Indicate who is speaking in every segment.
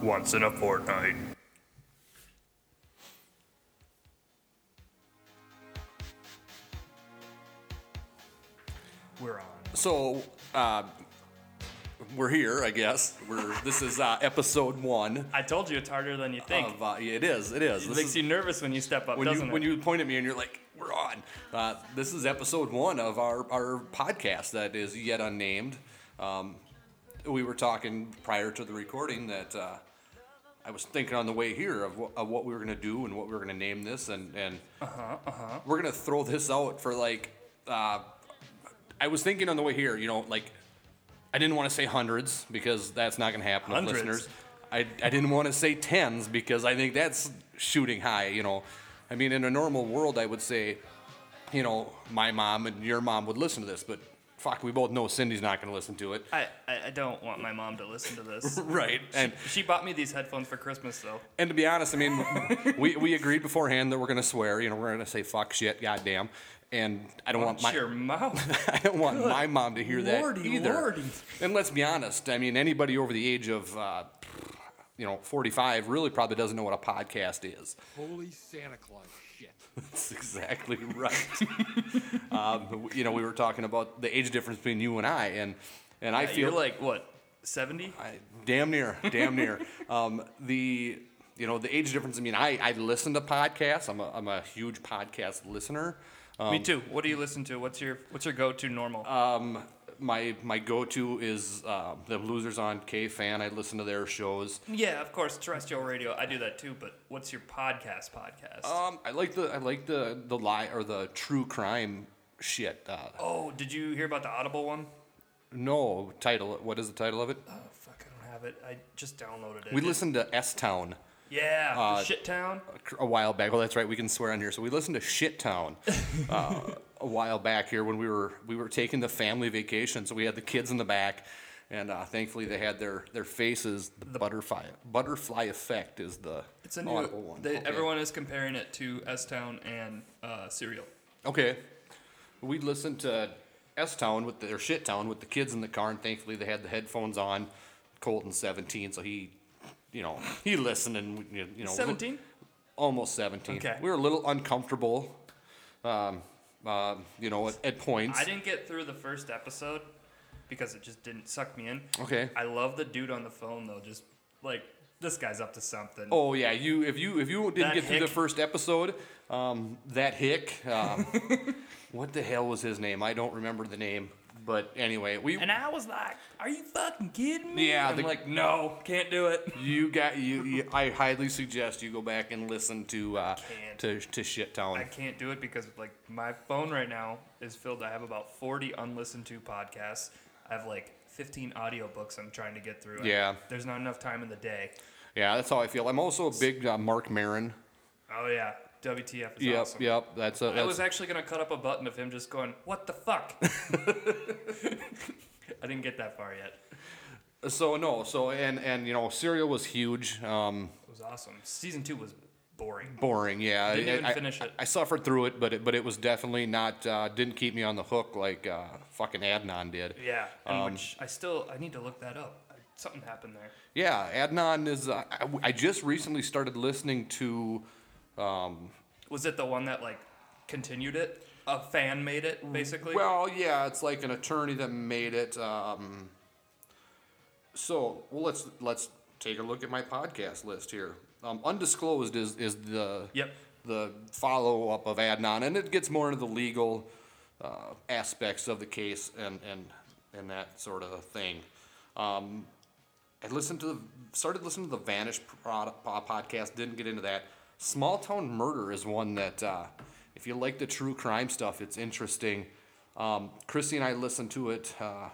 Speaker 1: Once in a fortnight. We're on.
Speaker 2: So, uh, we're here, I guess. We're this is uh, episode one.
Speaker 1: I told you it's harder than you think.
Speaker 2: Of, uh, yeah, it is. It is.
Speaker 1: it
Speaker 2: This
Speaker 1: makes
Speaker 2: is
Speaker 1: you nervous when you step up,
Speaker 2: when you
Speaker 1: doesn't
Speaker 2: when
Speaker 1: it?
Speaker 2: you point at me and you're like, "We're on." Uh, this is episode one of our our podcast that is yet unnamed. Um, we were talking prior to the recording that uh, I was thinking on the way here of, wh- of what we were gonna do and what we were gonna name this, and and we're gonna throw this out for like. Uh, I was thinking on the way here, you know, like I didn't want to say hundreds because that's not gonna happen with
Speaker 1: Hundreds?
Speaker 2: listeners. I, I didn't want to say tens because I think that's shooting high, you know. I mean, in a normal world, I would say, you know, my mom and your mom would listen to this, but fuck, we both know Cindy's not going to listen to it.
Speaker 1: I, I I don't want my mom to listen to this.
Speaker 2: Right. And
Speaker 1: she bought me these headphones for Christmas though.
Speaker 2: and to be honest, I mean, we, we agreed beforehand that we're going to swear, you know, we're going to say fuck, shit, goddamn. And I don't want
Speaker 1: Watch
Speaker 2: my
Speaker 1: your mouth.
Speaker 2: I don't want my mom to hear that
Speaker 1: lordy,
Speaker 2: either.
Speaker 1: lordy.
Speaker 2: And let's be honest. I mean, anybody over the age of, uh, you know, 45 really probably doesn't know what a podcast is.
Speaker 3: Holy Santa Claus shit.
Speaker 2: That's exactly right. um, you know, we were talking about the age difference between you and I, and and I feel
Speaker 1: You're like what, seventy?
Speaker 2: I, damn near, damn near. Um, the you know the age difference. I mean, I I listen to podcasts. I'm a I'm a huge podcast listener.
Speaker 1: me too. What do you listen to? What's your what's your go-to normal?
Speaker 2: Um, my my go to is uh, the Losers on K fan. I listen to their shows.
Speaker 1: yeah, of course, terrestrial radio. I do that too. But what's your podcast? Podcast.
Speaker 2: Um, I like the I like the the lie or the true crime shit. Uh,
Speaker 1: oh, did you hear about the Audible one?
Speaker 2: no title. What is the title of it?
Speaker 1: Oh fuck, I don't have it. I just downloaded it.
Speaker 2: We
Speaker 1: It-
Speaker 2: listened to S Town
Speaker 1: Yeah,
Speaker 2: uh,
Speaker 1: the Shit Town.
Speaker 2: a while back. Well, that's right. We can swear on here. So we listened to Shit Town uh, a while back here when we were we were taking the family vacation. So we had the kids in the back. And uh, thankfully, they had their, their faces. The, butterfly butterfly effect is the
Speaker 1: It's a new
Speaker 2: audible one.
Speaker 1: They,
Speaker 2: Okay.
Speaker 1: Everyone is comparing it to S Town and uh, Serial.
Speaker 2: Okay. We listened to S Town with their shit town with the kids in the car, and thankfully they had the headphones on. Colton's 17, so he, you know, he listened and we- you know,
Speaker 1: Seventeen.
Speaker 2: almost 17.
Speaker 1: Okay.
Speaker 2: We were a little uncomfortable, um, um, you know, at, at points.
Speaker 1: I didn't get through the first episode because it just didn't suck me in.
Speaker 2: Okay.
Speaker 1: I love the dude on the phone though. Just like this guy's up to something.
Speaker 2: Oh yeah, you if you if you didn't
Speaker 1: That
Speaker 2: get through the
Speaker 1: hick.
Speaker 2: first episode, um, that hick, um, what the hell was his name? I don't remember the name, but anyway, we
Speaker 1: And I was like, "Are you fucking kidding me?"
Speaker 2: Yeah,
Speaker 1: I'm
Speaker 2: the-
Speaker 1: like, "No, can't do it."
Speaker 2: You got you, you. I highly suggest you go back and listen to uh,
Speaker 1: Can't.
Speaker 2: to to shit
Speaker 1: I
Speaker 2: town.
Speaker 1: can't do it because like my phone right now is filled. I have about forty unlistened to podcasts. I have like fifteen audiobooks I'm trying to get through.
Speaker 2: Yeah.
Speaker 1: There's not enough time in the day.
Speaker 2: Yeah, that's how I feel. I'm also a big uh, Mark Maron.
Speaker 1: Oh yeah, WTF is
Speaker 2: Yep,
Speaker 1: awesome.
Speaker 2: yep. That's a. That's,
Speaker 1: I was actually gonna cut up a button of him just going, "What the fuck." I didn't get that far yet.
Speaker 2: so no. So and and you know, Serial was huge. Um,
Speaker 1: It was awesome. Season two was boring.
Speaker 2: boring. Yeah,
Speaker 1: Didn't
Speaker 2: I-
Speaker 1: even
Speaker 2: I,
Speaker 1: finish it.
Speaker 2: I, suffered through it, but it but it was definitely not. Uh, didn't keep me on the hook like uh, fucking Adnan did.
Speaker 1: Yeah, and
Speaker 2: Um,
Speaker 1: which I still I need to look that up. I, something happened there.
Speaker 2: Yeah, Adnan is. Uh, I, I just recently started listening to. Um,
Speaker 1: Was it the one that like continued it? A fan made it basically.
Speaker 2: Mm, Well, yeah, it's like an attorney that made it. Um, so well, let's let's take a look at my podcast list here. Um, undisclosed is is the
Speaker 1: Yep.
Speaker 2: the follow up of Adnan, and it gets more into the legal uh, aspects of the case and and and that sort of thing. Um, I listened to the started listening to the Vanish prod, po- podcast. Didn't get into that. Small Town Murder is one that uh, if you like the true crime stuff, it's interesting. Um, Chrissy and I listened to it uh,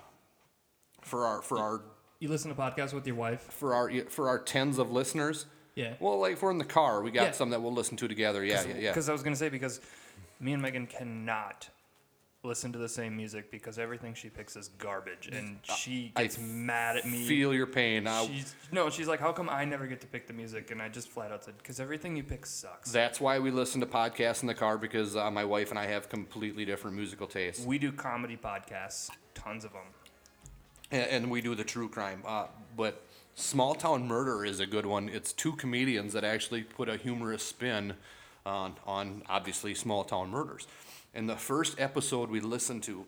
Speaker 2: for our for our
Speaker 1: you listen to podcasts with your wife.
Speaker 2: for our for our tens of listeners.
Speaker 1: Yeah.
Speaker 2: Well, like if we're in the car, we got
Speaker 1: Yeah.
Speaker 2: some that we'll listen to together. Yeah, yeah, yeah.
Speaker 1: Because I was gonna say because me and Megan cannot listen to the same music because everything she picks is garbage, and she
Speaker 2: I
Speaker 1: gets mad at me.
Speaker 2: Feel your pain. Uh,
Speaker 1: She's no, she's like, how come I never get to pick the music? And I just flat out said, because everything you pick sucks.
Speaker 2: that's why we listen to podcasts in the car because uh, my wife and I have completely different musical tastes.
Speaker 1: We do comedy podcasts, tons of them.
Speaker 2: and, and we do the true crime. Uh, but Small Town Murder is a good one. It's two comedians that actually put a humorous spin on, on obviously small town murders. And the first episode we listened to,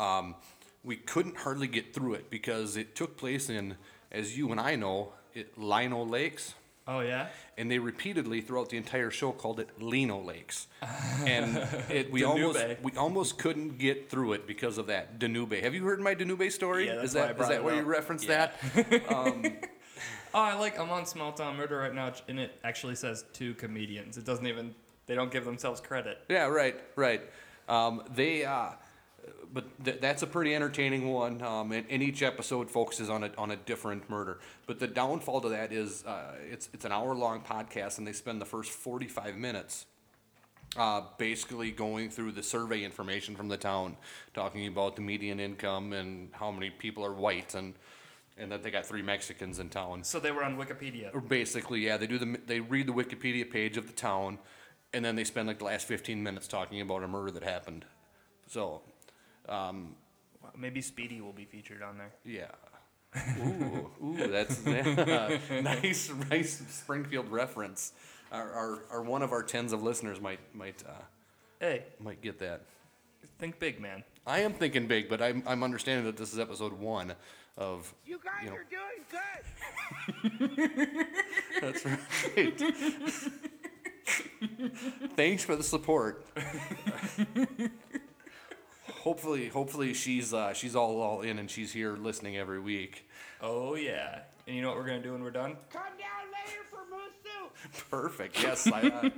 Speaker 2: um, we couldn't hardly get through it because it took place in, as you and I know, it, Lino Lakes
Speaker 1: Oh yeah.
Speaker 2: and they repeatedly throughout the entire show called it Lino Lakes, and it, we almost
Speaker 1: Danube.
Speaker 2: we almost couldn't get through it because of that Danube. Have you heard my Danube story?
Speaker 1: Yeah, that's
Speaker 2: is
Speaker 1: why I
Speaker 2: that is
Speaker 1: brought
Speaker 2: that
Speaker 1: it
Speaker 2: where you
Speaker 1: up.
Speaker 2: referenced
Speaker 1: Yeah.
Speaker 2: that?
Speaker 1: Oh, I like. I'm on Small Town Murder right now, and it actually says two comedians. It doesn't even. They don't give themselves credit.
Speaker 2: Yeah, right, right. Um, they, uh, but th- that's a pretty entertaining one, um, and, and each episode focuses on a on a different murder. But the downfall to that is uh, it's it's an hour long podcast, and they spend the first forty five minutes. Uh, basically, going through the survey information from the town, talking about the median income and how many people are white, and and that they got three Mexicans in town
Speaker 1: So they were on Wikipedia.
Speaker 2: or basically, yeah, they do the they read the Wikipedia page of the town, and then they spend like the last fifteen minutes talking about a murder that happened. So,
Speaker 1: Wow, Maybe Speedy will be featured on there.
Speaker 2: yeah. Ooh, ooh, that's nice, nice Springfield reference. Our, our, our one of our tens of listeners might might uh,
Speaker 1: Hey,
Speaker 2: might get that.
Speaker 1: think big, man.
Speaker 2: I am thinking big, but I'm I'm understanding that this is episode one of
Speaker 4: You guys
Speaker 2: know-
Speaker 4: are doing good.
Speaker 2: That's right. Thanks for the support. hopefully, hopefully she's uh, she's all all in and she's here listening every week.
Speaker 1: Oh yeah. And you know what we're gonna do when we're done?
Speaker 4: Come down later for moose soup.
Speaker 2: Perfect. Yes, I uh,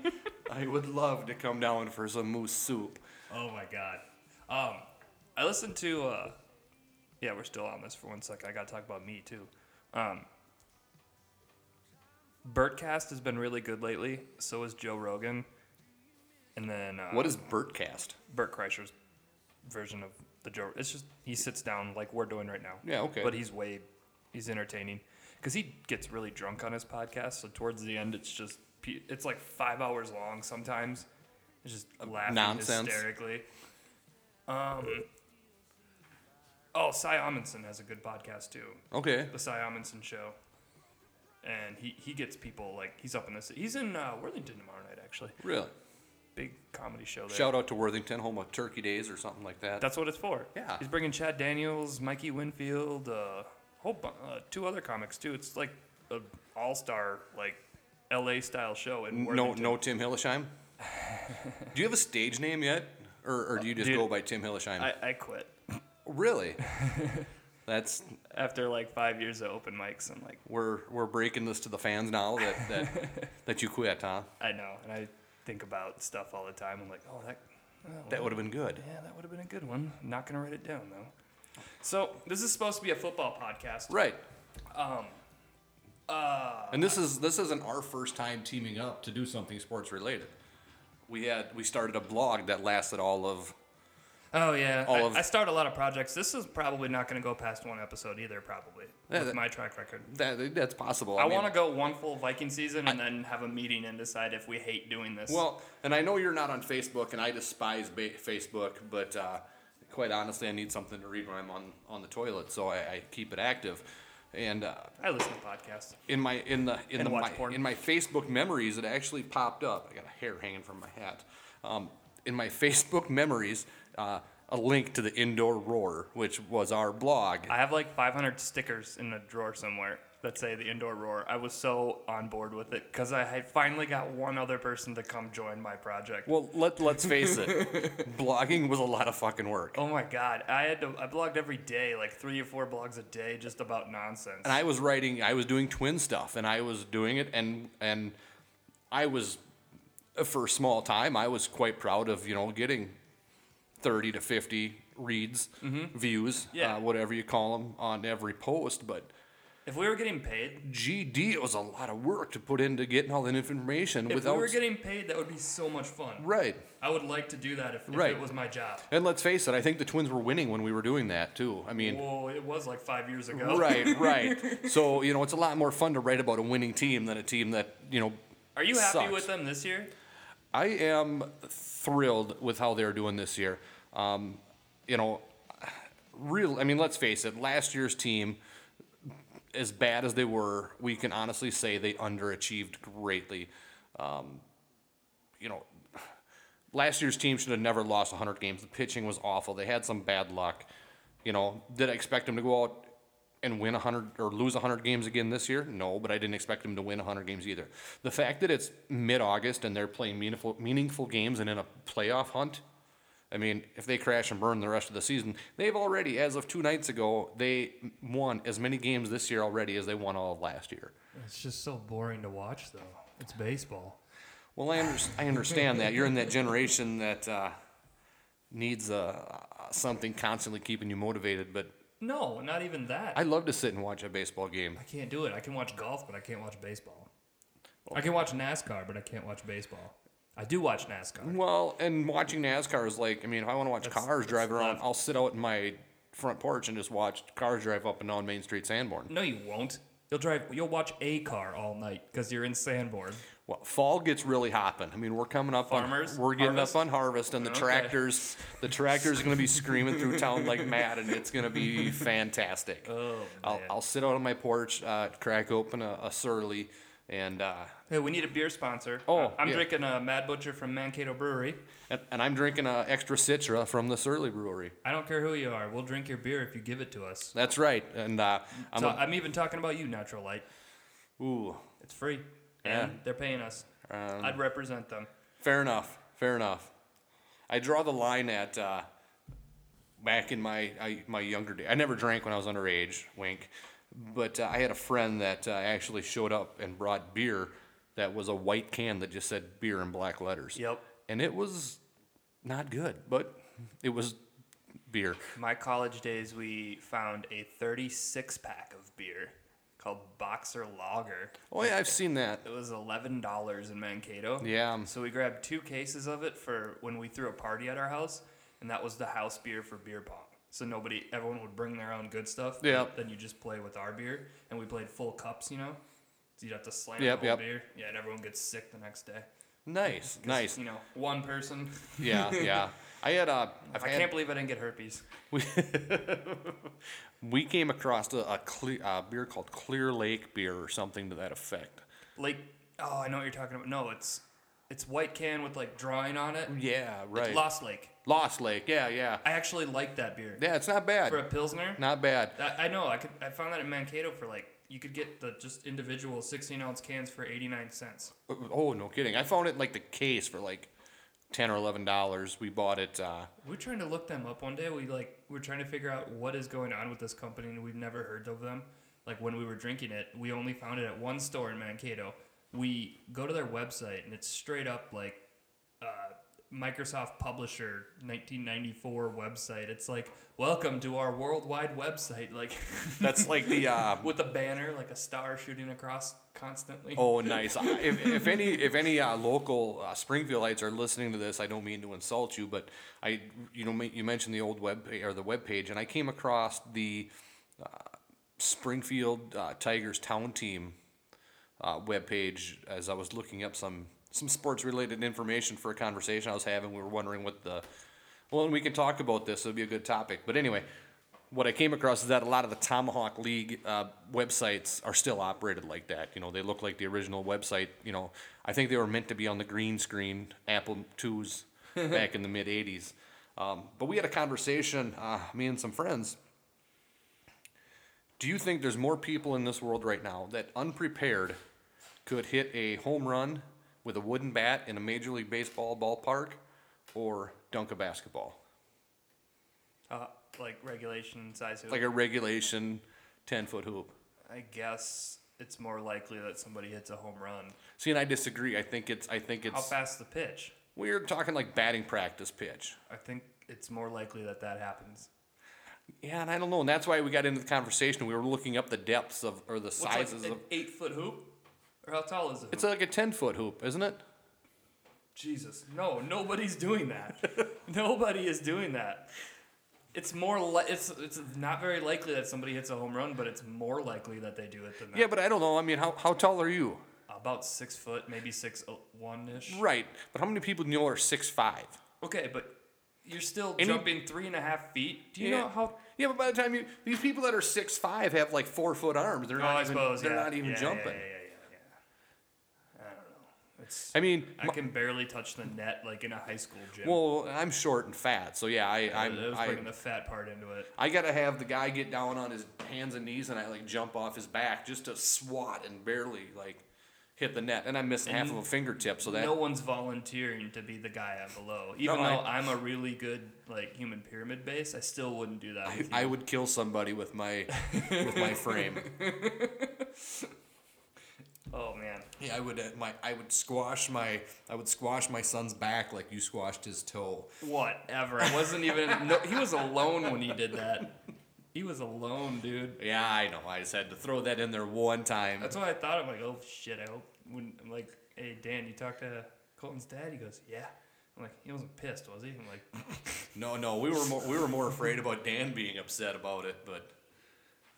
Speaker 2: I would love to come down for some moose soup.
Speaker 1: Oh my god. Um, I listened to. Uh, yeah, we're still on this for one second. I gotta talk about me too. Um, Burtcast has been really good lately. So is Joe Rogan. And then uh,
Speaker 2: What is Burtcast?
Speaker 1: Bert Kreischer's version of the Joe. It's just he sits down like we're doing right now.
Speaker 2: Yeah, okay.
Speaker 1: But he's way he's entertaining because he gets really drunk on his podcast. So towards the end, it's just pe- it's like five hours long sometimes. It's just laughing
Speaker 2: Uh, nonsense.
Speaker 1: hysterically. Um. Oh, Cy Amundsen has a good podcast too,
Speaker 2: Okay.
Speaker 1: the Cy Amundsen Show, and he he gets people like he's up in this. He's in uh, Worthington tomorrow night actually.
Speaker 2: Really.
Speaker 1: Big comedy show there.
Speaker 2: Shout out to Worthington, home of Turkey Days or something like that.
Speaker 1: That's what it's for.
Speaker 2: Yeah.
Speaker 1: He's bringing Chad Daniels, Mikey Winfield, uh, whole bu- uh, two other comics too. It's like a all star like L.A. style show. And
Speaker 2: no, no Tim Hillesheim. do you have a stage name yet, or, or do you just
Speaker 1: Dude,
Speaker 2: go by Tim Hillesheim?
Speaker 1: I, I quit
Speaker 2: Really? That's
Speaker 1: after like five years of open mics. I'm like,
Speaker 2: we're we're breaking this to the fans now that that, that you quit, huh?
Speaker 1: I know, and I think about stuff all the time. I'm like, oh, that, oh,
Speaker 2: That would have been good.
Speaker 1: yeah, that would have been a good one. Not gonna write it down though. So this is supposed to be a football podcast.
Speaker 2: Right. Um and this is this isn't our first time teaming up to do something sports related. We had we started a blog that lasted all of
Speaker 1: Oh yeah,
Speaker 2: All
Speaker 1: I,
Speaker 2: of-
Speaker 1: I start a lot of projects. This is probably not gonna go past one episode either. Probably
Speaker 2: Yeah,
Speaker 1: with
Speaker 2: that-
Speaker 1: my track record.
Speaker 2: that that's possible.
Speaker 1: I, want to go one full Viking season and then have a meeting and decide if we hate doing this.
Speaker 2: Well, and I know you're not on Facebook, and I despise ba- Facebook, but uh, quite honestly, I need something to read when I'm on, on the toilet, so I, I keep it active. And uh,
Speaker 1: I listen to podcasts.
Speaker 2: in my in the in
Speaker 1: And
Speaker 2: the
Speaker 1: watch
Speaker 2: my,
Speaker 1: porn.
Speaker 2: in my Facebook memories, it actually popped up. I got a hair hanging from my hat. Um, in my Facebook memories, uh, a link to the Indoor Roar, which was our blog.
Speaker 1: I have like 500 stickers in a drawer somewhere that say the indoor roar. I was so on board with it because I had finally got one other person to come join my project.
Speaker 2: well, let let's face it, blogging was a lot of fucking work.
Speaker 1: oh my god, I had to. I blogged every day, like three or four blogs a day, just about nonsense.
Speaker 2: and I was writing, I was doing twin stuff, and I was doing it, and and I was for a small time, I was quite proud of you know getting thirty to fifty reads, views,
Speaker 1: Mm-hmm. Yeah.
Speaker 2: uh, whatever you call them, on every post. But
Speaker 1: if we were getting paid,
Speaker 2: GD, it was a lot of work to put into getting all that information
Speaker 1: if
Speaker 2: without
Speaker 1: we were getting paid, that would be so much fun.
Speaker 2: right.
Speaker 1: I would like to do that if, if
Speaker 2: Right.
Speaker 1: it was my job.
Speaker 2: And let's face it, I think the twins were winning when we were doing that too. I mean.
Speaker 1: Whoa, it was like five years ago.
Speaker 2: Right, right. so you know, it's a lot more fun to write about a winning team than a team that you know.
Speaker 1: Are you happy
Speaker 2: sucks.
Speaker 1: with them this year?
Speaker 2: I am thrilled with how they're doing this year. Um, you know, real. I mean, let's face it. Last year's team, as bad as they were, we can honestly say they underachieved greatly. Um, you know, last year's team should have never lost 100 games. The pitching was awful. They had some bad luck. You know, did I expect them to go out and win 100 or lose 100 games again this year? No, but I didn't expect them to win 100 games either. The fact that it's mid-August and they're playing meaningful meaningful games and in a playoff hunt. I mean, if they crash and burn the rest of the season, they've already, as of two nights ago, they won as many games this year already as they won all of last year.
Speaker 1: It's just so boring to watch, though. It's baseball.
Speaker 2: Well, I, under- I understand that. You're in that generation that uh, needs uh, something constantly keeping you motivated, but
Speaker 1: No, not even that.
Speaker 2: I
Speaker 1: I,
Speaker 2: love to sit and watch a baseball game.
Speaker 1: can't do it. I can watch golf, but I can't watch baseball. I can watch NASCAR, but I can't watch baseball. I do watch NASCAR.
Speaker 2: Well, and watching NASCAR is like, I mean, if I want to watch
Speaker 1: That's-
Speaker 2: cars
Speaker 1: that's
Speaker 2: drive around,
Speaker 1: left.
Speaker 2: I'll sit out in my front porch and just watch cars drive up and down Main Street, Sanborn.
Speaker 1: No, you won't. You'll drive. You'll watch a car all night because you're in Sanborn.
Speaker 2: Well, fall gets really hopping. I mean, we're coming up
Speaker 1: Farmers?
Speaker 2: on we're getting
Speaker 1: Harvest?
Speaker 2: up on harvest, and the
Speaker 1: Okay.
Speaker 2: tractors the tractors going to be screaming through town like mad, and it's going to be fantastic. Oh, I'll,
Speaker 1: man.
Speaker 2: I'll sit out on my porch, uh, crack open a, a surly, and uh,
Speaker 1: Hey, we need a beer sponsor.
Speaker 2: Oh,
Speaker 1: I'm
Speaker 2: yeah.
Speaker 1: drinking a Mad Butcher from Mankato Brewery.
Speaker 2: and, and I'm drinking a extra citra from the Surly Brewery.
Speaker 1: I don't care who you are. We'll drink your beer if you give it to us.
Speaker 2: That's right, and uh, I'm
Speaker 1: So
Speaker 2: a-
Speaker 1: I'm even talking about you, Natural Light.
Speaker 2: ooh
Speaker 1: It's free.
Speaker 2: Yeah. Um,
Speaker 1: And they're paying us. I'd represent them.
Speaker 2: Fair enough. Fair enough. I draw the line at uh, back in my I, my younger day. I never drank when I was underage. Wink. But uh, I had a friend that uh, actually showed up and brought beer that was a white can that just said beer in black letters.
Speaker 1: Yep.
Speaker 2: And it was not good, but it was beer.
Speaker 1: My college days, we found a 36 pack of beer called Boxer Lager.
Speaker 2: Oh yeah, I've seen that.
Speaker 1: It was $11 in Mankato.
Speaker 2: Yeah.
Speaker 1: So we grabbed two cases of it for when we threw a party at our house, and that was the house beer for beer pong. So nobody, everyone would bring their own good stuff. and
Speaker 2: Yep.
Speaker 1: Then you just play with our beer, and we played full cups, you know? So you'd have to slam
Speaker 2: Yep,
Speaker 1: the whole
Speaker 2: yep.
Speaker 1: beer. Yeah, and everyone gets sick the next day.
Speaker 2: Nice,
Speaker 1: 'Cause,
Speaker 2: nice.
Speaker 1: You know, one person.
Speaker 2: Yeah, yeah. I had uh, I've
Speaker 1: I
Speaker 2: had,
Speaker 1: can't believe I didn't get herpes.
Speaker 2: we, we came across a, a clear, uh, beer called Clear Lake beer or something to that effect.
Speaker 1: Like, oh, I know what you're talking about. No, it's it's white can with like drawing on it.
Speaker 2: Yeah, right. Lost,
Speaker 1: Lost Lake.
Speaker 2: Lake. Yeah, yeah.
Speaker 1: I actually like that beer
Speaker 2: Yeah, it's not bad.
Speaker 1: for a pilsner.
Speaker 2: Not bad.
Speaker 1: That, I know. I could. I found that in Mankato for like you could get the just individual 16 ounce cans for 89 cents.
Speaker 2: Oh, no kidding. I found it in, like the case for like 10 or 11 dollars. We bought it uh
Speaker 1: We We're trying to look them up one day. We like we're trying to figure out what is going on with this company, and we've never heard of them. Like when we were drinking it, we only found it at one store in Mankato. We go to their website, and it's straight up like uh, Microsoft Publisher 1994 website. It's like welcome to our worldwide website, like
Speaker 2: That's like the uh
Speaker 1: with a banner, like a star shooting across constantly.
Speaker 2: Oh, nice. I- If, if any, if any uh, local uh, Springfieldites are listening to this, I don't mean to insult you, but I, you know, ma- you mentioned the old web pa- or the web page, and I came across the uh, Springfield uh, Tigers town team uh, web page as I was looking up some some sports related information for a conversation I was having. We were wondering what the well, and we can talk about this. It'll be a good topic. But anyway, what I came across is that a lot of the Tomahawk League uh, websites are still operated like that. You know, they look like the original website. You know, I think they were meant to be on the green screen Apple twos back in the mid '80s. Um, but we had a conversation, uh, me and some friends. Do you think there's more people in this world right now that unprepared could hit a home run with a wooden bat in a Major League Baseball ballpark or dunk a basketball?
Speaker 1: Uh, like regulation size hoop.
Speaker 2: Like a regulation 10 foot hoop.
Speaker 1: I guess it's more likely that somebody hits a home run.
Speaker 2: See, and I disagree. I think it's, I think
Speaker 1: How
Speaker 2: it's,
Speaker 1: fast the pitch?
Speaker 2: we're talking like batting practice pitch.
Speaker 1: I think it's more likely that that happens.
Speaker 2: Yeah, and I don't know. And that's why we got into the conversation. We were looking up the depths of, or the
Speaker 1: What's
Speaker 2: sizes
Speaker 1: like
Speaker 2: of,
Speaker 1: an eight foot hoop? Or how tall is it?
Speaker 2: it's like a 10 foot hoop, isn't it?
Speaker 1: Jesus, no, nobody's doing that. Nobody is doing that. It's more li- it's it's not very likely that somebody hits a home run, but it's more likely that they do it than that.
Speaker 2: Yeah, but I don't know. I mean, how, how tall are you?
Speaker 1: About six foot, maybe six uh, one ish.
Speaker 2: Right. But how many people do you know are six five?
Speaker 1: Okay, but You're still
Speaker 2: And-
Speaker 1: jumping three and a half feet. Do you
Speaker 2: yeah.
Speaker 1: know how?
Speaker 2: Yeah, but by the time you these people that are six five have like four foot arms, they're
Speaker 1: Oh,
Speaker 2: not
Speaker 1: I
Speaker 2: even
Speaker 1: suppose
Speaker 2: they're
Speaker 1: yeah.
Speaker 2: not even
Speaker 1: Yeah, yeah,
Speaker 2: jumping.
Speaker 1: Yeah, yeah, yeah, yeah. I don't know. It's
Speaker 2: I mean,
Speaker 1: I
Speaker 2: my-
Speaker 1: can barely touch the net like in a high school gym.
Speaker 2: well, I'm short and fat, so yeah, I
Speaker 1: I,
Speaker 2: I'm,
Speaker 1: was
Speaker 2: I,
Speaker 1: bringing the fat part into it.
Speaker 2: I gotta have the guy get down on his hands and knees, and I like jump off his back just to swat and barely like hit the net, and I'm missing half of a fingertip, so that
Speaker 1: no one's volunteering to be the guy at below. Even
Speaker 2: No, I-
Speaker 1: though I, am a really good like human pyramid base, I still wouldn't do that.
Speaker 2: I,
Speaker 1: with you.
Speaker 2: I would kill somebody with my with my frame.
Speaker 1: oh man,
Speaker 2: Yeah, I would uh, my I would squash my I would squash my son's back like you squashed his toe.
Speaker 1: whatever. I wasn't even. No, he was alone when he did that. He was alone, dude.
Speaker 2: Yeah, I know. I just had to throw that in there one time.
Speaker 1: That's what I thought. I'm like, oh shit. I hope when I'm like, hey Dan, you talked to Colton's dad? He goes, yeah. I'm like, he wasn't pissed, was he? I'm like,
Speaker 2: no, no, we were more, we were more afraid about Dan being upset about it, but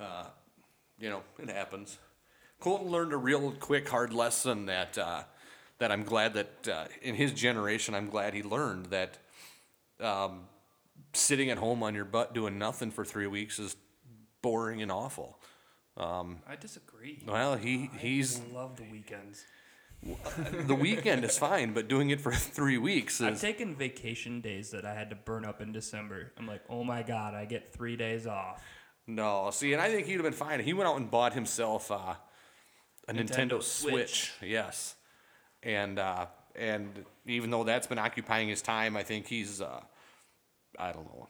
Speaker 2: uh, you know, it happens. Colton learned a real quick hard lesson that uh, that I'm glad that uh, in his generation, I'm glad he learned that um, sitting at home on your butt doing nothing for three weeks is boring and awful.
Speaker 1: I disagree.
Speaker 2: Well, he he's
Speaker 1: Love the weekends.
Speaker 2: the weekend is fine, but doing it for three weeks
Speaker 1: I've
Speaker 2: is
Speaker 1: taken vacation days that I had to burn up in December. I'm like, oh my god, I get three days off.
Speaker 2: no. See, and I think he'd have been fine. He went out and bought himself uh, a Nintendo,
Speaker 1: Nintendo
Speaker 2: Switch.
Speaker 1: Switch.
Speaker 2: Yes, and uh, and even though that's been occupying his time, I think he's uh, I don't know.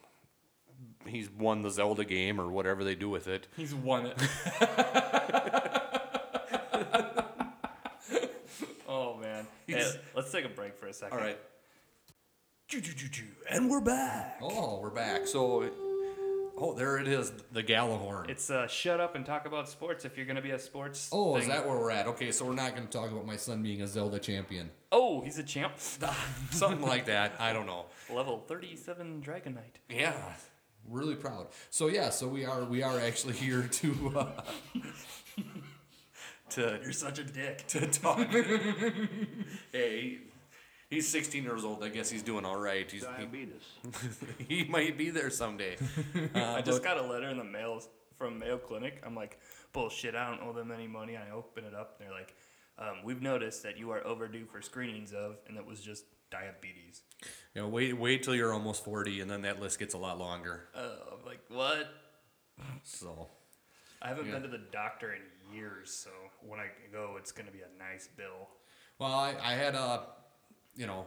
Speaker 2: He's won the Zelda game or whatever they do with it.
Speaker 1: He's won it. oh man.
Speaker 2: He's-
Speaker 1: Hey, let's take a break for a second.
Speaker 2: All right.
Speaker 1: And we're back.
Speaker 2: Oh, we're back. So, oh, there it is, the Gallahorn.
Speaker 1: It's uh, shut up and talk about sports if you're gonna be a sports.
Speaker 2: oh, is
Speaker 1: thing.
Speaker 2: that where we're at? Okay, so we're not going to talk about my son being a Zelda champion.
Speaker 1: Oh, he's a champ.
Speaker 2: Something like that. I don't know.
Speaker 1: Level 37 Dragonite.
Speaker 2: Yeah, really proud. So yeah, so we are we are actually here to uh, to
Speaker 1: You're such a dick.
Speaker 2: to talk. hey, he- he's 16 years old. I guess he's doing all right. He's,
Speaker 4: Diabetes.
Speaker 2: he, he might be there someday. Uh,
Speaker 1: I just got a letter in the mail from Mayo Clinic. I'm like, bullshit, I don't owe them any money. I open it up, and they're like, um, we've noticed that you are overdue for screenings of, and that was just diabetes.
Speaker 2: You know, wait wait till you're almost 40, and then that list gets a lot longer.
Speaker 1: Oh, I'm like, what?
Speaker 2: So
Speaker 1: I haven't
Speaker 2: Yeah.
Speaker 1: been to the doctor in years, so when I go, it's going to be a nice bill.
Speaker 2: Well, I, I had a, you know,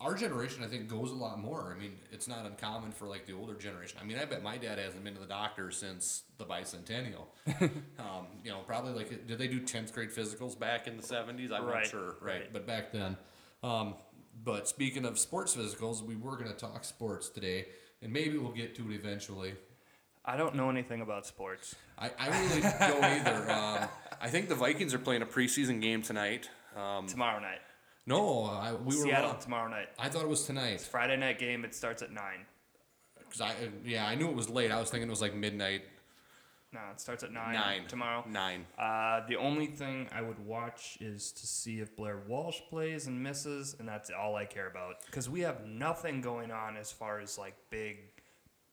Speaker 2: our generation I think goes a lot more. I mean, it's not uncommon for like the older generation. I mean, I bet my dad hasn't been to the doctor since the bicentennial. um, you know, probably like did they do tenth grade physicals back in the seventies? I'm not
Speaker 1: Right,
Speaker 2: sure, right?
Speaker 1: right.
Speaker 2: But back then. Um, but speaking of sports physicals, we were going to talk sports today, and maybe we'll get to it eventually.
Speaker 1: I don't know anything about sports.
Speaker 2: I, I really don't either. Um, I think the Vikings are playing a preseason game tonight. Um,
Speaker 1: Tomorrow night.
Speaker 2: no, I, we were
Speaker 1: Seattle
Speaker 2: wrong.
Speaker 1: tomorrow night.
Speaker 2: I thought it was tonight.
Speaker 1: Friday night game, it starts at 9.
Speaker 2: 'Cause I, yeah, I knew it was late. I was thinking it was like midnight.
Speaker 1: No, it starts at 9,
Speaker 2: Nine
Speaker 1: tomorrow.
Speaker 2: Nine.
Speaker 1: Uh, the only thing I would watch is to see if Blair Walsh plays and misses, and that's all I care about. Because we have nothing going on as far as like big,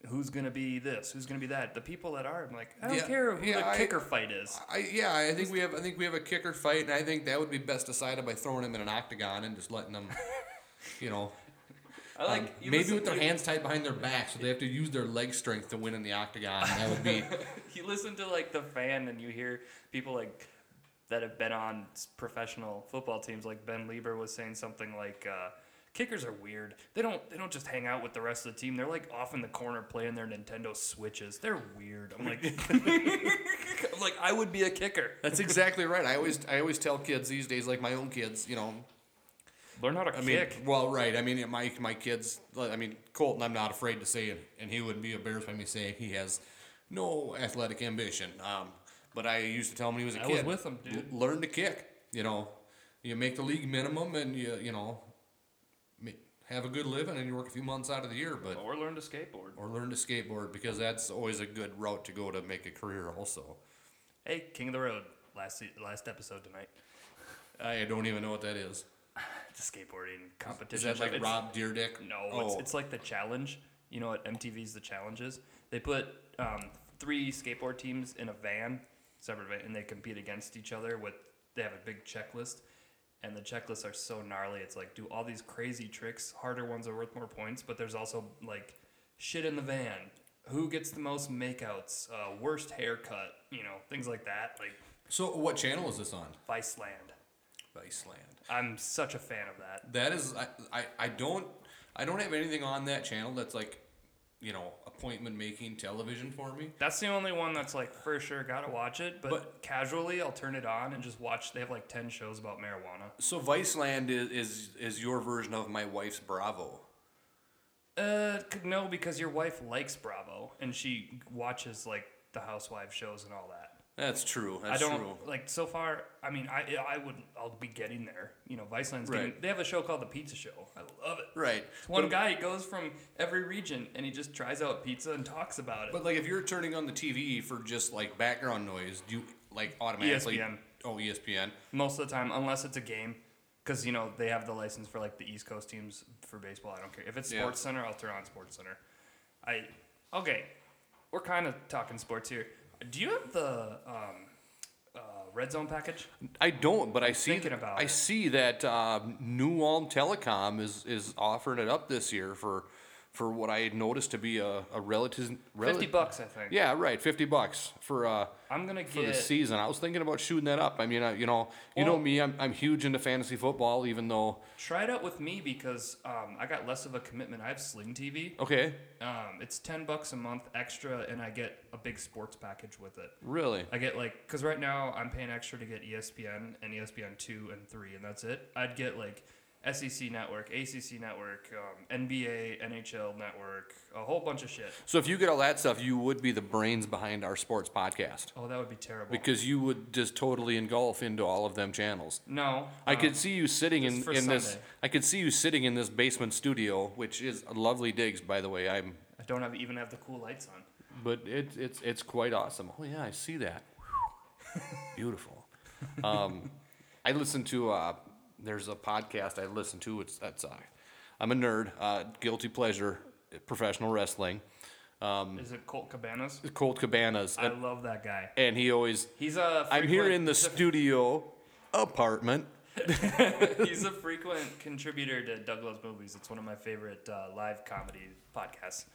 Speaker 1: who's gonna be this, who's gonna be that. The people that are, I'm like, I don't
Speaker 2: Yeah,
Speaker 1: care who
Speaker 2: yeah,
Speaker 1: the
Speaker 2: I-
Speaker 1: kicker fight is.
Speaker 2: I, yeah, I think we have. I think we have a kicker fight, and I think that would be best decided by throwing him in an octagon and just letting them, you know,
Speaker 1: I
Speaker 2: um,
Speaker 1: like you
Speaker 2: maybe
Speaker 1: listen-
Speaker 2: with their hands tied behind their back, so they have to use their leg strength to win in the octagon. That would be.
Speaker 1: You listen to like the fan, and you hear people like that have been on s- professional football teams. Like Ben Lieber was saying something like. Uh, Kickers are weird. They don't they don't just hang out with the rest of the team. They're like off in the corner playing their Nintendo Switches. They're weird. I'm like I'm like I would be a kicker.
Speaker 2: That's exactly right. I always, I always tell kids these days, like my own kids, you know,
Speaker 1: Learn how to
Speaker 2: I mean,
Speaker 1: kick.
Speaker 2: well, right. I mean, my my kids. I mean, Colton. I'm not afraid to say it, and he would be embarrassed by me saying he has no athletic ambition. Um, but I used to tell him when he was a
Speaker 1: I
Speaker 2: kid.
Speaker 1: was with him, dude.
Speaker 2: "L- Learn to kick. You know, you make the league minimum, and you you know, ma- have a good living, and you work a few months out of the year, but.
Speaker 1: or learn to skateboard.
Speaker 2: Or learn to skateboard because that's always a good route to go to make a career. Also,
Speaker 1: Hey, King of the Road. Last se- last episode tonight.
Speaker 2: I don't even know what that is.
Speaker 1: the skateboarding
Speaker 2: Is
Speaker 1: competition.
Speaker 2: that like
Speaker 1: It's-
Speaker 2: Rob Deerdick?
Speaker 1: No,
Speaker 2: oh.
Speaker 1: it's, it's like the challenge. You know what MTV's the challenge is? They put um, three skateboard teams in a van, separate van, and they compete against each other with. They have a big checklist, and the checklists are so gnarly. It's like do all these crazy tricks. Harder ones are worth more points, but there's also like shit in the van. Who gets the most makeouts? Uh, worst haircut? You know things like that, like
Speaker 2: so what channel is this on?
Speaker 1: Viceland.
Speaker 2: Viceland.
Speaker 1: I'm such a fan of that.
Speaker 2: That is, I, I, I don't, I don't have anything on that channel that's like, you know, appointment making television for me.
Speaker 1: That's the only one that's like for sure gotta watch it, but,
Speaker 2: But-
Speaker 1: casually I'll turn it on and just watch. They have like ten shows about marijuana.
Speaker 2: So Viceland is is, is your version of my wife's Bravo.
Speaker 1: Uh, c- no, because your wife likes Bravo and she watches like the housewife shows and all that.
Speaker 2: That's true. That's
Speaker 1: I don't
Speaker 2: true.
Speaker 1: like so far. I mean, I I would I'll be getting there. You know, Viceland's getting.
Speaker 2: Right.
Speaker 1: They have a show called The Pizza Show. I love it.
Speaker 2: Right.
Speaker 1: It's One
Speaker 2: But-
Speaker 1: guy goes from every region and he just tries out pizza and talks about it.
Speaker 2: But like, if you're turning on the TV for just like background noise, do you like automatically?
Speaker 1: ESPN.
Speaker 2: Oh, ESPN.
Speaker 1: most of the time, unless it's a game, because you know they have the license for like the East Coast teams for baseball. I don't care if it's
Speaker 2: Yeah.
Speaker 1: Sports Center, I'll turn on Sports Center. I okay, we're kind of talking sports here. Do you have the um, uh, Red Zone package?
Speaker 2: I don't, but I see.
Speaker 1: thinking about
Speaker 2: I
Speaker 1: it.
Speaker 2: see that um, New Ulm Telecom is is offering it up this year for for what I had noticed to be a, a relative.
Speaker 1: Fifty bucks, I think.
Speaker 2: Yeah, right. Fifty bucks for uh,
Speaker 1: I'm gonna
Speaker 2: for the
Speaker 1: get.
Speaker 2: season. I was thinking about shooting that up. I mean, I, you know, you know
Speaker 1: Well-
Speaker 2: me. I'm, I'm huge into fantasy football, even though
Speaker 1: try it out with me because um, I got less of a commitment. I have Sling TV.
Speaker 2: okay,
Speaker 1: Um, it's ten bucks a month extra, and I get a big sports package with it.
Speaker 2: really,
Speaker 1: I get like because right now I'm paying extra to get E ESPN and ESPN two and three, and that's it. I'd get like SEC Network, ACC Network, um, NBA, NHL Network, a whole bunch of shit.
Speaker 2: so if you get all that stuff, you would be the brains behind our sports podcast
Speaker 1: Oh, that would be terrible.
Speaker 2: because you would just totally engulf into all of them channels.
Speaker 1: no,
Speaker 2: I
Speaker 1: um,
Speaker 2: could see you sitting in,
Speaker 1: just for
Speaker 2: in this.
Speaker 1: Sunday.
Speaker 2: I could see you sitting in this basement studio, which is lovely digs, by the way. I'm,
Speaker 1: I don't have even have the cool lights on.
Speaker 2: but it, it's it's quite awesome. Oh yeah, I see that. Beautiful. Um, I listen to. Uh, there's a podcast I listen to. It's that's. Uh, I'm a nerd. Uh, guilty pleasure. Professional wrestling. Um,
Speaker 1: Is it Colt Cabanas?
Speaker 2: Colt Cabanas,
Speaker 1: I love that guy.
Speaker 2: and he always.
Speaker 1: He's a. Frequent,
Speaker 2: I'm here in the
Speaker 1: he's a-
Speaker 2: studio apartment.
Speaker 1: he's a frequent contributor to Douglas Movies. It's one of my favorite uh, live comedy podcasts.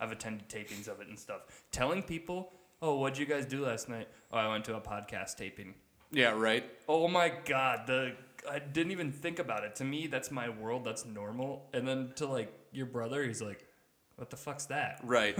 Speaker 1: I've attended tapings of it and stuff. Telling people, "Oh, what'd you guys do last night?" "Oh, I went to a podcast taping."
Speaker 2: Yeah, right.
Speaker 1: Oh my god, the I didn't even think about it. To me, that's my world. That's normal. And then to like your brother, he's like, "What the fuck's that?"
Speaker 2: Right.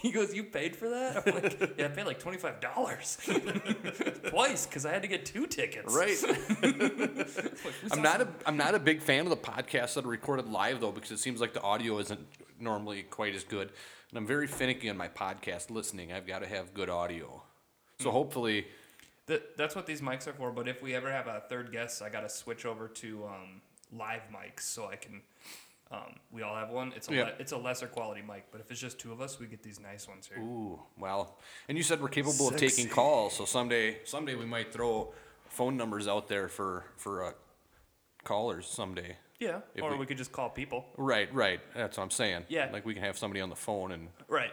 Speaker 1: he goes, "You paid for that?" I'm like, "Yeah, I paid like twenty five dollars twice because I had to get two tickets."
Speaker 2: Right.
Speaker 1: Like, who
Speaker 2: I'm
Speaker 1: saw
Speaker 2: not a I'm not a big fan of the podcasts that are recorded live though because it seems like the audio isn't normally quite as good, and I'm very finicky on my podcast listening. I've got to have good audio,
Speaker 1: Hmm.
Speaker 2: so hopefully,
Speaker 1: Th that's what these mics are for. But if we ever have a third guest, I gotta switch over to um, live mics so I can. Um, we all have one. It's a
Speaker 2: Yeah.
Speaker 1: le- it's a lesser quality mic, but if it's just two of us, we get these nice ones here.
Speaker 2: ooh, well, and you said we're capable of
Speaker 1: Sexy.
Speaker 2: taking calls, so someday someday we might throw phone numbers out there for for uh, callers someday.
Speaker 1: Yeah,
Speaker 2: If
Speaker 1: or
Speaker 2: we-
Speaker 1: we, could just call people.
Speaker 2: Right, right. That's what I'm saying.
Speaker 1: Yeah.
Speaker 2: like we can have somebody on the phone and
Speaker 1: Right.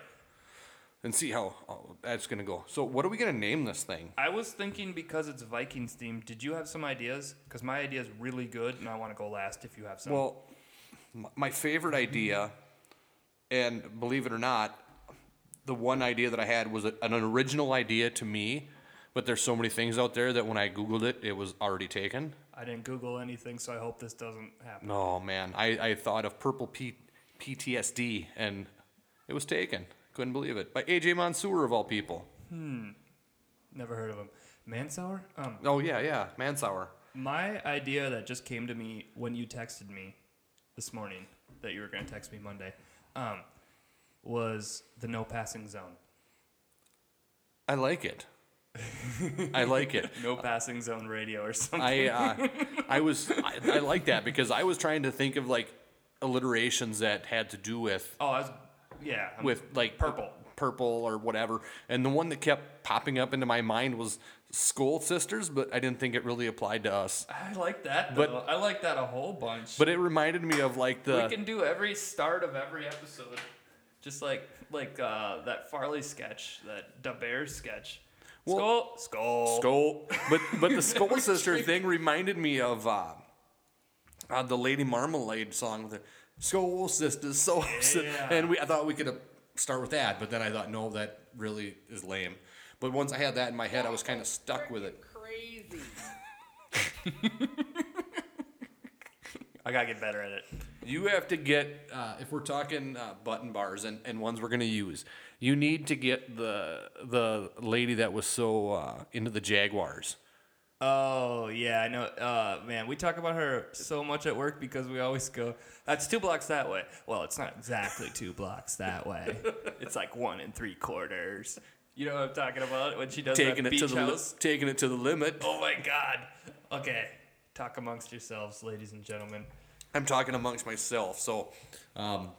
Speaker 2: and see how oh, that's gonna go. So what are we gonna name this thing?
Speaker 1: I was thinking because it's Vikings themed. Did you have some ideas? Because my idea is really good, and I want to go last. If you have some,
Speaker 2: Well, m- my favorite idea, and believe it or not, the one idea that I had was a, an original idea to me, but there's so many things out there that when I Googled it, it was already taken.
Speaker 1: I didn't Google anything, so I hope this doesn't happen.
Speaker 2: No, man. I, I thought of Purple P- PTSD, and it was taken. Couldn't believe it. By AJ Mansour, of all people.
Speaker 1: Never heard of him. Mansour? Um,
Speaker 2: Oh, yeah, yeah. Mansour.
Speaker 1: My idea that just came to me when you texted me this morning that you were going to text me Monday um, was the no passing zone.
Speaker 2: I like it. I like it.
Speaker 1: No passing zone radio or something.
Speaker 2: I uh, I was I, I like that because I was trying to think of like alliterations that had to do with
Speaker 1: oh, I was, yeah. I'm
Speaker 2: with like
Speaker 1: purple.
Speaker 2: purple or whatever. And the one that kept popping up into my mind was Skull Sisters, but I didn't think it really applied to us.
Speaker 1: I like that
Speaker 2: But-
Speaker 1: though. I like that a whole bunch.
Speaker 2: But uh, it reminded me of like the
Speaker 1: we can do every start of every episode, just like like uh, that Farley sketch, that Da Bear sketch.
Speaker 2: Well-
Speaker 1: skull, skull,
Speaker 2: Skull. But but the Skull Sister thing reminded me of uh, uh, the Lady Marmalade song with the Skull Sisters. So
Speaker 1: Yeah.
Speaker 2: and we I thought we could uh, start with that, but then I thought no, that really is lame. But once I had that in my head, I was kind of stuck with it.
Speaker 4: Crazy.
Speaker 1: I gotta get better at it.
Speaker 2: You have to get uh, if we're talking uh, button bars and, and ones we're gonna use. You need to get the the lady that was so uh, into the Jaguars.
Speaker 1: Oh yeah, I know. Uh, man, we talk about her so much at work because we always go. That's two blocks that way. Well, it's not exactly two blocks that way. It's like one and three quarters. You know what I'm talking about when she does
Speaker 2: Taking
Speaker 1: that
Speaker 2: it
Speaker 1: beach
Speaker 2: to the li-
Speaker 1: house.
Speaker 2: taking it to the limit.
Speaker 1: oh my god. Okay, talk amongst yourselves, ladies and gentlemen.
Speaker 2: I'm talking amongst myself. So, um,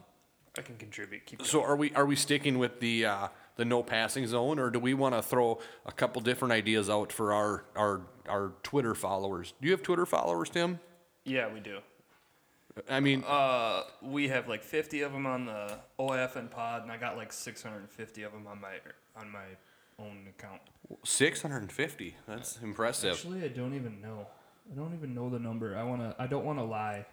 Speaker 1: I can contribute. Keep
Speaker 2: so are we are we sticking with the uh, the no passing zone, or do we want to throw a couple different ideas out for our our our Twitter followers? Do you have Twitter followers, Tim?
Speaker 1: Yeah, we do.
Speaker 2: I mean,
Speaker 1: Uh, we have like 50 of them on the OFN pod, and I got like 650 of them on my on my own account.
Speaker 2: 650. That's impressive.
Speaker 1: Actually, I don't even know. I don't even know the number. I wanna. I don't want to lie,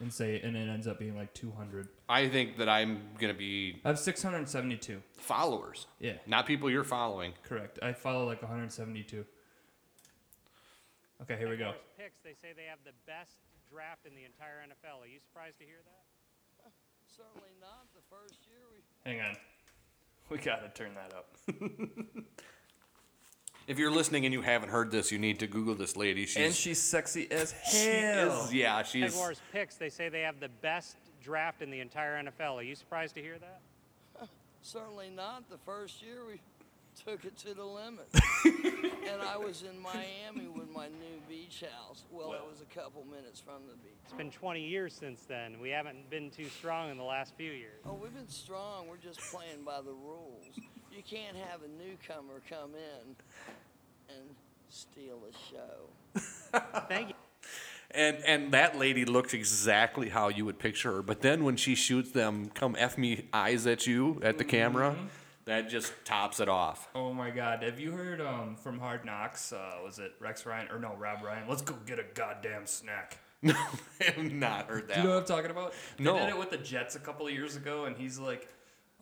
Speaker 1: and say, and it ends up being like 200.
Speaker 2: I think that I'm gonna be
Speaker 1: I have 672.
Speaker 2: followers,
Speaker 1: Yeah,
Speaker 2: not people you're following.
Speaker 1: correct. I follow like 172. Okay, here we go.
Speaker 5: Picks, they say they have the best draft in the entire NFL. Are you surprised to hear that?
Speaker 6: Certainly not the first year we
Speaker 1: Hang on. We gotta turn that up.
Speaker 2: If you're listening and you haven't heard this, you need to Google this lady. She's
Speaker 1: and she's sexy as
Speaker 2: she
Speaker 1: hell.
Speaker 2: is- yeah, she's
Speaker 5: Jaguars picks, they say they have the best draft in the entire NFL. Are you surprised to hear that?
Speaker 6: certainly not the first year we took it to the limit. and I was in Miami with my new beach house. Well, it was a couple minutes from the beach.
Speaker 5: It's been 20 years since then. We haven't been too strong in the last few years.
Speaker 6: Oh, we've been strong. We're just playing by the rules. You can't have a newcomer come in and steal the show.
Speaker 5: Thank you.
Speaker 2: And and that lady looks exactly how you would picture her. But then when she shoots them come F me eyes at you at the camera,
Speaker 1: Mm-hmm.
Speaker 2: that just tops it off.
Speaker 1: Oh my God! Have you heard um, from Hard Knocks? Uh, was it Rex Ryan or no Rob Ryan? Let's go get a goddamn snack.
Speaker 2: No, I have not heard
Speaker 1: You know what
Speaker 2: that.
Speaker 1: I'm talking about?
Speaker 2: No.
Speaker 1: They did it with the Jets a couple of years ago, and he's like,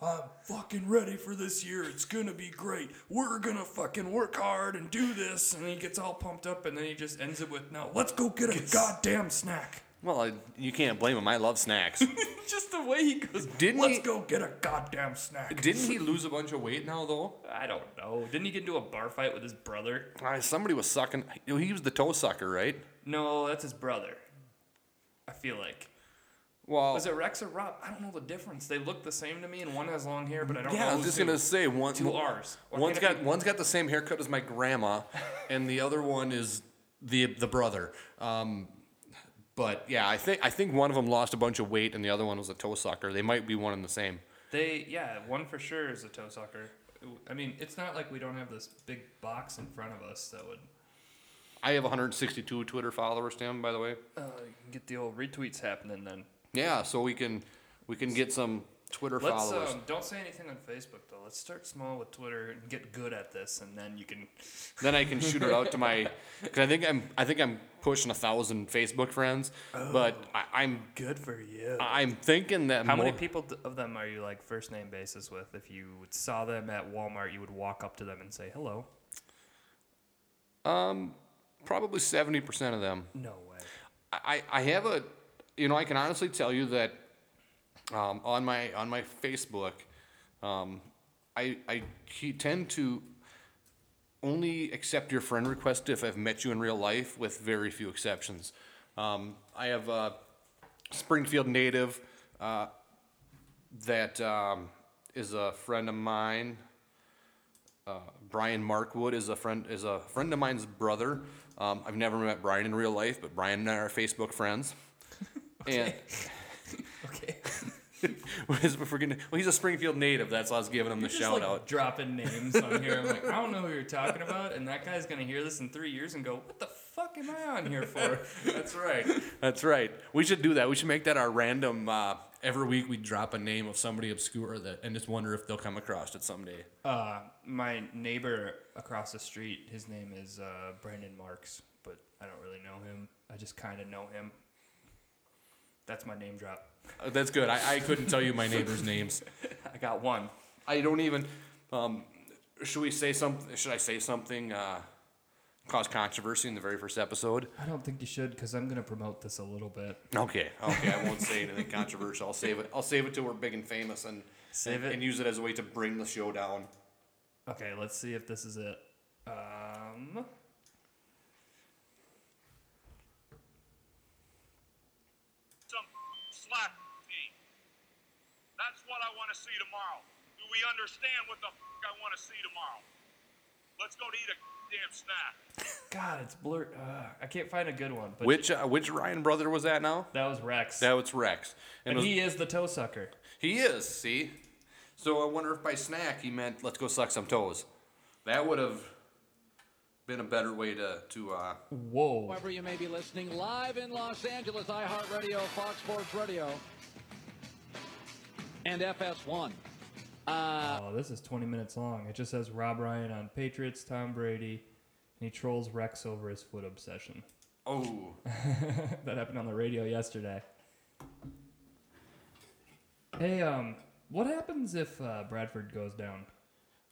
Speaker 1: "I'm fucking ready for this year. It's gonna be great. We're gonna fucking work hard and do this." And he gets all pumped up, and then he just ends it with, "No, let's go get a goddamn snack."
Speaker 2: Well, I, you can't blame him. I love snacks.
Speaker 1: just the way he goes.
Speaker 2: Didn't
Speaker 1: let's
Speaker 2: he-
Speaker 1: go get a goddamn snack.
Speaker 2: Didn't he lose a bunch of weight now though?
Speaker 1: I don't know. Didn't he get into a bar fight with his brother?
Speaker 2: Uh, somebody was sucking. He was the toe sucker, right?
Speaker 1: No, that's his brother. I feel like.
Speaker 2: Well,
Speaker 1: Was it Rex or Rob? I don't know the difference. They look the same to me, and one has long hair, but I don't know.
Speaker 2: yeah, I was
Speaker 1: who's
Speaker 2: just
Speaker 1: who.
Speaker 2: gonna say one.
Speaker 1: Two R's. Or
Speaker 2: One's
Speaker 1: can it
Speaker 2: got
Speaker 1: be-
Speaker 2: one's got the same haircut as my grandma, and the other one is the the brother. Um, but yeah, I think I think one of them lost a bunch of weight, and the other one was a toe sucker. They might be one and the same.
Speaker 1: They yeah, one for sure is a toe sucker. I mean, it's not like we don't have this big box in front of us that would.
Speaker 2: I have 162 Twitter followers, Tim. By the way,
Speaker 1: Uh, you can get the old retweets happening then.
Speaker 2: yeah, so we can we can get some Twitter
Speaker 1: Let's
Speaker 2: followers.
Speaker 1: um, don't say anything on Facebook though. Let's start small with Twitter and get good at this, and then you can.
Speaker 2: then I can shoot it out to my. Cause I think I'm I think I'm pushing a thousand Facebook friends, but I, I'm
Speaker 1: Good for you.
Speaker 2: I'm thinking that
Speaker 1: Oh. Uh, How many
Speaker 2: mo-
Speaker 1: people d- of them are you like first name basis with? If you would- saw them at Walmart, you would walk up to them and say hello.
Speaker 2: probably 70 percent of them.
Speaker 1: No way.
Speaker 2: I, I have a you know I can honestly tell you that um, on my on my Facebook um, I I ke- tend to only accept your friend request if I've met you in real life with very few exceptions. Um, I have a Springfield native uh, that um, is a friend of mine. Brian Markwood is a friend is a friend of mine's brother. Um, I've never met Brian in real life, but Brian and I are Facebook friends. And
Speaker 1: Okay.
Speaker 2: if we're gonna, well, he's a Springfield native. That's why I was giving him the
Speaker 1: Just
Speaker 2: shout
Speaker 1: like
Speaker 2: out.
Speaker 1: dropping names on here. I'm like, I don't know who you're talking about, and that guy's gonna hear this in three years and go, "What the fuck am I on here for?"
Speaker 2: That's right. That's right. We should do that. We should make that our random. Uh, every week we drop a name of somebody obscure that, and just wonder if they'll come across it someday.
Speaker 1: Uh, my neighbor across the street, his name is uh, Brandon Marks, but I don't really know him. I just kind of know him. That's my name drop.
Speaker 2: Uh, That's good. I, I couldn't tell you my neighbors' names.
Speaker 1: I got one.
Speaker 2: I don't even. Um, should we say something? Should I say something? Uh, cause controversy in the very first episode.
Speaker 1: I don't think you should, because I'm gonna promote this a little bit.
Speaker 2: Okay. Okay. I won't say anything controversial. I'll save it. I'll save it till we're big and famous and
Speaker 1: Save
Speaker 2: and,
Speaker 1: it.
Speaker 2: and use it as a way to bring the show down.
Speaker 1: Okay, let's see if this is it. Um.
Speaker 7: some slack team. That's what I want to see tomorrow. Do we understand what the f- I want to see tomorrow? Let's go to eat a damn snack.
Speaker 1: God, it's blurred. Uh, I can't find a good one. But
Speaker 2: Which uh, which Ryan brother was that now?
Speaker 1: that was Rex.
Speaker 2: That was Rex.
Speaker 1: and
Speaker 2: it was-
Speaker 1: he is the toe sucker.
Speaker 2: He is, see? So I wonder if by snack he meant let's go suck some toes. That would have been a better way to to uh
Speaker 1: Whoa.
Speaker 8: However, you may be listening live in Los Angeles, iHeartRadio, Fox Sports Radio, and FS1.
Speaker 1: Oh, this is 20 minutes long. It just says Rob Ryan on Patriots, Tom Brady, and he trolls Rex over his foot obsession.
Speaker 2: oh
Speaker 1: that happened on the radio yesterday. Hey, um, what happens if uh, Bradford goes down?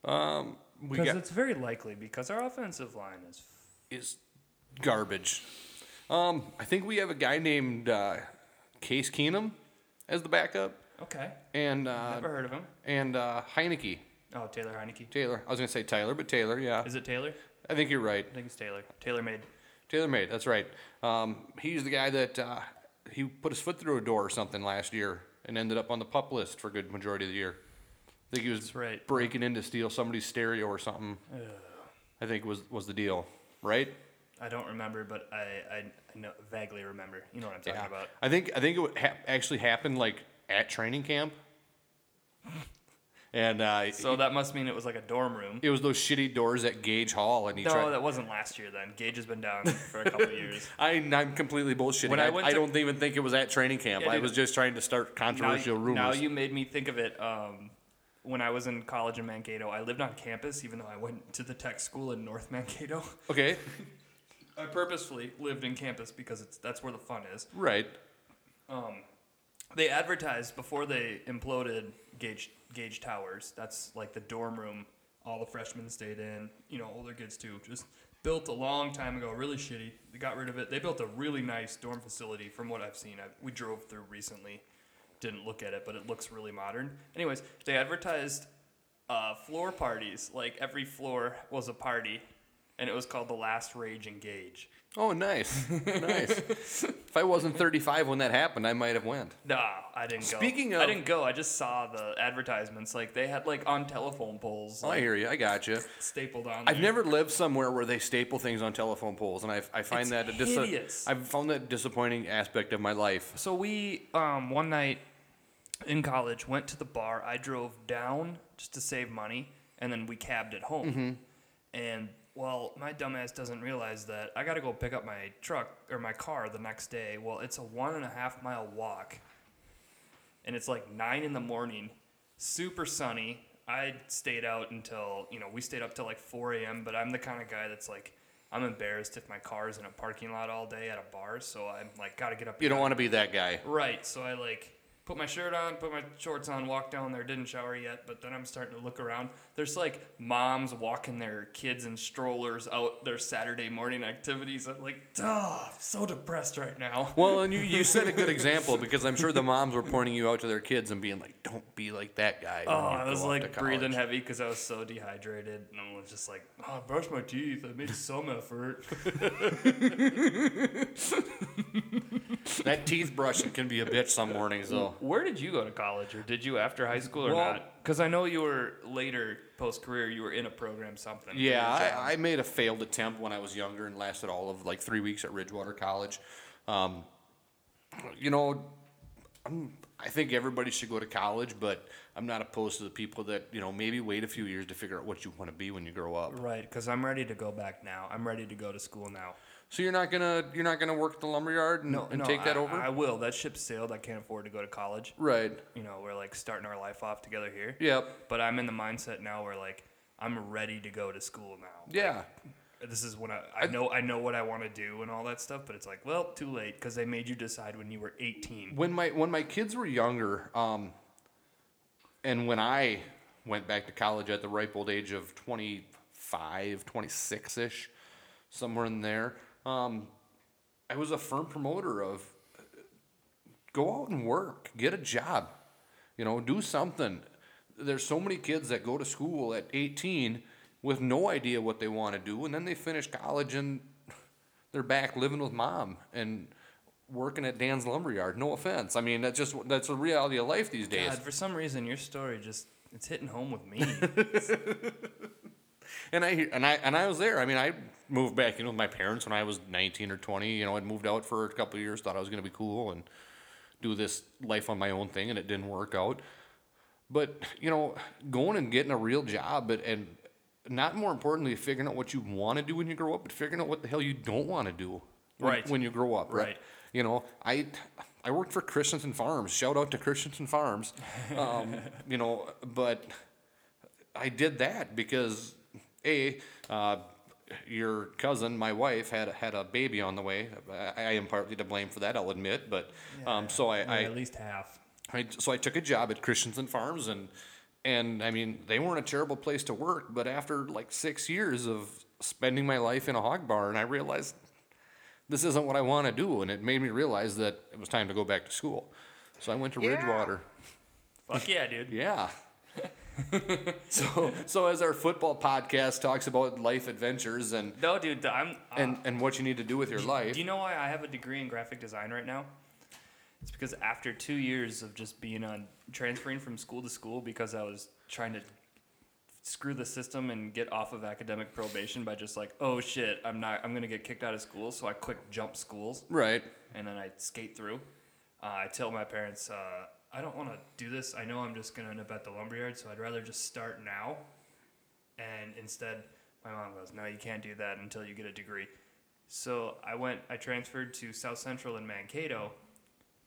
Speaker 2: um we
Speaker 1: Because
Speaker 2: got
Speaker 1: it's very likely because our offensive line is.
Speaker 2: is garbage. Um I think we have a guy named uh Case Keenum as the backup
Speaker 1: Okay.
Speaker 2: and uh
Speaker 1: Never heard of him.
Speaker 2: and uh Heineke.
Speaker 1: Oh, Taylor Heineke.
Speaker 2: Taylor. I was gonna say Tyler, but Taylor, yeah.
Speaker 1: Is it Taylor?
Speaker 2: I think you're right.
Speaker 1: I think it's Taylor. Taylor made.
Speaker 2: Taylor made, that's right. Um, he's the guy that uh, he put his foot through a door or something last year and ended up on the pup list for a good majority of the year. I think he was
Speaker 1: right.
Speaker 2: breaking in to steal somebody's stereo or something. I think was was the deal, right?
Speaker 1: I don't remember, but I, I, I know, vaguely remember. You know what I'm talking about.
Speaker 2: I think I think it would hap actually happened like at training camp. And uh,
Speaker 1: So that must mean it was like a dorm room.
Speaker 2: it was those shitty doors at Gage Hall, and he
Speaker 1: No,
Speaker 2: tried.
Speaker 1: that wasn't last year then. Gage has been down for a couple years.
Speaker 2: I, I'm completely bullshitting.
Speaker 1: When
Speaker 2: I,
Speaker 1: I went
Speaker 2: I
Speaker 1: to-
Speaker 2: don't even think it was at training camp.
Speaker 1: Yeah,
Speaker 2: I
Speaker 1: dude.
Speaker 2: was just trying to start controversial rumors.
Speaker 1: now you made me think of it. Um, when I was in college in Mankato, I lived on campus, even though I went to the tech school in North Mankato.
Speaker 2: okay,
Speaker 1: I purposefully lived in campus because it's that's where the fun is.
Speaker 2: right.
Speaker 1: They advertised before they imploded Gage Gage Towers. That's like the dorm room all the freshmen stayed in. You know, older kids too. Just built a long time ago. Really shitty. They got rid of it. They built a really nice dorm facility from what I've seen. I, we drove through recently. Didn't look at it, but it looks really modern. Anyways, they advertised uh, floor parties. Like every floor was a party, and it was called the Last Rage Engage.
Speaker 2: Oh, nice, nice. if I wasn't 35 when that happened, I might have went.
Speaker 1: No, I didn't go.
Speaker 2: Speaking
Speaker 1: I
Speaker 2: of-
Speaker 1: didn't go. I just saw the advertisements. Like they had like on telephone poles,
Speaker 2: Oh, I
Speaker 1: like,
Speaker 2: hear you. I got you.
Speaker 1: stapled on.
Speaker 2: I've
Speaker 1: there.
Speaker 2: never lived somewhere where they staple things on telephone poles, and I, I find
Speaker 1: It's
Speaker 2: that a
Speaker 1: hideous.
Speaker 2: I've found that a disappointing aspect of my life.
Speaker 1: So we um, one night in college went to the bar. I drove down just to save money, and then we cabbed at home.
Speaker 2: Mm-hmm.
Speaker 1: And well, my dumbass doesn't realize that I got to go pick up my truck or my car the next day. Well, it's a one and a half mile walk, and it's like nine in the morning, super sunny. I stayed out until you know we stayed up till like 4 a.m. But I'm the kind of guy that's like. I'm embarrassed if my car's in a parking lot all day at a bar, so I'm like, gotta get up.
Speaker 2: You don't want to be that guy.
Speaker 1: Right. So I like put my shirt on, put my shorts on, walked down there. Didn't shower yet, but then I'm starting to look around. There's like moms walking their kids in strollers out their Saturday morning activities. I'm like, duh, I'm so depressed right now.
Speaker 2: Well, and you, you set a good example because I'm sure the moms were pointing you out to their kids and being like, "Don't be like that guy." when
Speaker 1: Oh,
Speaker 2: you
Speaker 1: I
Speaker 2: go
Speaker 1: was
Speaker 2: off to
Speaker 1: like
Speaker 2: college."
Speaker 1: breathing heavy because I was so dehydrated, and I was just like, oh, I brushed my teeth. I made some effort.
Speaker 2: That teeth brushing can be a bitch some mornings though.
Speaker 1: Where did you go to college, or did you after high school, or
Speaker 2: Well-
Speaker 1: not? Because I know you were later post career. You were in a program something. for your
Speaker 2: Yeah,
Speaker 1: job.
Speaker 2: I, I made a failed attempt when I was younger and lasted all of like three weeks at Ridgewater College. Um, you know, I'm, I think everybody should go to college, but I'm not opposed to the people that you know maybe wait a few years to figure out what you want to be when you grow up.
Speaker 1: Right, because I'm ready to go back now. I'm ready to go to school now.
Speaker 2: So you're not gonna you're not gonna work at the lumberyard and, and take that
Speaker 1: I-
Speaker 2: over,
Speaker 1: I will. That ship sailed. I can't afford to go to college.
Speaker 2: right?
Speaker 1: You know, we're like starting our life off together here.
Speaker 2: Yep.
Speaker 1: But I'm in the mindset now where like I'm ready to go to school now. Like,
Speaker 2: Yeah.
Speaker 1: this is when I, I know I know what I want to do and all that stuff, but it's like, well, too late because they made you decide when you were 18.
Speaker 2: when my when my kids were younger, um, and when I went back to college at the ripe old age of 25, 26 ish, somewhere in there, um, I was a firm promoter of uh, go out and work, get a job, you know, do something. There's so many kids that go to school at 18 with no idea what they want to do, and then they finish college and they're back living with mom and working at Dan's lumberyard. No offense. I mean, that's just that's the reality of life these days.
Speaker 1: God, for some reason, your story just it's hitting home with me.
Speaker 2: And I hear- and I and I was there. I mean, I moved back in with my parents when I was 19 or 20. You know, I'd moved out for a couple of years, thought I was going to be cool and do this life on my own thing, and it didn't work out. But you know, going and getting a real job, but and not more importantly, figuring out what you want to do when you grow up, but figuring out what the hell you don't want to do when,
Speaker 1: Right.
Speaker 2: when you grow up.
Speaker 1: Right.
Speaker 2: You know, I I worked for Christensen Farms. Shout out to Christensen Farms. Um, you know, but I did that because a uh, your cousin, my wife, had had a baby on the way. I, I am partly to blame for that, I'll admit. But um, so I, I
Speaker 1: at least half.
Speaker 2: I, so I took a job at Christensen Farms, and and I mean they weren't a terrible place to work, but after like six years of spending my life in a hog barn, I realized this isn't what I want to do, and it made me realize that it was time to go back to school. So I went to Ridgewater.
Speaker 1: Fuck yeah, dude.
Speaker 2: Yeah. so so as our football podcast talks about life adventures and
Speaker 1: No, dude, I'm. I-
Speaker 2: and and what you need to Uh, do with your life.
Speaker 1: Do you know why I have a degree in graphic design right now? It's because after two years of just being on transferring from school to school because I was trying to screw the system and get off of academic probation by just like, oh shit, I'm not, I'm gonna get kicked out of school, so I quick jump schools
Speaker 2: right.
Speaker 1: and then I skate through. Uh, I tell my parents, uh, I don't want to do this. I know I'm just going to end up at the lumberyard, so I'd rather just start now. And instead, my mom goes, No, you can't do that until you get a degree. So I went, I transferred to South Central in Mankato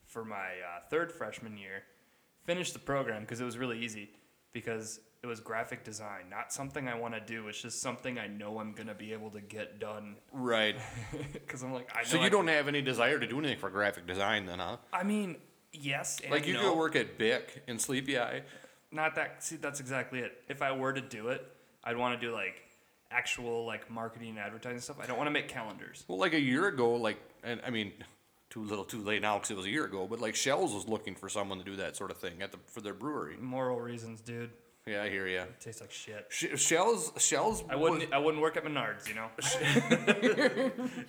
Speaker 1: for my uh, third freshman year. Finished the program because it was really easy because it was graphic design, not something I want to do. It's just something I know I'm going to be able to get done.
Speaker 2: Right.
Speaker 1: Because I'm like, I know
Speaker 2: So
Speaker 1: I
Speaker 2: you
Speaker 1: can
Speaker 2: don't have any desire to do anything for graphic design then, huh?
Speaker 1: I mean, yes, and
Speaker 2: Like you
Speaker 1: no.
Speaker 2: go work at Bic in Sleepy Eye.
Speaker 1: Not that. See, that's exactly it. If I were to do it, I'd want to do like actual like marketing and advertising stuff. I don't want to make calendars.
Speaker 2: Well, like a year ago, like, and I mean, too little, too late now because it was a year ago. But like Shells was looking for someone to do that sort of thing at the for their brewery.
Speaker 1: Moral reasons, dude.
Speaker 2: Yeah, I hear you.
Speaker 1: Tastes like shit.
Speaker 2: Shells, Shells,
Speaker 1: I wouldn't. I wouldn't work at Menards, you know.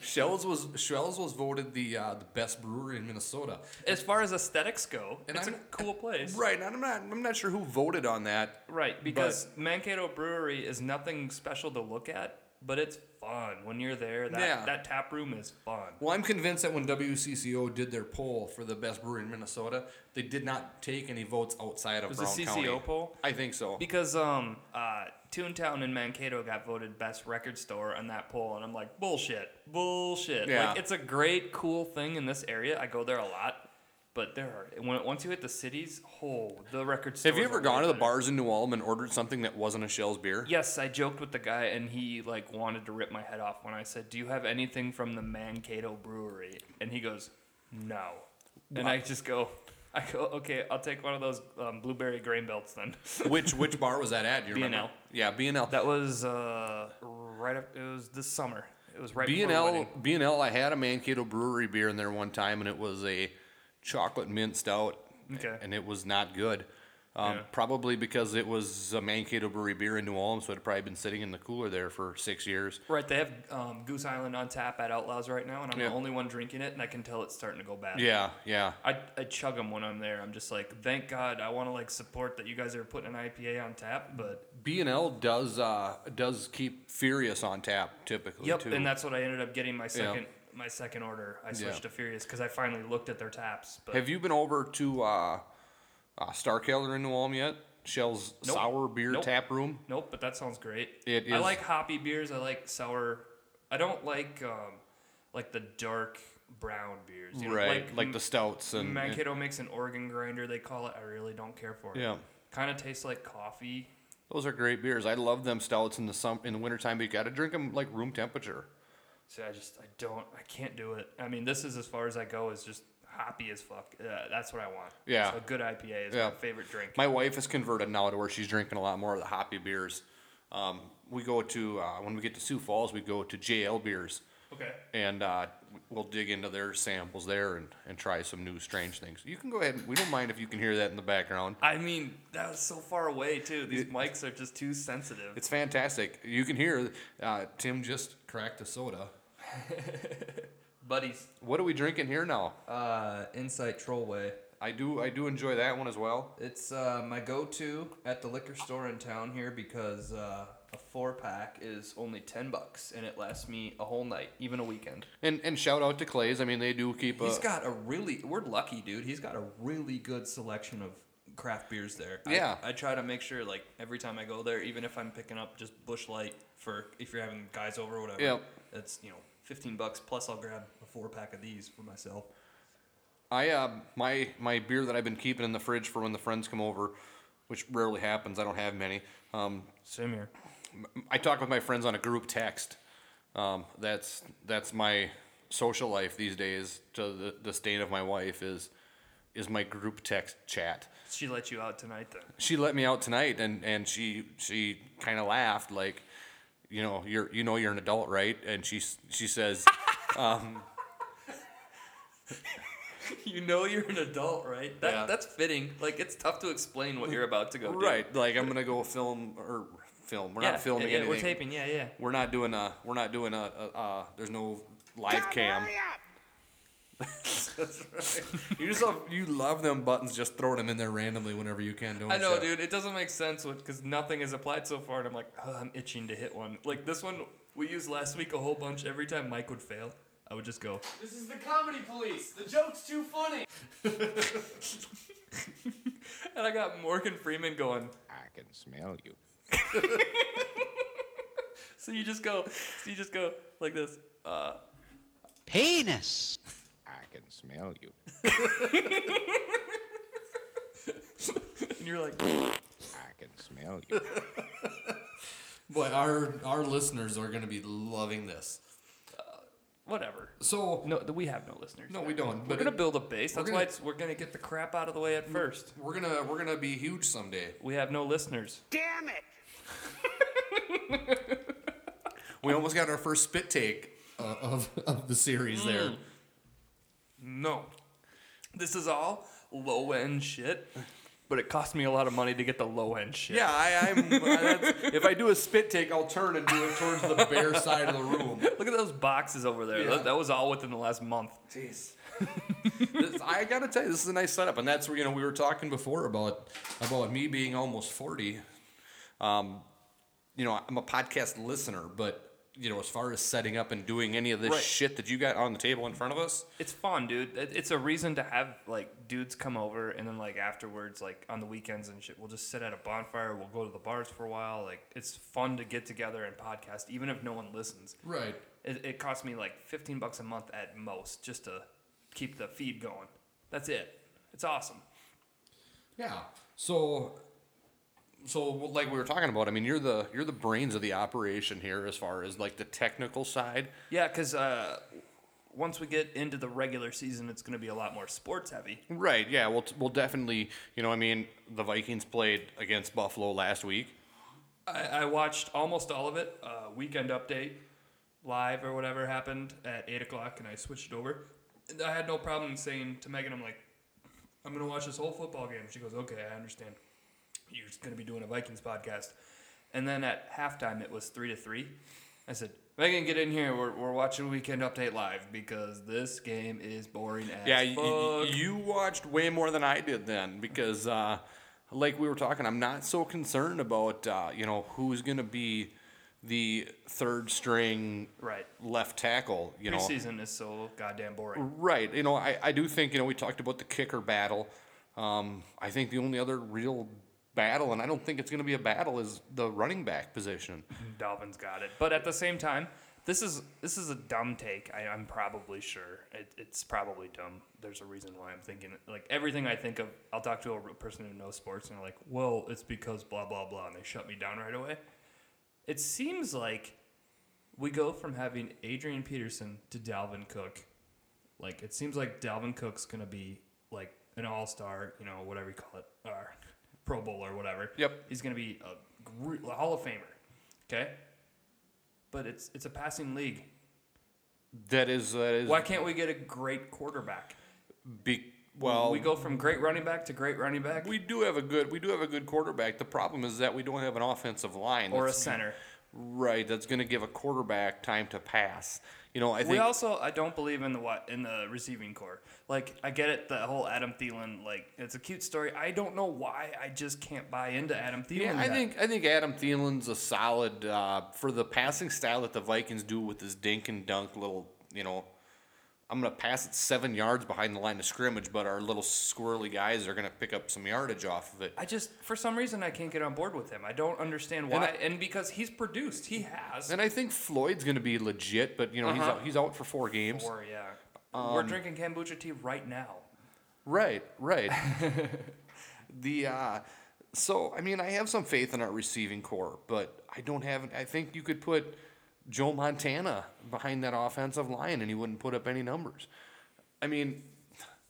Speaker 2: Shells was Shells was voted the uh, the best brewery in Minnesota.
Speaker 1: As far as aesthetics go,
Speaker 2: And
Speaker 1: it's a
Speaker 2: I'm-
Speaker 1: cool place,
Speaker 2: Right, and I'm not I'm not sure who voted on that.
Speaker 1: Right, because Mankato Brewery is nothing special to look at, but it's fun when you're there. That
Speaker 2: Yeah.
Speaker 1: that tap room is fun.
Speaker 2: Well, I'm convinced that when WCCO did their poll for the best brewery in Minnesota, they did not take any votes outside of
Speaker 1: Was the
Speaker 2: Brown County.
Speaker 1: CCO poll?
Speaker 2: I think so.
Speaker 1: Because um, uh, Toontown in Mankato got voted best record store on that poll, and I'm like, bullshit, bullshit.
Speaker 2: Yeah.
Speaker 1: Like, it's a great, cool thing in this area. I go there a lot, but there are when once you hit the cities, oh, the record store.
Speaker 2: Have you ever gone to the bars in New Ulm and ordered something that wasn't a Shells beer?
Speaker 1: Yes, I joked with the guy, and he like wanted to rip my head off when I said, "Do you have anything from the Mankato Brewery?" And he goes, "No," and I just go. I go okay. I'll take one of those um, blueberry grain belts then.
Speaker 2: Which which bar was that at? Do you remember?
Speaker 1: B&L.
Speaker 2: Yeah, B and L.
Speaker 1: That was uh, right up. It was this summer. It was right
Speaker 2: B and
Speaker 1: before
Speaker 2: L.
Speaker 1: the wedding.
Speaker 2: B and L. I had a Mankato Brewery beer in there one time, and it was a chocolate mint stout.
Speaker 1: Okay.
Speaker 2: And it was not good. Um,
Speaker 1: Yeah.
Speaker 2: Probably because it was a Mankato Brewery beer in New Orleans, so it had probably been sitting in the cooler there for six years.
Speaker 1: Right, they have um, Goose Island on tap at Outlaws right now, and I'm
Speaker 2: Yeah.
Speaker 1: the only one drinking it, and I can tell it's starting to go bad.
Speaker 2: Yeah, yeah.
Speaker 1: I, I chug them when I'm there. I'm just like, thank God, I want to like support that you guys are putting an IPA on tap, but
Speaker 2: B and L does uh, does keep Furious on tap typically.
Speaker 1: yep,
Speaker 2: too.
Speaker 1: and that's what I ended up getting my second my second order. I switched to Furious because I finally looked at their taps. But
Speaker 2: Have you been over to uh, Uh, Star Keller in New Ulm yet? Shell's
Speaker 1: Nope.
Speaker 2: Sour Beer
Speaker 1: Nope.
Speaker 2: Tap Room.
Speaker 1: Nope, but that sounds great.
Speaker 2: It
Speaker 1: I
Speaker 2: is-
Speaker 1: like hoppy beers. I like sour. I don't like um, like the dark brown beers. You know,
Speaker 2: right. Like,
Speaker 1: M-
Speaker 2: the stouts and.
Speaker 1: Mankato makes an Oregon grinder. They call it. I really don't care for it.
Speaker 2: Yeah.
Speaker 1: Kind of tastes like coffee.
Speaker 2: Those are great beers. I love them stouts in the sum in the wintertime, but you got to drink them like room temperature.
Speaker 1: So I just I don't I can't do it. I mean, this is as far as I go. Is just hoppy as fuck. Uh, that's what I want.
Speaker 2: Yeah.
Speaker 1: So a good IPA is
Speaker 2: Yeah.
Speaker 1: my favorite drink.
Speaker 2: My wife is converted now to where she's drinking a lot more of the hoppy beers. Um, we go to uh, when we get to Sioux Falls, we go to JL Beers,
Speaker 1: okay.
Speaker 2: and uh, we'll dig into their samples there and, and try some new strange things. You can go ahead. and We don't mind if you can hear that in the background.
Speaker 1: I mean, that was so far away too. These mics are just too sensitive.
Speaker 2: It's fantastic. You can hear uh, Tim just cracked a soda.
Speaker 1: Buddies.
Speaker 2: What are we drinking here now?
Speaker 9: Uh, Insight Trollway.
Speaker 2: I do I do enjoy that one as well.
Speaker 9: It's uh, my go-to at the liquor store in town here because uh, a four-pack is only ten bucks and it lasts me a whole night, even a weekend.
Speaker 2: And and shout out to Clay's. I mean, they do keep a
Speaker 9: He's got a really we're lucky, dude. He's got a really good selection of craft beers there. I-
Speaker 2: Yeah.
Speaker 9: I, try to make sure like every time I go there, even if I'm picking up just Bush Light for if you're having guys over or whatever.
Speaker 2: Yep.
Speaker 9: It's you know fifteen bucks plus I'll grab a four pack of these for myself.
Speaker 2: I uh, my my beer that I've been keeping in the fridge for when the friends come over, which rarely happens. I don't have many. Um,
Speaker 1: Same here.
Speaker 2: I talk with my friends on a group text. Um, that's that's my social life these days. To the the state of my wife is is my group text chat.
Speaker 1: She let you out tonight then.
Speaker 2: She let me out tonight, and and she she kind of laughed like, you know you're you know you're an adult, right? And she s- she says.
Speaker 1: You know you're an adult, right? That,
Speaker 2: Yeah.
Speaker 1: That's fitting. Like it's tough to explain what you're about to go do.
Speaker 2: Right, like I'm gonna go film or film. We're
Speaker 1: Yeah,
Speaker 2: not filming
Speaker 1: yeah, yeah,
Speaker 2: anything.
Speaker 1: We're taping. Yeah, yeah.
Speaker 2: We're not doing a. We're not doing a. a, a there's no live cam.
Speaker 4: Hurry up!
Speaker 2: You just love, you love them buttons. Just throwing them in there randomly whenever you can. Don't
Speaker 1: I know,
Speaker 2: you?
Speaker 1: dude. It doesn't make sense because nothing is applied so far, and I'm like, "Ugh, I'm itching to hit one. Like this one we used last week a whole bunch. Every time Mike would fail, I would just go.
Speaker 10: This is the comedy police. The joke's too funny.
Speaker 1: And I got Morgan Freeman going.
Speaker 3: I can smell you.
Speaker 1: So you just go. So you just go like this. Uh,
Speaker 10: Penis.
Speaker 3: I can smell you.
Speaker 1: and you're like,
Speaker 3: I can smell you.
Speaker 2: Boy, our our listeners are gonna be loving this.
Speaker 1: whatever.
Speaker 2: So
Speaker 1: No, th- we have no listeners.
Speaker 2: No, we don't,
Speaker 1: We're
Speaker 2: but
Speaker 1: gonna
Speaker 2: it-
Speaker 1: build a base. That's
Speaker 2: gonna- Mm.
Speaker 1: why it's, we're gonna get the crap out of the way at first.
Speaker 2: we're gonna we're gonna be huge someday.
Speaker 1: We have no listeners.
Speaker 4: Damn it!
Speaker 2: We almost got our first spit take uh, of of the series there.
Speaker 1: No. This is all low end shit. But it cost me a lot of money to get the low end shit.
Speaker 2: Yeah, I, I'm. that's, if I do a spit take, I'll turn and do it towards the bare side of the room.
Speaker 1: Look at those boxes over there.
Speaker 2: Yeah.
Speaker 1: That, that was all within the last month.
Speaker 2: Jeez. This- I gotta tell you, this is a nice setup, and that's where you know we were talking before about about me being almost forty. Um, you know, I'm a podcast listener, but you know, as far as setting up and doing any of this
Speaker 1: Right.
Speaker 2: shit that you got on the table in front of us,
Speaker 1: It's fun, dude. It- It's a reason to have like dudes come over and then like afterwards, like on the weekends and shit, we'll just sit at a bonfire. We'll go to the bars for a while. Like it's fun to get together and podcast, even if no one listens.
Speaker 2: right?
Speaker 1: It, it cost me like 15 bucks a month at most just to keep the feed going. That's it. It's awesome.
Speaker 2: Yeah. So, so like we were talking about, I mean, you're the you're the brains of the operation here as far as like the technical side.
Speaker 1: Yeah, because uh, once we get into the regular season, it's going to be a lot more sports heavy.
Speaker 2: Right. Yeah. We'll we'll definitely. You know, I mean, the Vikings played against Buffalo last week.
Speaker 1: I, I watched almost all of it. Uh, weekend update live or whatever happened at eight o'clock, and I switched it over. And I had no problem saying to Megan, "I'm like, I'm gonna watch this whole football game." She goes, "Okay, I understand. You're just gonna be doing a Vikings podcast." And then at halftime, it was three to three. I said, "Megan, get in here. We're, we're watching Weekend Update live because this game is boring as
Speaker 2: Yeah, you,
Speaker 1: fuck."
Speaker 2: you watched way more than I did then because, uh, like we were talking, I'm not so concerned about uh, you know who's going to be the third string
Speaker 1: Right.
Speaker 2: left tackle. You know,
Speaker 1: Preseason is so goddamn boring.
Speaker 2: right? You know, I, I do think you know we talked about the kicker battle. Um, I think the only other real battle, and I don't think it's going to be a battle, is the running back position.
Speaker 1: Dalvin's got it. But at the same time, this is this is a dumb take. I, I'm probably sure it, it's probably dumb. There's a reason why I'm thinking it. like everything I think of. I'll talk to a real person who knows sports, and they're like, "Well, it's because blah blah blah," and they shut me down right away. It seems like we go from having Adrian Peterson to Dalvin Cook. Like it seems like Dalvin Cook's gonna be like an all star, you know, whatever you call it, or Pro Bowl or whatever.
Speaker 2: Yep.
Speaker 1: He's gonna be a, gr- a Hall of Famer. Okay. But it's it's a passing league.
Speaker 2: That is that is
Speaker 1: Why can't we get a great quarterback?
Speaker 2: Be, well,
Speaker 1: we go from great running back to great running back
Speaker 2: we do have a good we do have a good quarterback. The problem is that we don't have an offensive line
Speaker 1: or a
Speaker 2: that's-
Speaker 1: center.
Speaker 2: Right, that's going to give a quarterback time to pass. You know, I think
Speaker 1: we also I don't believe in the what in the receiving core. Like I get it, the whole Adam Thielen like it's a cute story. I don't know why I just can't buy into Adam Thielen.
Speaker 2: Yeah, I
Speaker 1: yet.
Speaker 2: think I think Adam Thielen's a solid uh, for the passing style that the Vikings do with this dink and dunk little. You know, I'm gonna pass it seven yards behind the line of scrimmage, but our little squirrely guys are gonna pick up some yardage off of it.
Speaker 1: I just for some reason I can't get on board with him. I don't understand
Speaker 2: And
Speaker 1: why.
Speaker 2: I-
Speaker 1: And, because he's produced, he has.
Speaker 2: And I think Floyd's gonna be legit, but you know he's
Speaker 1: Uh-huh.
Speaker 2: out, he's out for four games.
Speaker 1: Or, yeah. We're
Speaker 2: Um,
Speaker 1: drinking kombucha tea right now.
Speaker 2: Right, right. the uh, so I mean I have some faith in our receiving core, but I don't have. I think you could put Joe Montana behind that offensive line, and he wouldn't put up any numbers. I mean,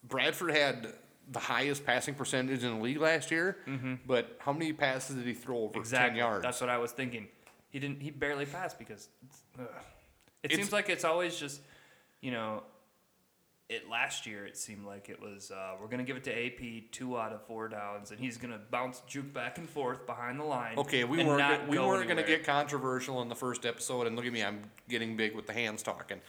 Speaker 2: Bradford had the highest passing percentage in the league last year, but how many passes did he throw over ten
Speaker 1: Mm-hmm. Exactly.
Speaker 2: yards?
Speaker 1: That's what I was thinking. He didn't. He barely passed because it's- ugh. it
Speaker 2: It's-
Speaker 1: seems like it's always just, you know, it last year it seemed like it was uh, we're gonna give it to AP two out of four downs and he's gonna bounce juke back and forth behind the line.
Speaker 2: Okay, we
Speaker 1: and
Speaker 2: weren't
Speaker 1: not
Speaker 2: gonna- we
Speaker 1: go
Speaker 2: weren't going to
Speaker 1: anywhere.
Speaker 2: get controversial in the first episode, and look at me, I'm getting big with the hands talking.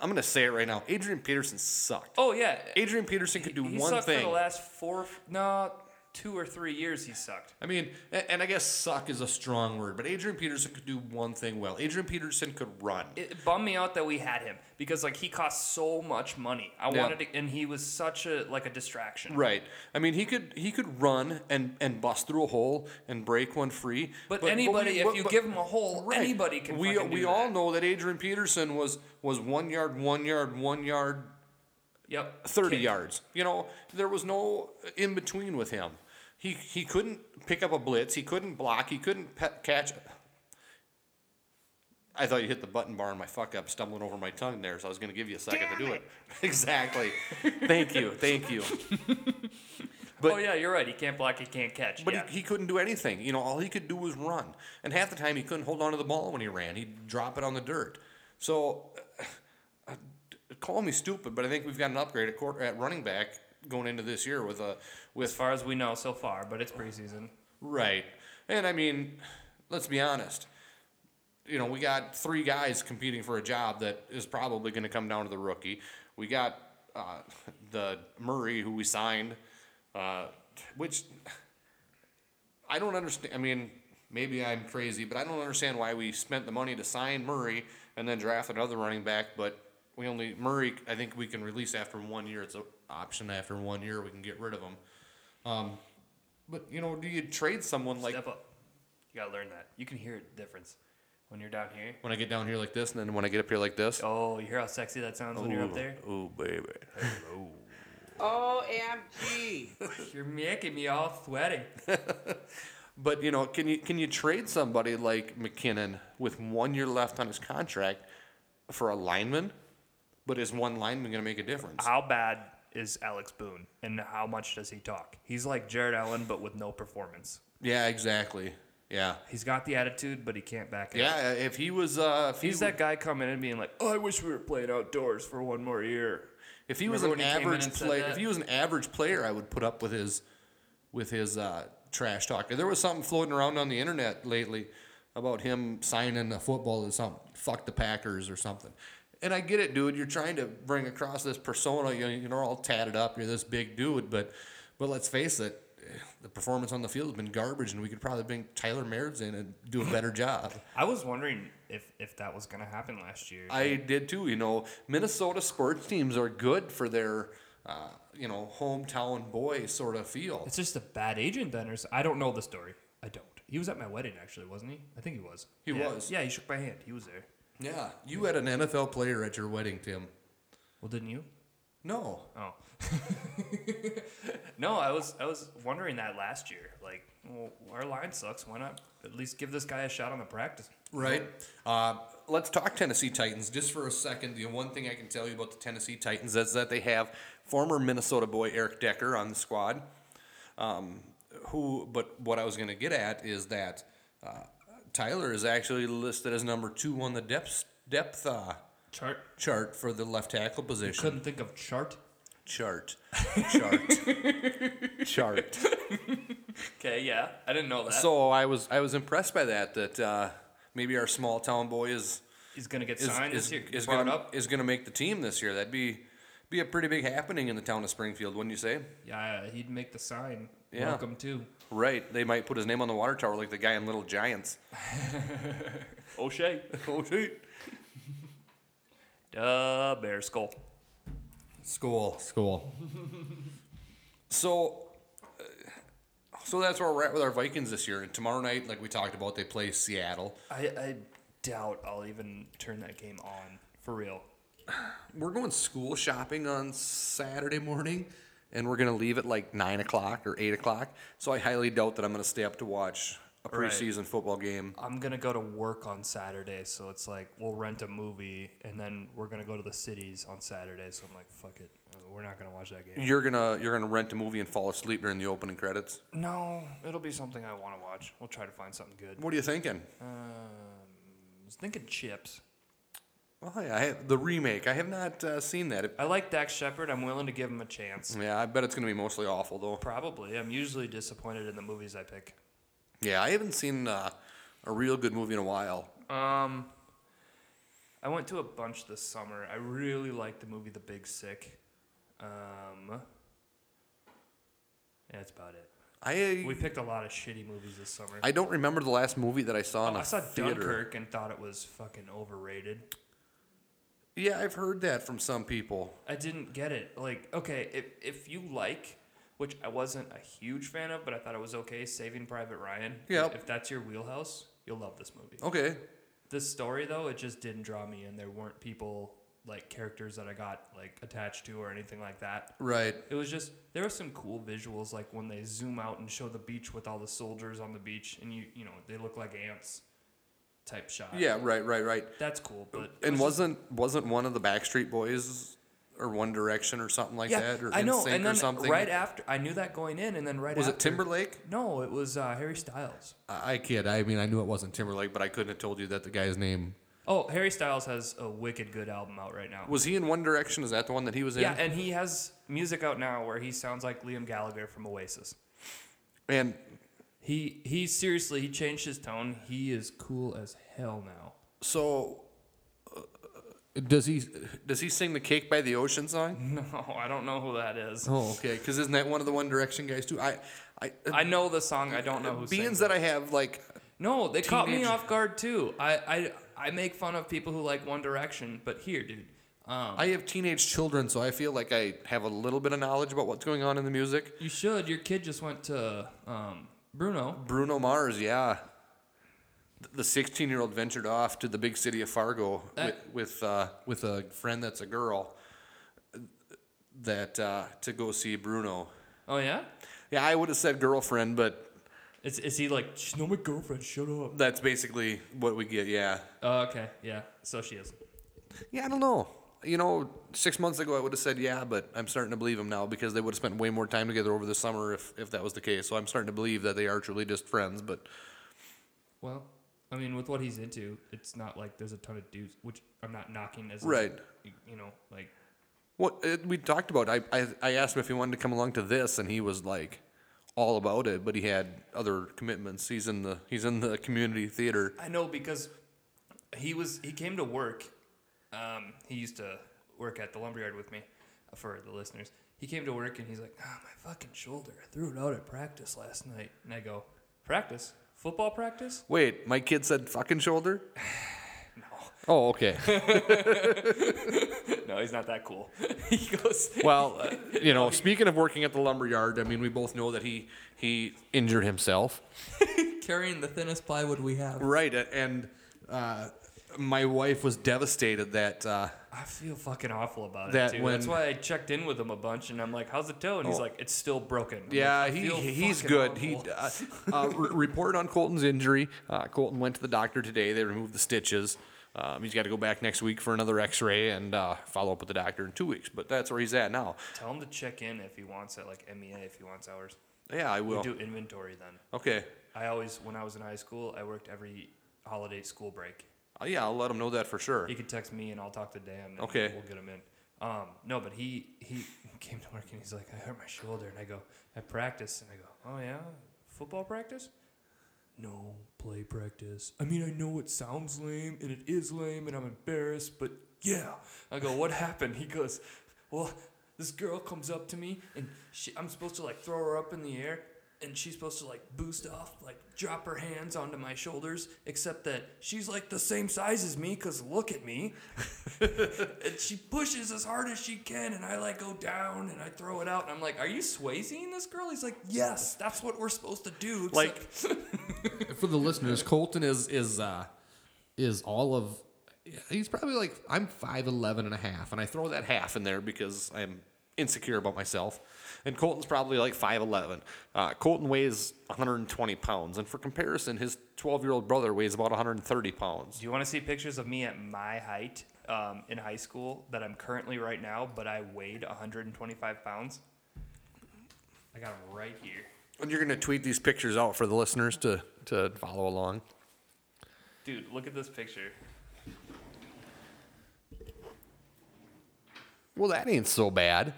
Speaker 2: I'm going to say it right now. Adrian Peterson sucked.
Speaker 1: Oh yeah,
Speaker 2: Adrian Peterson could do
Speaker 1: he
Speaker 2: one
Speaker 1: sucked
Speaker 2: thing.
Speaker 1: for the last four no two or three years. He sucked.
Speaker 2: I mean, a- and I guess "suck" is a strong word, but Adrian Peterson could do one thing well. Adrian Peterson could run.
Speaker 1: It bummed me out that we had him because like he cost so much money. I
Speaker 2: Yeah.
Speaker 1: wanted to, and he was such a like a distraction.
Speaker 2: Right. I mean, he could he could run and and bust through a hole and break one free.
Speaker 1: But anybody,
Speaker 2: we-
Speaker 1: if
Speaker 2: but-
Speaker 1: you
Speaker 2: but-
Speaker 1: give him a hole,
Speaker 2: Right.
Speaker 1: anybody can.
Speaker 2: We
Speaker 1: fucking do
Speaker 2: we
Speaker 1: that.
Speaker 2: all know that Adrian Peterson was was one yard, one yard, one yard,
Speaker 1: Yep.
Speaker 2: 30
Speaker 1: Kick.
Speaker 2: yards. You know, there was no in between with him. He he couldn't pick up a blitz. He couldn't block. He couldn't pe- catch. I thought you hit the button bar on my fuck up, stumbling over my tongue there. So I was going to give you a second to do it. Exactly. thank you. Thank you. But-
Speaker 1: oh yeah, you're right. He can't block. He can't catch.
Speaker 2: But
Speaker 1: yeah.
Speaker 2: he, he couldn't do anything. You know, all he could do was run. And half the time he couldn't hold on to the ball when he ran. He'd drop it on the dirt. So uh, uh, call me stupid, but I think we've got an upgrade at, quarter, at running back going into this year with a
Speaker 1: as
Speaker 2: with
Speaker 1: far as we know so far, but it's preseason.
Speaker 2: right. And I mean, let's be honest. You know, we got three guys competing for a job that is probably going to come down to the rookie. We got uh, the Murray who we signed, uh, which I don't understand. I mean, maybe I'm crazy, but I don't understand why we spent the money to sign Murray and then draft another running back. But we only Murray. I think we can release after one year. It's an option after one year. We can get rid of him. Um, but you know, do you trade someone like
Speaker 1: Step up. You gotta learn that. You can hear a difference when you're down here.
Speaker 2: when I get down here like this, and then when I get up here like this?
Speaker 1: Oh, you hear how sexy that sounds when you're up there.
Speaker 2: Ooh, baby.
Speaker 4: OMG.
Speaker 1: You're making me all sweaty.
Speaker 2: But you know, can you can you trade somebody like McKinnon with one year left on his contract for a lineman? But is one lineman going to make a difference?
Speaker 1: How bad is Alex Boone, and how much does he talk? He's like Jared Allen, but with no performance.
Speaker 2: Yeah, exactly. Yeah.
Speaker 1: He's got the attitude, but he can't back it up.
Speaker 2: Yeah, if he was uh if he
Speaker 1: He's
Speaker 2: wa-
Speaker 1: that guy coming in and being like, "Oh, I wish we were playing outdoors for one more year."
Speaker 2: if he was an
Speaker 1: Remember when he came in
Speaker 2: average
Speaker 1: and said
Speaker 2: player,
Speaker 1: that?
Speaker 2: if he was an average player, I would put up with his with his uh, trash talk. There was something floating around on the internet lately about him signing a football or something, fuck the Packers or something. And I get it, dude. You're trying to bring across this persona. You you know, all tatted up. You're this big dude, but but let's face it, the performance on the field has been garbage, and we could probably bring Tyler Meredith in and do a better job.
Speaker 1: I was wondering if if that was going to happen last year.
Speaker 2: I did too. You know, Minnesota sports teams are good for their uh, you know, hometown boy sort of feel.
Speaker 1: It's just a bad agent then, or s- I don't know the story. I don't. He was at my wedding actually, wasn't he? I think he was.
Speaker 2: He
Speaker 1: Yeah.
Speaker 2: was.
Speaker 1: Yeah, he shook my hand. He was there.
Speaker 2: Yeah, you had an NFL player at your wedding, Tim.
Speaker 1: Well, didn't you?
Speaker 2: No.
Speaker 1: Oh. no, I was I was wondering that last year. Like, well, our line sucks. Why not at least give this guy a shot on the practice?
Speaker 2: Right. Uh, let's talk Tennessee Titans just for a second. The one thing I can tell you about the Tennessee Titans is that they have former Minnesota boy Eric Decker on the squad. Um, who? But what I was going to get at is that uh, Tyler is actually listed as number two on the depth depth uh,
Speaker 1: Chart.
Speaker 2: chart for the left tackle position.
Speaker 1: Couldn't think of chart.
Speaker 2: Chart, chart, chart.
Speaker 1: Okay, yeah, I didn't know that.
Speaker 2: So I was I was impressed by that. That uh, maybe our small town boy is
Speaker 1: he's gonna get
Speaker 2: is
Speaker 1: signed
Speaker 2: is,
Speaker 1: this year.
Speaker 2: is
Speaker 1: brought
Speaker 2: gonna
Speaker 1: up.
Speaker 2: is gonna make the team this year. That'd be be a pretty big happening in the town of Springfield, wouldn't you say?
Speaker 1: Yeah, he'd make the sign.
Speaker 2: Yeah.
Speaker 1: Welcome to.
Speaker 2: Right. They might put his name on the water tower like the guy in Little Giants.
Speaker 1: O'Shea.
Speaker 2: oh shoot.
Speaker 1: Duh, bear skull.
Speaker 2: School.
Speaker 11: School.
Speaker 2: So uh, so that's where we're at with our Vikings this year. And tomorrow night, like we talked about, they play Seattle.
Speaker 1: I, I doubt I'll even turn that game on for real.
Speaker 2: We're going school shopping on Saturday morning, and we're gonna leave at like nine o'clock or eight o'clock. So I highly doubt that I'm gonna stay up to watch a
Speaker 1: Right.
Speaker 2: preseason football game.
Speaker 1: I'm gonna go to work on Saturday, so it's like we'll rent a movie and then we're gonna go to the cities on Saturday. So I'm like, fuck it, we're not gonna watch that game.
Speaker 2: You're gonna you're gonna rent a movie and fall asleep during the opening credits.
Speaker 1: No, it'll be something I want to watch. We'll try to find something good.
Speaker 2: What are you thinking?
Speaker 1: Um, I was thinking chips.
Speaker 2: Oh yeah, I have, the remake. I have not uh, seen that. It-
Speaker 1: I like Dax Shepard. I'm willing to give him a chance.
Speaker 2: yeah, I bet it's gonna be mostly awful though.
Speaker 1: Probably. I'm usually disappointed in the movies I pick.
Speaker 2: Yeah, I haven't seen uh, a real good movie in a while.
Speaker 1: Um, I went to a bunch this summer. I really liked the movie The Big Sick. Um, yeah, that's about it.
Speaker 2: I
Speaker 1: We picked a lot of shitty movies this summer.
Speaker 2: I don't remember the last movie that I saw in a
Speaker 1: Oh, I saw
Speaker 2: theater.
Speaker 1: Dunkirk and thought it was fucking overrated.
Speaker 2: Yeah, I've heard that from some people.
Speaker 1: I didn't get it. Like, okay, if if you like, which I wasn't a huge fan of, but I thought it was okay, Saving Private Ryan.
Speaker 2: Yep.
Speaker 1: If that's your wheelhouse, you'll love this movie.
Speaker 2: Okay,
Speaker 1: This story though, it just didn't draw me in. There weren't people like characters that I got like attached to or anything like that.
Speaker 2: right.
Speaker 1: It was just there were some cool visuals like when they zoom out and show the beach with all the soldiers on the beach and you you know, they look like ants type shot.
Speaker 2: Yeah, right, right, right.
Speaker 1: That's cool, but it
Speaker 2: And
Speaker 1: was
Speaker 2: wasn't wasn't one of the Backstreet Boys or One Direction or something like that or
Speaker 1: I know.
Speaker 2: NSYNC
Speaker 1: and then
Speaker 2: or something?
Speaker 1: right after, I knew that going in, and then right
Speaker 2: was
Speaker 1: after,
Speaker 2: it Timberlake?
Speaker 1: No, it was uh, Harry Styles.
Speaker 2: I I kid. I mean, I knew it wasn't Timberlake, but I couldn't have told you that the guy's name.
Speaker 1: Oh, Harry Styles has a wicked good album out right now.
Speaker 2: Was he in One Direction? Is that the one that he was in?
Speaker 1: yeah, and he has music out now where he sounds like Liam Gallagher from Oasis.
Speaker 2: And
Speaker 1: He he seriously he changed his tone. He is cool as hell now.
Speaker 2: so, uh, does he Mm-hmm. does he sing the "Cake by the Ocean" song?
Speaker 1: No, Oh, I don't know who that is.
Speaker 2: Oh, okay. Because isn't that one of the One Direction guys too? I, I, uh,
Speaker 1: I know the song. I don't know who.
Speaker 2: beans
Speaker 1: sings
Speaker 2: that
Speaker 1: it.
Speaker 2: I have like.
Speaker 1: No, they caught me
Speaker 2: Teenage-
Speaker 1: off guard too. I, I I make fun of people who like One Direction, but here, dude. Um,
Speaker 2: I have teenage children, so I feel like I have a little bit of knowledge about what's going on in the music.
Speaker 1: You should. Your kid just went to um, Bruno.
Speaker 2: Bruno Mars, yeah. The 16 year old ventured off to the big city of Fargo
Speaker 1: That-
Speaker 2: with with, uh, with a friend that's a girl that uh, to go see Bruno.
Speaker 1: Oh yeah.
Speaker 2: Yeah, I would have said girlfriend, but
Speaker 1: Is is he like? She's not my girlfriend. Shut up.
Speaker 2: that's basically what we get. Yeah.
Speaker 1: Oh, okay. Yeah. So she is.
Speaker 2: Yeah, I don't know. You know, six months ago I would have said yeah, but I'm starting to believe him now because they would have spent way more time together over the summer if, if that was the case. So I'm starting to believe that they are truly just friends. But
Speaker 1: Well, I mean, with what he's into, it's not like there's a ton of dudes. Which I'm not knocking as.
Speaker 2: Right.
Speaker 1: You, you know, like
Speaker 2: What it, we talked about, I, I I asked him if he wanted to come along to this, and he was like all about it, but he had other commitments. He's in the he's in the community theater.
Speaker 1: I know because he was he came to work. Um, he used to work at the lumberyard with me. uh, For the listeners, he came to work and he's like, "Ah, my fucking shoulder. I threw it out at practice last night." And I go, "Practice? Football practice?"
Speaker 2: Wait, my kid said fucking shoulder. no. Oh, okay.
Speaker 1: No, he's not that cool. he goes.
Speaker 2: Well, uh, you know, speaking of working at the lumber yard, I mean, we both know that he he injured himself.
Speaker 12: Carrying the thinnest plywood we have.
Speaker 2: Right, a- and uh, my wife was devastated that uh,
Speaker 1: I feel fucking awful about
Speaker 2: That
Speaker 1: it too.
Speaker 2: when- Oh.
Speaker 1: That's why I checked in with him a bunch, and I'm like, "How's it toe?" And he's like, "It's still broken." I'm like,
Speaker 2: yeah
Speaker 1: "I
Speaker 2: he
Speaker 1: feel
Speaker 2: he's
Speaker 1: fucking
Speaker 2: good.
Speaker 1: awful."
Speaker 2: He uh, uh, re- report on Colton's injury. Uh, Colton went to the doctor today. They removed the stitches. Um, he's got to go back next week for another X-ray and uh, follow up with the doctor in two weeks. But that's where he's at now.
Speaker 1: Tell him to check in if he wants it, like MEA if he wants ours.
Speaker 2: Yeah, I will.
Speaker 1: We do inventory then.
Speaker 2: Okay.
Speaker 1: I always, when I was in high school, I worked every holiday school break.
Speaker 2: Uh, yeah, I'll let him know that for sure.
Speaker 1: You could text me and I'll talk to Dan. And
Speaker 2: Okay.
Speaker 1: We'll get him in. Um, no, but he he came to work and he's like, I hurt my shoulder, and I go, I practice, and I go, oh yeah, football practice. No play practice. I mean, I know it sounds lame and it is lame, and I'm embarrassed, but yeah. I go, what happened? He goes, well, this girl comes up to me and she, I'm supposed to like throw her up in the air and she's supposed to like boost off, like drop her hands onto my shoulders, except that she's like the same size as me because look at me. and she pushes as hard as she can and I like go down and I throw it out and I'm like, are you Swayzeing this girl? He's like, yes, that's what we're supposed to do.
Speaker 2: Like-
Speaker 1: except-
Speaker 2: for the listeners, Colton is is uh, is all of he's probably like I'm 5'11 and a half and I throw that half in there because I'm insecure about myself. And Colton's probably like 5'11. Uh, Colton weighs 120 pounds and for comparison his 12-year-old brother weighs about 130 pounds.
Speaker 1: Do you want to see pictures of me at my height um, in high school that I'm currently right now, but I weighed 125 pounds? I got them right here.
Speaker 2: And you're going to tweet these pictures out for the listeners to to follow along.
Speaker 1: Dude, look at this picture.
Speaker 2: Well, that ain't so bad.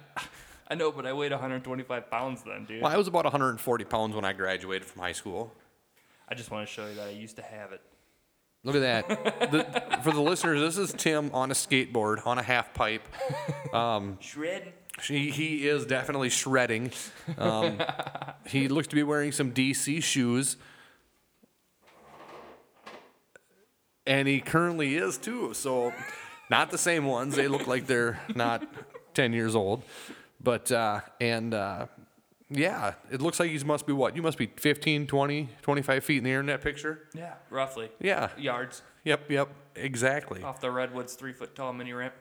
Speaker 1: I know, but I weighed 125 pounds then, dude.
Speaker 2: Well, I was about 140 pounds when I graduated from high school.
Speaker 1: I just want to show you that I used to have it.
Speaker 2: Look at that. The- for the listeners, this is Tim on a skateboard, on a half pipe.
Speaker 1: Shred.
Speaker 2: He, he is definitely shredding. Um, he looks to be wearing some DC shoes. And he currently is too. So, not the same ones. They look like they're not 10 years old. But, uh, and uh, yeah, it looks like he must be what? You must be 15, 20, 25 feet in the air in that picture?
Speaker 1: Yeah, roughly.
Speaker 2: Yeah.
Speaker 1: Yards
Speaker 2: Yep, yep, exactly.
Speaker 1: off the Redwoods three foot tall mini ramp.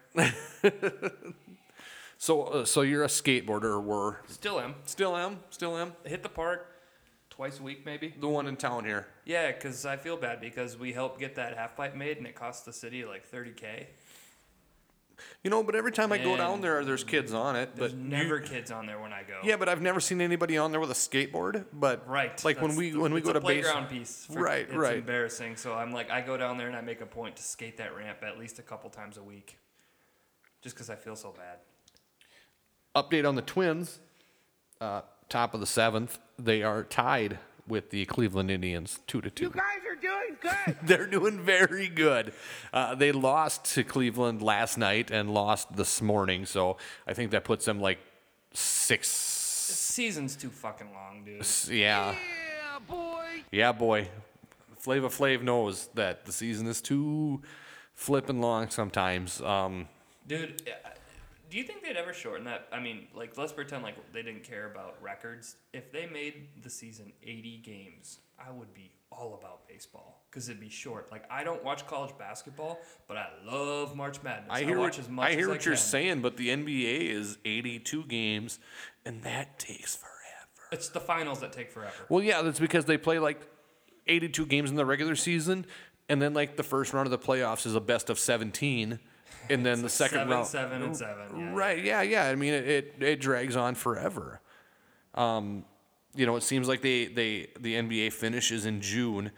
Speaker 2: So, uh, so you're a skateboarder, were
Speaker 1: Still am.
Speaker 2: still am, still am.
Speaker 1: Hit the park twice a week, maybe.
Speaker 2: The one in town here.
Speaker 1: Yeah, because I feel bad because we helped get that half pipe made and it cost the city like 30K.
Speaker 2: You know, but every time I go down
Speaker 1: And
Speaker 2: there, there's kids on it.
Speaker 1: There's
Speaker 2: But
Speaker 1: never kids on there when I go.
Speaker 2: yeah, but I've never seen anybody on there with a skateboard. But
Speaker 1: Right.
Speaker 2: like when
Speaker 1: that's
Speaker 2: we
Speaker 1: the-
Speaker 2: when we
Speaker 1: it's
Speaker 2: go to
Speaker 1: a
Speaker 2: base,
Speaker 1: playground piece.
Speaker 2: Right,
Speaker 1: It's
Speaker 2: right.
Speaker 1: embarrassing. So I'm like, I go down there and I make a point to skate that ramp at least a couple times a week, just because I feel so bad.
Speaker 2: update on the Twins. Uh, top of the seventh, they are tied with the Cleveland Indians, two to two.
Speaker 4: You guys are doing good.
Speaker 2: They're doing very good. Uh, they lost to Cleveland last night and lost this morning, so I think that puts them like six.
Speaker 1: Season's too fucking long, dude.
Speaker 2: Yeah.
Speaker 4: yeah, boy.
Speaker 2: Yeah, boy. Flava Flav knows that the season is too flippin' long sometimes. Um,
Speaker 1: Dude, uh, do you think they'd ever shorten that? I mean, like, let's pretend like they didn't care about records. If they made the season 80 games, I would be all about baseball because it'd be short. Like, I don't watch college basketball, but I love March Madness.
Speaker 2: I hear
Speaker 1: watch
Speaker 2: what,
Speaker 1: as much
Speaker 2: I hear
Speaker 1: as
Speaker 2: what you're
Speaker 1: can.
Speaker 2: saying, but the NBA is 82 games, and that takes forever.
Speaker 1: It's the finals that take forever.
Speaker 2: Well, yeah, that's because they play like 82 games in the regular season, and then like the first round of the playoffs is a best of 17, and then the second
Speaker 1: seven,
Speaker 2: round.
Speaker 1: seven, and seven. yeah, yeah.
Speaker 2: Right. Yeah. Yeah. I mean, it, it, it drags on forever. Um, you know, it seems like they, they the NBA finishes in June,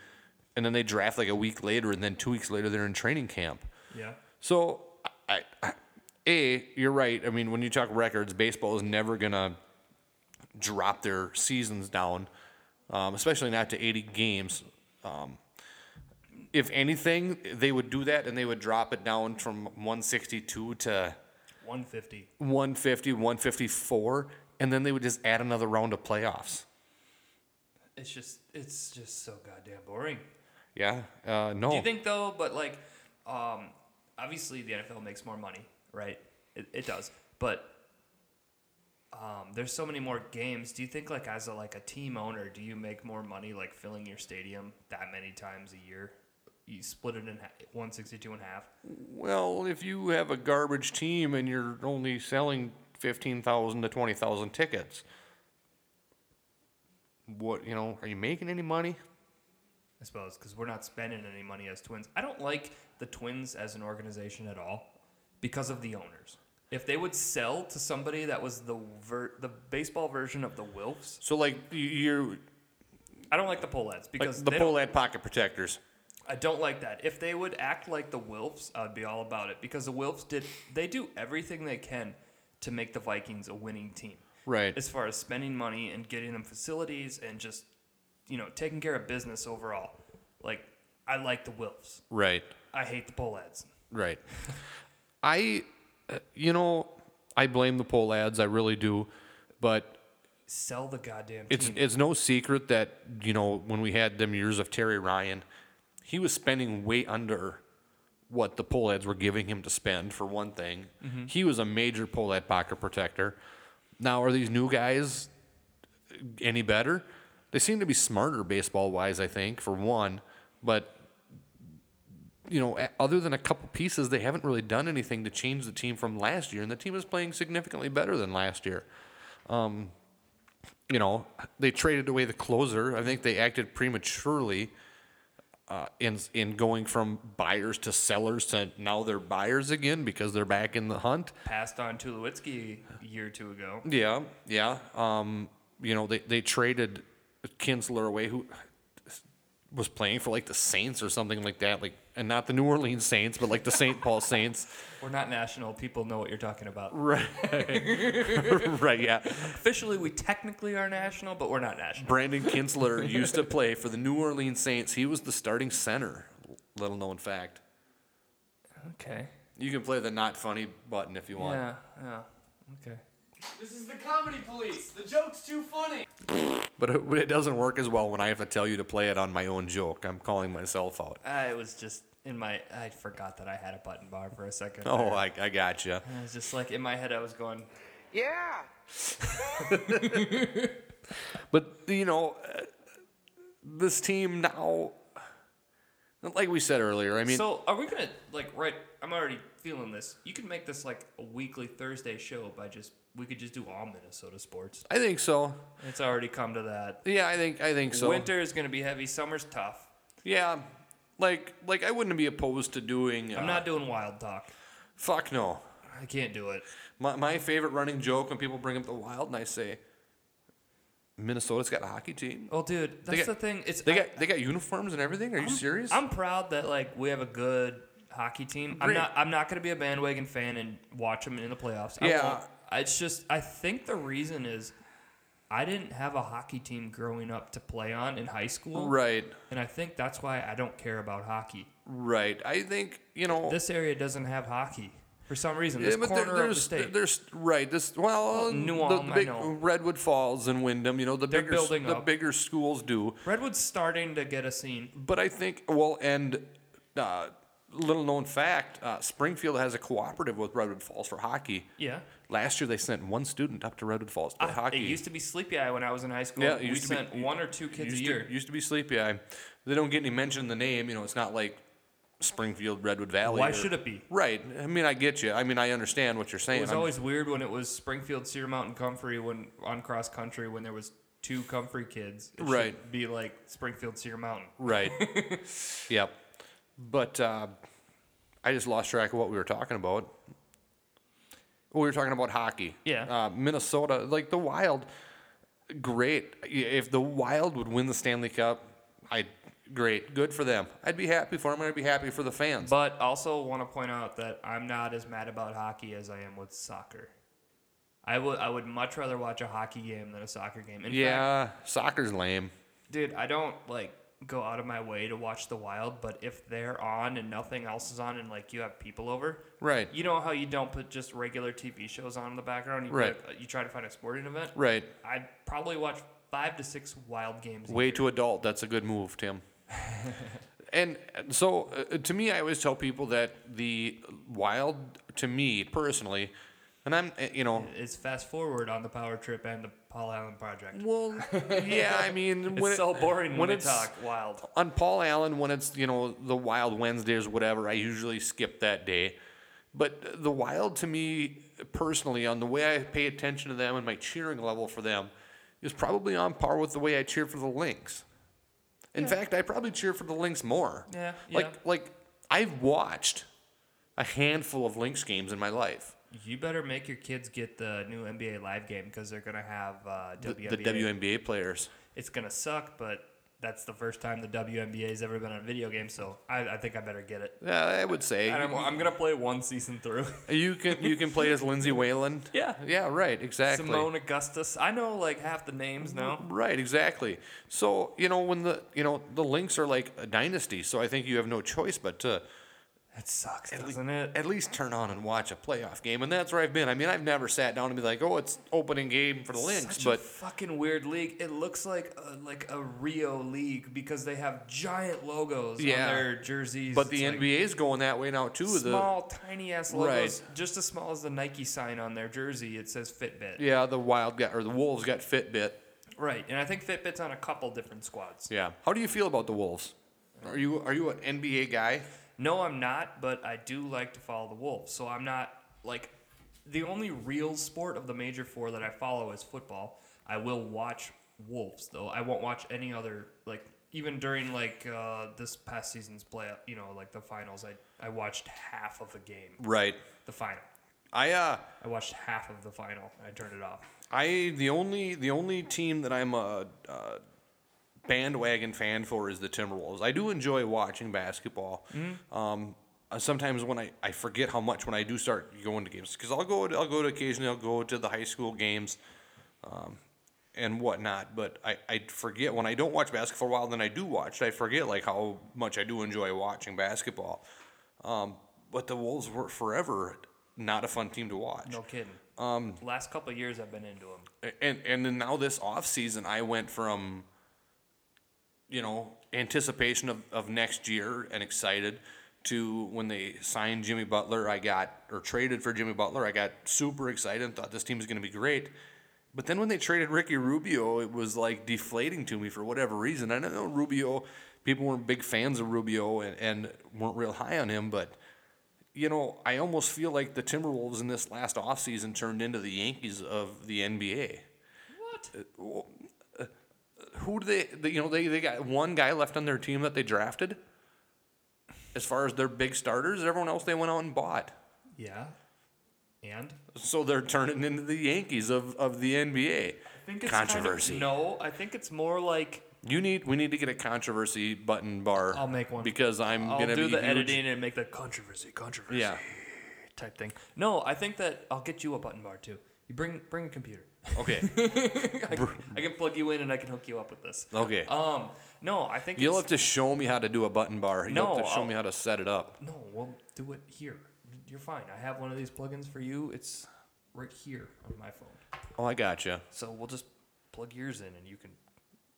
Speaker 2: and then they draft like a week later, and then two weeks later they're in training camp.
Speaker 1: Yeah.
Speaker 2: So, I, I, a you're right. I mean, when you talk records, baseball is never gonna drop their seasons down, um, especially not to 80 games. Um, if anything, they would do that and they would drop it down from 162 to
Speaker 1: 150.
Speaker 2: 150, 154, and then they would just add another round of playoffs.
Speaker 1: It's just it's just so goddamn boring.
Speaker 2: Yeah. Uh, no.
Speaker 1: Do you think though? But like, um, obviously the NFL makes more money, right? It, it does, but um, there's so many more games. Do you think like as a like a team owner, do you make more money like filling your stadium that many times a year? You split it in ha- 162 and a half.
Speaker 2: Well, if you have a garbage team and you're only selling fifteen thousand to twenty thousand tickets, what you know, are you making any money?
Speaker 1: I suppose because we're not spending any money as Twins. I don't like the Twins as an organization at all because of the owners. If they would sell to somebody that was the ver- the baseball version of the Wilfs,
Speaker 2: So like you- you're
Speaker 1: I don't like the Poleheads
Speaker 2: like
Speaker 1: because
Speaker 2: the
Speaker 1: they don't-
Speaker 2: Polad pocket protectors.
Speaker 1: I don't like that. If they would act like the Wilfs, I'd be all about it because the Wilfs did they do everything they can to make the Vikings a winning team.
Speaker 2: Right.
Speaker 1: As far as spending money and getting them facilities and just you know, taking care of business overall. Like I like the Wilfs.
Speaker 2: Right.
Speaker 1: I hate the Poleheads.
Speaker 2: Right. I, uh, you know, I blame the poll ads. I really do. But
Speaker 1: Sell the goddamn
Speaker 2: it's
Speaker 1: team.
Speaker 2: it's no secret that you know when we had them years of Terry Ryan, he was spending way under what the poll ads were giving him to spend. For one thing, he was a major poll ad pocket protector. Now are these new guys any better? They seem to be smarter baseball wise, I think, for one. But you know, a- other than a couple pieces, they haven't really done anything to change the team from last year, and the team is playing significantly better than last year. Um, you know, they traded away the closer. I think they acted prematurely uh, in in going from buyers to sellers to now they're buyers again because they're back in the hunt.
Speaker 1: passed on Tulowitzki a year or two ago.
Speaker 2: Yeah, yeah. Um, you know, they, they traded Kinsler away, who was playing for like the Saints or something like that, like and not the New Orleans Saints, but like the St. Paul Saints.
Speaker 1: We're not national. People know what you're talking about.
Speaker 2: Right. right, yeah.
Speaker 1: Officially, we technically are national, but we're not national.
Speaker 2: Brandon Kinsler used to play for the New Orleans Saints. He was the starting center, little known fact.
Speaker 1: Okay.
Speaker 2: You can play the not funny button if you want.
Speaker 1: Yeah. Yeah. Okay.
Speaker 13: This is the comedy police. The joke's too funny.
Speaker 2: But it, but it doesn't work as well when I have to tell you to play it on my own joke. I'm calling myself out.
Speaker 1: I was just in my. I forgot that I had a button bar for a second.
Speaker 2: Oh,
Speaker 1: there.
Speaker 2: I, I gotcha.
Speaker 1: I was just like in my head. I was going.
Speaker 4: Yeah.
Speaker 2: But you know, uh, this team now, like we said earlier, I mean,
Speaker 1: so are we gonna like right? I'm already feeling this. You can make this like a weekly Thursday show by just. We could just do all Minnesota sports.
Speaker 2: I think so.
Speaker 1: It's already come to that.
Speaker 2: Yeah, I think I think so.
Speaker 1: Winter is gonna be heavy. Summer's tough.
Speaker 2: Yeah, like like I wouldn't be opposed to doing. Uh,
Speaker 1: I'm not doing wild talk.
Speaker 2: Fuck no.
Speaker 1: I can't do it.
Speaker 2: My my favorite running joke when people bring up the Wild and I say, Minnesota's got a hockey team.
Speaker 1: Well, dude, that's
Speaker 2: got-
Speaker 1: the thing. It's
Speaker 2: They
Speaker 1: I-
Speaker 2: got they got uniforms and everything. Are you serious?
Speaker 1: I'm proud that like we have a good hockey team. I'm
Speaker 2: Great.
Speaker 1: not I'm not gonna be a bandwagon fan and watch them in the playoffs. I
Speaker 2: Yeah.
Speaker 1: won't. it's just I think the reason is I didn't have a hockey team growing up to play on in high school,
Speaker 2: right,
Speaker 1: And I think that's why I don't care about hockey.
Speaker 2: right. I think you know.
Speaker 1: This area doesn't have hockey for some reason.
Speaker 2: Yeah,
Speaker 1: This
Speaker 2: but there-
Speaker 1: corner of the
Speaker 2: there's
Speaker 1: state.
Speaker 2: there's right this well
Speaker 1: Newham,
Speaker 2: the, the
Speaker 1: I
Speaker 2: big
Speaker 1: know.
Speaker 2: Redwood Falls and Wyndham you know the
Speaker 1: They're
Speaker 2: bigger s-
Speaker 1: building
Speaker 2: the
Speaker 1: up.
Speaker 2: bigger schools do
Speaker 1: Redwood's starting to get a scene.
Speaker 2: but I think well and uh, little known fact uh, Springfield has a cooperative with Redwood Falls for hockey
Speaker 1: Yeah.
Speaker 2: last year they sent one student up to Redwood Falls to play
Speaker 1: I-
Speaker 2: hockey
Speaker 1: It used to be Sleepy Eye when I was in high school.
Speaker 2: Yeah, it
Speaker 1: we
Speaker 2: used to be-
Speaker 1: sent one or two kids a
Speaker 2: used
Speaker 1: year.
Speaker 2: to, used to be Sleepy Eye they don't get any mention in the name you know it's not like Springfield Redwood Valley
Speaker 1: Why
Speaker 2: or-
Speaker 1: should it be?
Speaker 2: right I mean I get you I mean I understand what you're saying
Speaker 1: It was
Speaker 2: I'm-
Speaker 1: always weird when it was Springfield, Cedar Mountain, Comfrey when on cross country when there was two Comfrey kids. It should
Speaker 2: Right.
Speaker 1: Be like Springfield, Cedar Mountain.
Speaker 2: Right. yep. But uh, I just lost track of what we were talking about. We were talking about hockey.
Speaker 1: Yeah.
Speaker 2: Uh, Minnesota, like the Wild, great. I- If the Wild would win the Stanley Cup, I great, good for them. I'd be happy for them. I'd be happy for the fans.
Speaker 1: But also want to point out that I'm not as mad about hockey as I am with soccer. I would I would much rather watch a hockey game than a soccer game. In fact,
Speaker 2: yeah, soccer's lame.
Speaker 1: dude, I don't like go out of my way to watch the wild, but if they're on and nothing else is on and like you have people over,
Speaker 2: Right.
Speaker 1: You know how you don't put just regular TV shows on in the background. You put
Speaker 2: Right.
Speaker 1: a- you try to find a sporting event.
Speaker 2: Right.
Speaker 1: I'd probably watch five to six wild games. a
Speaker 2: Way
Speaker 1: year.
Speaker 2: too adult. That's a good move, Tim. uh, and so, uh, to me, I always tell people that the Wild to me personally, and I'm eh, you know
Speaker 1: It's fast forward on the power trip and the Paul Allen project.
Speaker 2: well yeah I mean
Speaker 1: It's
Speaker 2: when it-
Speaker 1: so boring when, they
Speaker 2: it's-
Speaker 1: talk wild.
Speaker 2: on Paul Allen when it's you know the Wild Wednesdays whatever I usually skip that day, but the Wild to me personally on the way I pay attention to them and my cheering level for them is probably on par with the way I cheer for the Lynx. In fact, I probably cheer for the Lynx more.
Speaker 1: Yeah,
Speaker 2: Like
Speaker 1: yeah.
Speaker 2: like I've watched a handful of Lynx games in my life.
Speaker 1: You better make your kids get the new NBA live game because they're gonna have uh,
Speaker 2: The,
Speaker 1: WNBA.
Speaker 2: the WNBA players.
Speaker 1: It's gonna suck, but that's the first time the WNBA has ever been on a video game, so I, I think I better get it.
Speaker 2: Yeah, I would say
Speaker 1: And I'm, I'm gonna play one season through.
Speaker 2: you can you can play as Lindsay Whalen.
Speaker 1: Yeah.
Speaker 2: Yeah, right, exactly.
Speaker 1: Simone Augustus. I know like half the names now.
Speaker 2: Right, exactly. So you know when the you know the Lynx are like a dynasty, so I think you have no choice but to
Speaker 1: That sucks, doesn't it?
Speaker 2: at least turn on and watch a playoff game, and that's where I've been. I mean, I've never sat down and be like, oh, it's opening game for the Lynx,
Speaker 1: Such a
Speaker 2: but
Speaker 1: fucking weird league. It looks like a, like a Rio league because they have giant logos
Speaker 2: Yeah.
Speaker 1: on their jerseys.
Speaker 2: but the
Speaker 1: It's like
Speaker 2: NBA's going that way now too.
Speaker 1: small, tiny ass logos,
Speaker 2: Right.
Speaker 1: just as small as the Nike sign on their jersey. It says Fitbit.
Speaker 2: The yeah, the Wild got or the Wolves got Fitbit.
Speaker 1: Right, and I think Fitbit's on a couple different squads.
Speaker 2: Yeah. How do you feel about the Wolves? Are you are you an NBA guy?
Speaker 1: No, I'm not, but I do like to follow the Wolves. So I'm not like the only real sport of the major four that I follow is football. I will watch Wolves though. I won't watch any other like even during like uh, this past season's play, you know, like the finals. I I watched half of the game,
Speaker 2: Right.
Speaker 1: the final.
Speaker 2: I uh
Speaker 1: I watched half of the final. I turned it off.
Speaker 2: I the only the only team that I'm a, uh bandwagon fan for is the Timberwolves. I do enjoy watching basketball. Um, uh, sometimes when I, I forget how much when I do start going to games because I'll go to, I'll go to occasionally I'll go to the high school games, um, and whatnot. But I, I forget when I don't watch basketball for a while. Then I do watch. it, I forget like how much I do enjoy watching basketball. Um, but the Wolves were forever not a fun team to watch
Speaker 1: No kidding. Um, last couple of years I've been into them.
Speaker 2: and and then now this off season I went from you know anticipation of, of next year and excited to when they signed Jimmy Butler I got or traded for Jimmy Butler I got super excited and thought this team is going to be great but then when they traded Ricky Rubio it was like deflating to me for whatever reason I don't know Rubio people weren't big fans of Rubio and, and weren't real high on him but you know, I almost feel like the Timberwolves in this last offseason turned into the Yankees of the NBA. What? Uh, Who do they, they- you know, they, they got one guy left on their team that they drafted as far as their big starters. Everyone else they went out and bought.
Speaker 1: Yeah. And
Speaker 2: So they're turning into the Yankees of, of the NBA.
Speaker 1: I think it's kind of-
Speaker 2: controversy.
Speaker 1: no, I think it's more like
Speaker 2: You need we need to get a controversy button bar.
Speaker 1: I'll make one.
Speaker 2: because I'm
Speaker 1: I'll
Speaker 2: gonna
Speaker 1: do
Speaker 2: be
Speaker 1: the
Speaker 2: huge.
Speaker 1: editing and make the controversy, controversy
Speaker 2: Yeah.
Speaker 1: type thing. No, I think that I'll get you a button bar too. You bring bring a computer.
Speaker 2: Okay.
Speaker 1: I can plug you in and I can hook you up with this.
Speaker 2: Okay.
Speaker 1: Um, no, I think
Speaker 2: You'll
Speaker 1: it's,
Speaker 2: have to show me how to do a button bar. You'll
Speaker 1: No,
Speaker 2: have to show
Speaker 1: I'll-
Speaker 2: me how to set it up.
Speaker 1: no. We'll do it here. You're fine. I have one of these plugins for you. It's right here on my phone.
Speaker 2: Oh, I gotcha.
Speaker 1: So we'll just plug yours in and you can.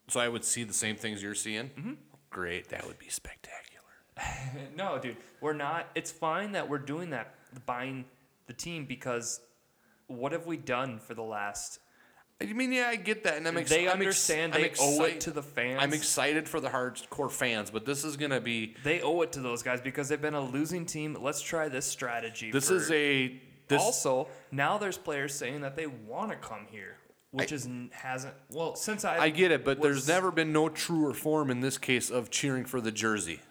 Speaker 2: So I would see the same things you're seeing. Mm-hmm. Great, that would be spectacular.
Speaker 1: No, dude, we're not. It's fine that we're doing that, buying the team because what have we done for the last
Speaker 2: I mean, yeah, I get that, and I'm ex-
Speaker 1: they
Speaker 2: I'm ex-
Speaker 1: understand
Speaker 2: I'm
Speaker 1: they owe
Speaker 2: excite-
Speaker 1: it to the fans.
Speaker 2: I'm excited for the hardcore fans, but this is gonna be
Speaker 1: they owe it to those guys because they've been a losing team. Let's try this strategy.
Speaker 2: this
Speaker 1: for-
Speaker 2: is a this
Speaker 1: also now there's players saying that they want to come here, which is is hasn't well since I
Speaker 2: I get it, but
Speaker 1: was-
Speaker 2: there's never been no truer form in this case of cheering for the jersey.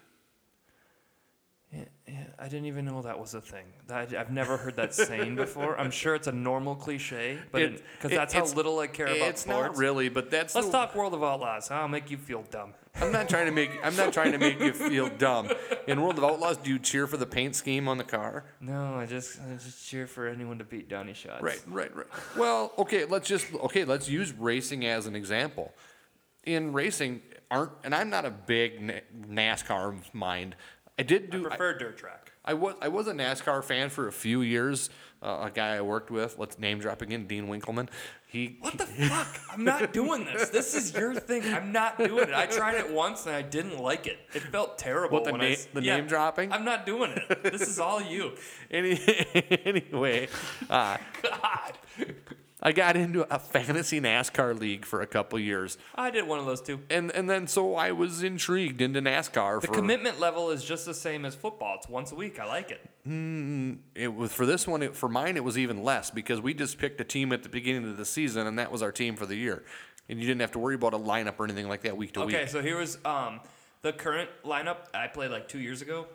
Speaker 1: Yeah, yeah, I didn't even know that was a thing. That, I've never heard that saying before. I'm sure it's a normal cliche, but
Speaker 2: It-
Speaker 1: because
Speaker 2: it-
Speaker 1: that's how
Speaker 2: it's-
Speaker 1: little I care about
Speaker 2: it's
Speaker 1: sports.
Speaker 2: not really, but that's
Speaker 1: Let's
Speaker 2: the-
Speaker 1: talk World of Outlaws. I'll make you feel dumb.
Speaker 2: I'm not trying to make I'm not trying to make you feel dumb. In World of Outlaws, do you cheer for the paint scheme on the car?
Speaker 1: No, I just I just cheer for anyone to beat Donny Shots.
Speaker 2: Right, right, right. Well, okay, let's just okay, let's use racing as an example. In racing, aren't and I'm not a big Na- NASCAR mind. I did do I
Speaker 1: Prefer dirt track.
Speaker 2: I, I was I was a NASCAR fan for a few years. Uh, a guy I worked with, let's name drop again, Dean Winkelman. He
Speaker 1: What the fuck? I'm not doing this. This is your thing. I'm not doing it. I tried it once and I didn't like it. It felt terrible.
Speaker 2: What, the
Speaker 1: when I
Speaker 2: na-
Speaker 1: s-
Speaker 2: the name dropping?
Speaker 1: I'm not doing it. This is all you.
Speaker 2: any anyway, uh,
Speaker 1: God,
Speaker 2: I got into a fantasy NASCAR league for a couple years,
Speaker 1: I did one of those too.
Speaker 2: and and then so I was intrigued into NASCAR
Speaker 1: The
Speaker 2: for
Speaker 1: commitment level is just the same as football. It's once a week. I like it.
Speaker 2: it was for this one. It, for mine, it was even less because we just picked a team at the beginning of the season, and that was our team for the year. And you didn't have to worry about a lineup or anything like that week to
Speaker 1: Okay,
Speaker 2: week.
Speaker 1: so here was um, the current lineup I played like two years ago.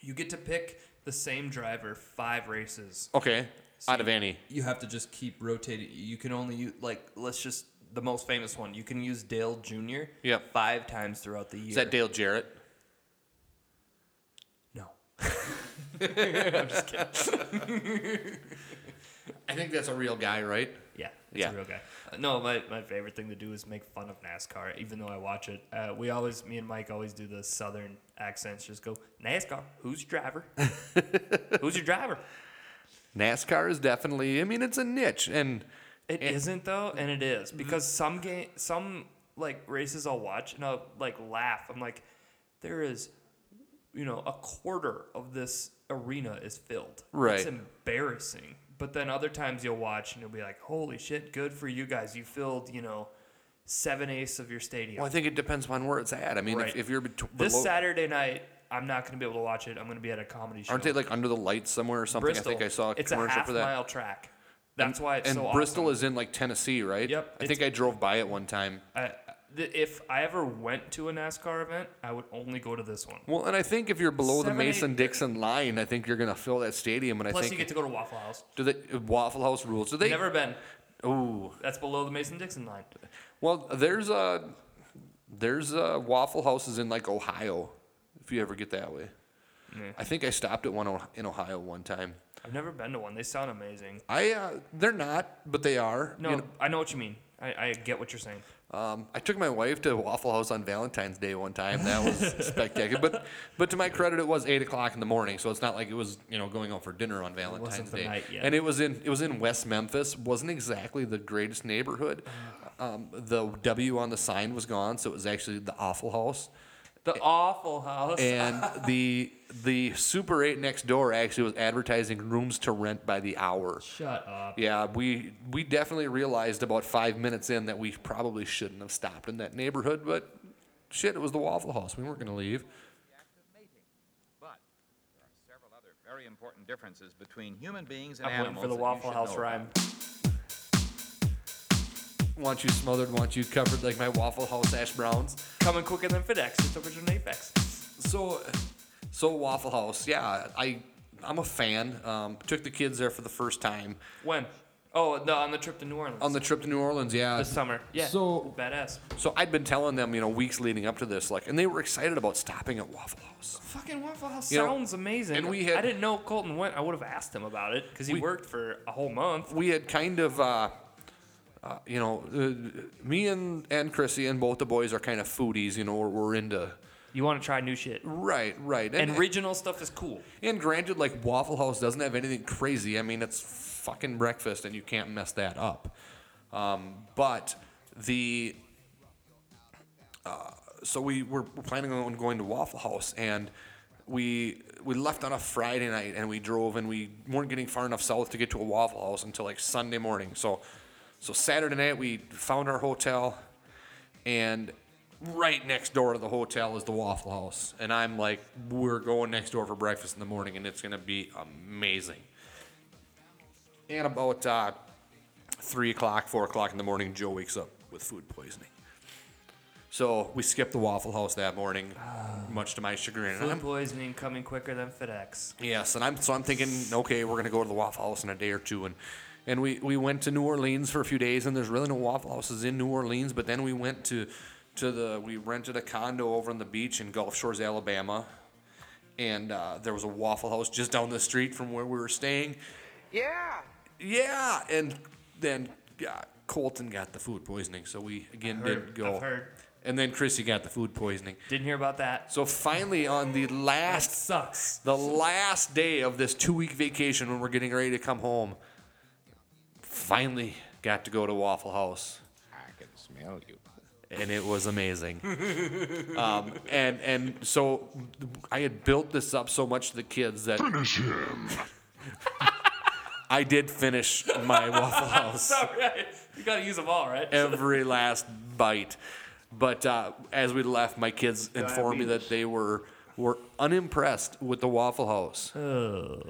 Speaker 1: You get to pick the same driver five races.
Speaker 2: Okay, out of any.
Speaker 9: You have to just keep rotating. You can only use, like let's just the most famous one. You can use Dale Jr.
Speaker 2: Yep.
Speaker 9: five times throughout the year.
Speaker 2: Is that Dale Jarrett?
Speaker 1: No.
Speaker 2: I think that's a real guy, right?
Speaker 1: Yeah, it's
Speaker 2: Yeah.
Speaker 1: a real guy. Uh, No, my, my favorite thing to do is make fun of NASCAR, even though I watch it. Uh, we always, me and Mike always do the southern accents. Just go NASCAR. Who's your driver? who's your driver?
Speaker 2: NASCAR is definitely. I mean, it's a niche, and Mm-hmm.
Speaker 1: It not though, and it is because some game, some like races I'll watch and I'll like laugh. I'm like, there is, you know, a quarter of this arena is filled.
Speaker 2: Right.
Speaker 1: It's embarrassing. But then other times you'll watch and you'll be like, holy shit, good for you guys. You filled, you know, seven eighths of your stadium.
Speaker 2: well, I think it depends on where it's at. I mean,
Speaker 1: Right.
Speaker 2: if, if you're bet- below,
Speaker 1: this Saturday night, I'm not going to be able to watch it. I'm going to be at a comedy show.
Speaker 2: aren't they like under the lights somewhere or something? I think I saw a
Speaker 1: it's
Speaker 2: commercial
Speaker 1: a half
Speaker 2: for that.
Speaker 1: mile track. That's why it's
Speaker 2: and
Speaker 1: so
Speaker 2: Bristol
Speaker 1: awesome.
Speaker 2: is in like Tennessee, right?
Speaker 1: Yep,
Speaker 2: I
Speaker 1: it's-
Speaker 2: think I drove by it one time.
Speaker 1: I, th- if I ever went to a NASCAR event, I would only go to this one.
Speaker 2: Well, and I think if you're below the
Speaker 1: Seven, eight-
Speaker 2: Mason Dixon line, I think you're gonna fill that stadium. And I
Speaker 1: Plus,
Speaker 2: think
Speaker 1: you get to go to Waffle House.
Speaker 2: do the Waffle House rules. Do they?
Speaker 1: Never been.
Speaker 2: Ooh.
Speaker 1: That's below the Mason Dixon line.
Speaker 2: Well, there's a there's a Waffle Houses in like Ohio, if you ever get that way. I think I stopped at one o- in Ohio one time.
Speaker 1: I've never been to one. They sound amazing.
Speaker 2: I uh, they're not, but they are.
Speaker 1: No,
Speaker 2: you know.
Speaker 1: I know what you mean. I, I get what you're saying.
Speaker 2: Um, I took my wife to Waffle House on Valentine's Day one time. That was spectacular. But but to my credit, it was eight o'clock in the morning, so it's not like it was you know going out for dinner on Valentine's
Speaker 1: wasn't the
Speaker 2: Day.
Speaker 1: night yet.
Speaker 2: And it was in it was in West Memphis. wasn't exactly the greatest neighborhood. Um, the W on the sign was gone, so it was actually the Awful House.
Speaker 1: The Awful House.
Speaker 2: And the the Super Eight next door actually was advertising rooms to rent by the hour.
Speaker 1: Shut up.
Speaker 2: Yeah, we we definitely realized about five minutes in that we probably shouldn't have stopped in that neighborhood, but shit, it was the Waffle House. We weren't gonna leave.
Speaker 11: But there are several other very important differences between human beings and
Speaker 1: I'm waiting
Speaker 11: animals.
Speaker 1: for the
Speaker 11: that you
Speaker 1: Waffle
Speaker 11: should
Speaker 1: House
Speaker 11: know
Speaker 1: rhyme.
Speaker 2: Want you smothered, want you covered like my Waffle House hash browns.
Speaker 1: Coming quicker than FedEx. It's original Apex.
Speaker 2: So, so Waffle House, yeah, I I'm a fan. Um, took the kids there for the first time
Speaker 1: When? Oh, the, on the trip to New Orleans.
Speaker 2: on the trip to New Orleans. Yeah,
Speaker 1: this summer. Yeah.
Speaker 2: So-
Speaker 1: badass.
Speaker 2: so I'd been telling them, you know, weeks leading up to this, like, and they were excited about stopping at Waffle House.
Speaker 1: Fucking Waffle House
Speaker 2: You know,
Speaker 1: sounds amazing.
Speaker 2: and we had-
Speaker 1: I didn't know Colton went. I would have asked him about it because he
Speaker 2: We-
Speaker 1: worked for a whole month.
Speaker 2: we had kind of, uh, uh, you know, uh, me and, and Chrissy and both the boys are kind of foodies, you know, we're, we're into.
Speaker 1: You want to try new shit.
Speaker 2: Right, right.
Speaker 1: And regional stuff is cool.
Speaker 2: and granted, like, Waffle House doesn't have anything crazy. I mean, it's fucking breakfast and you can't mess that up. Um, but the. Uh, so we were planning on going to Waffle House and. We, we left on a Friday night and we drove and we weren't getting far enough south to get to a Waffle House until like Sunday morning. So So Saturday night we found our hotel, and right next door to the hotel is the Waffle House. And I'm like, we're going next door for breakfast in the morning, and it's gonna be amazing. And about uh, three o'clock, four o'clock in the morning, Joe wakes up with food poisoning. So we skipped the Waffle House that morning, much to my chagrin. And I'm-
Speaker 1: Food poisoning coming quicker than FedEx.
Speaker 2: Yes, and I'm so I'm thinking, okay, we're gonna go to the Waffle House in a day or two, and and we, we went to New Orleans for a few days, and there's really no Waffle Houses in New Orleans. But then we went to to the we rented a condo over on the beach in Gulf Shores, Alabama, and uh, there was a Waffle House just down the street from where we were staying.
Speaker 4: Yeah.
Speaker 2: Yeah, and then yeah, Colton got the food poisoning, so we again
Speaker 1: Heard-
Speaker 2: didn't go.
Speaker 1: I've heard.
Speaker 2: And then Chrissy got the food poisoning.
Speaker 1: Didn't hear about that.
Speaker 2: So finally, on the last
Speaker 1: sucks,
Speaker 2: the last day of this two week vacation when we're getting ready to come home, finally got to go to Waffle House,
Speaker 3: I can smell you.
Speaker 2: and it was amazing. um, and and so I had built this up so much to the kids that
Speaker 14: Finish him.
Speaker 2: I did finish my Waffle House.
Speaker 1: Sorry, you gotta use them all, right?
Speaker 2: every last bite. But uh, as we left, my kids informed me that they were were unimpressed with the Waffle House.
Speaker 1: Oh,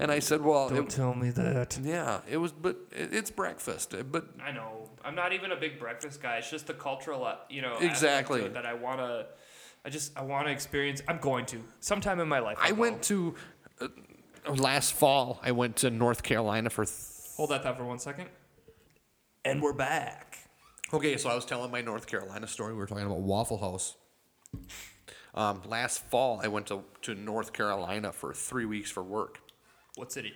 Speaker 2: And I said, "Well,
Speaker 1: don't
Speaker 2: it-
Speaker 1: tell me that.
Speaker 2: yeah, it was, but it, it's breakfast. uh, But
Speaker 1: I know. I'm not even a big breakfast guy. It's just the cultural, uh, you know, aspect to
Speaker 2: Exactly.
Speaker 1: it that I wanna. I just I wanna experience. I'm going to sometime in my life.
Speaker 2: I
Speaker 1: I'll
Speaker 2: went
Speaker 1: go.
Speaker 2: to uh, last fall. I went to North Carolina for. Th-
Speaker 1: Hold that thought for one second. And we're back.
Speaker 2: okay, so I was telling my North Carolina story. We were talking about Waffle House. Um, last fall, I went to, to North Carolina for three weeks for work.
Speaker 1: What city?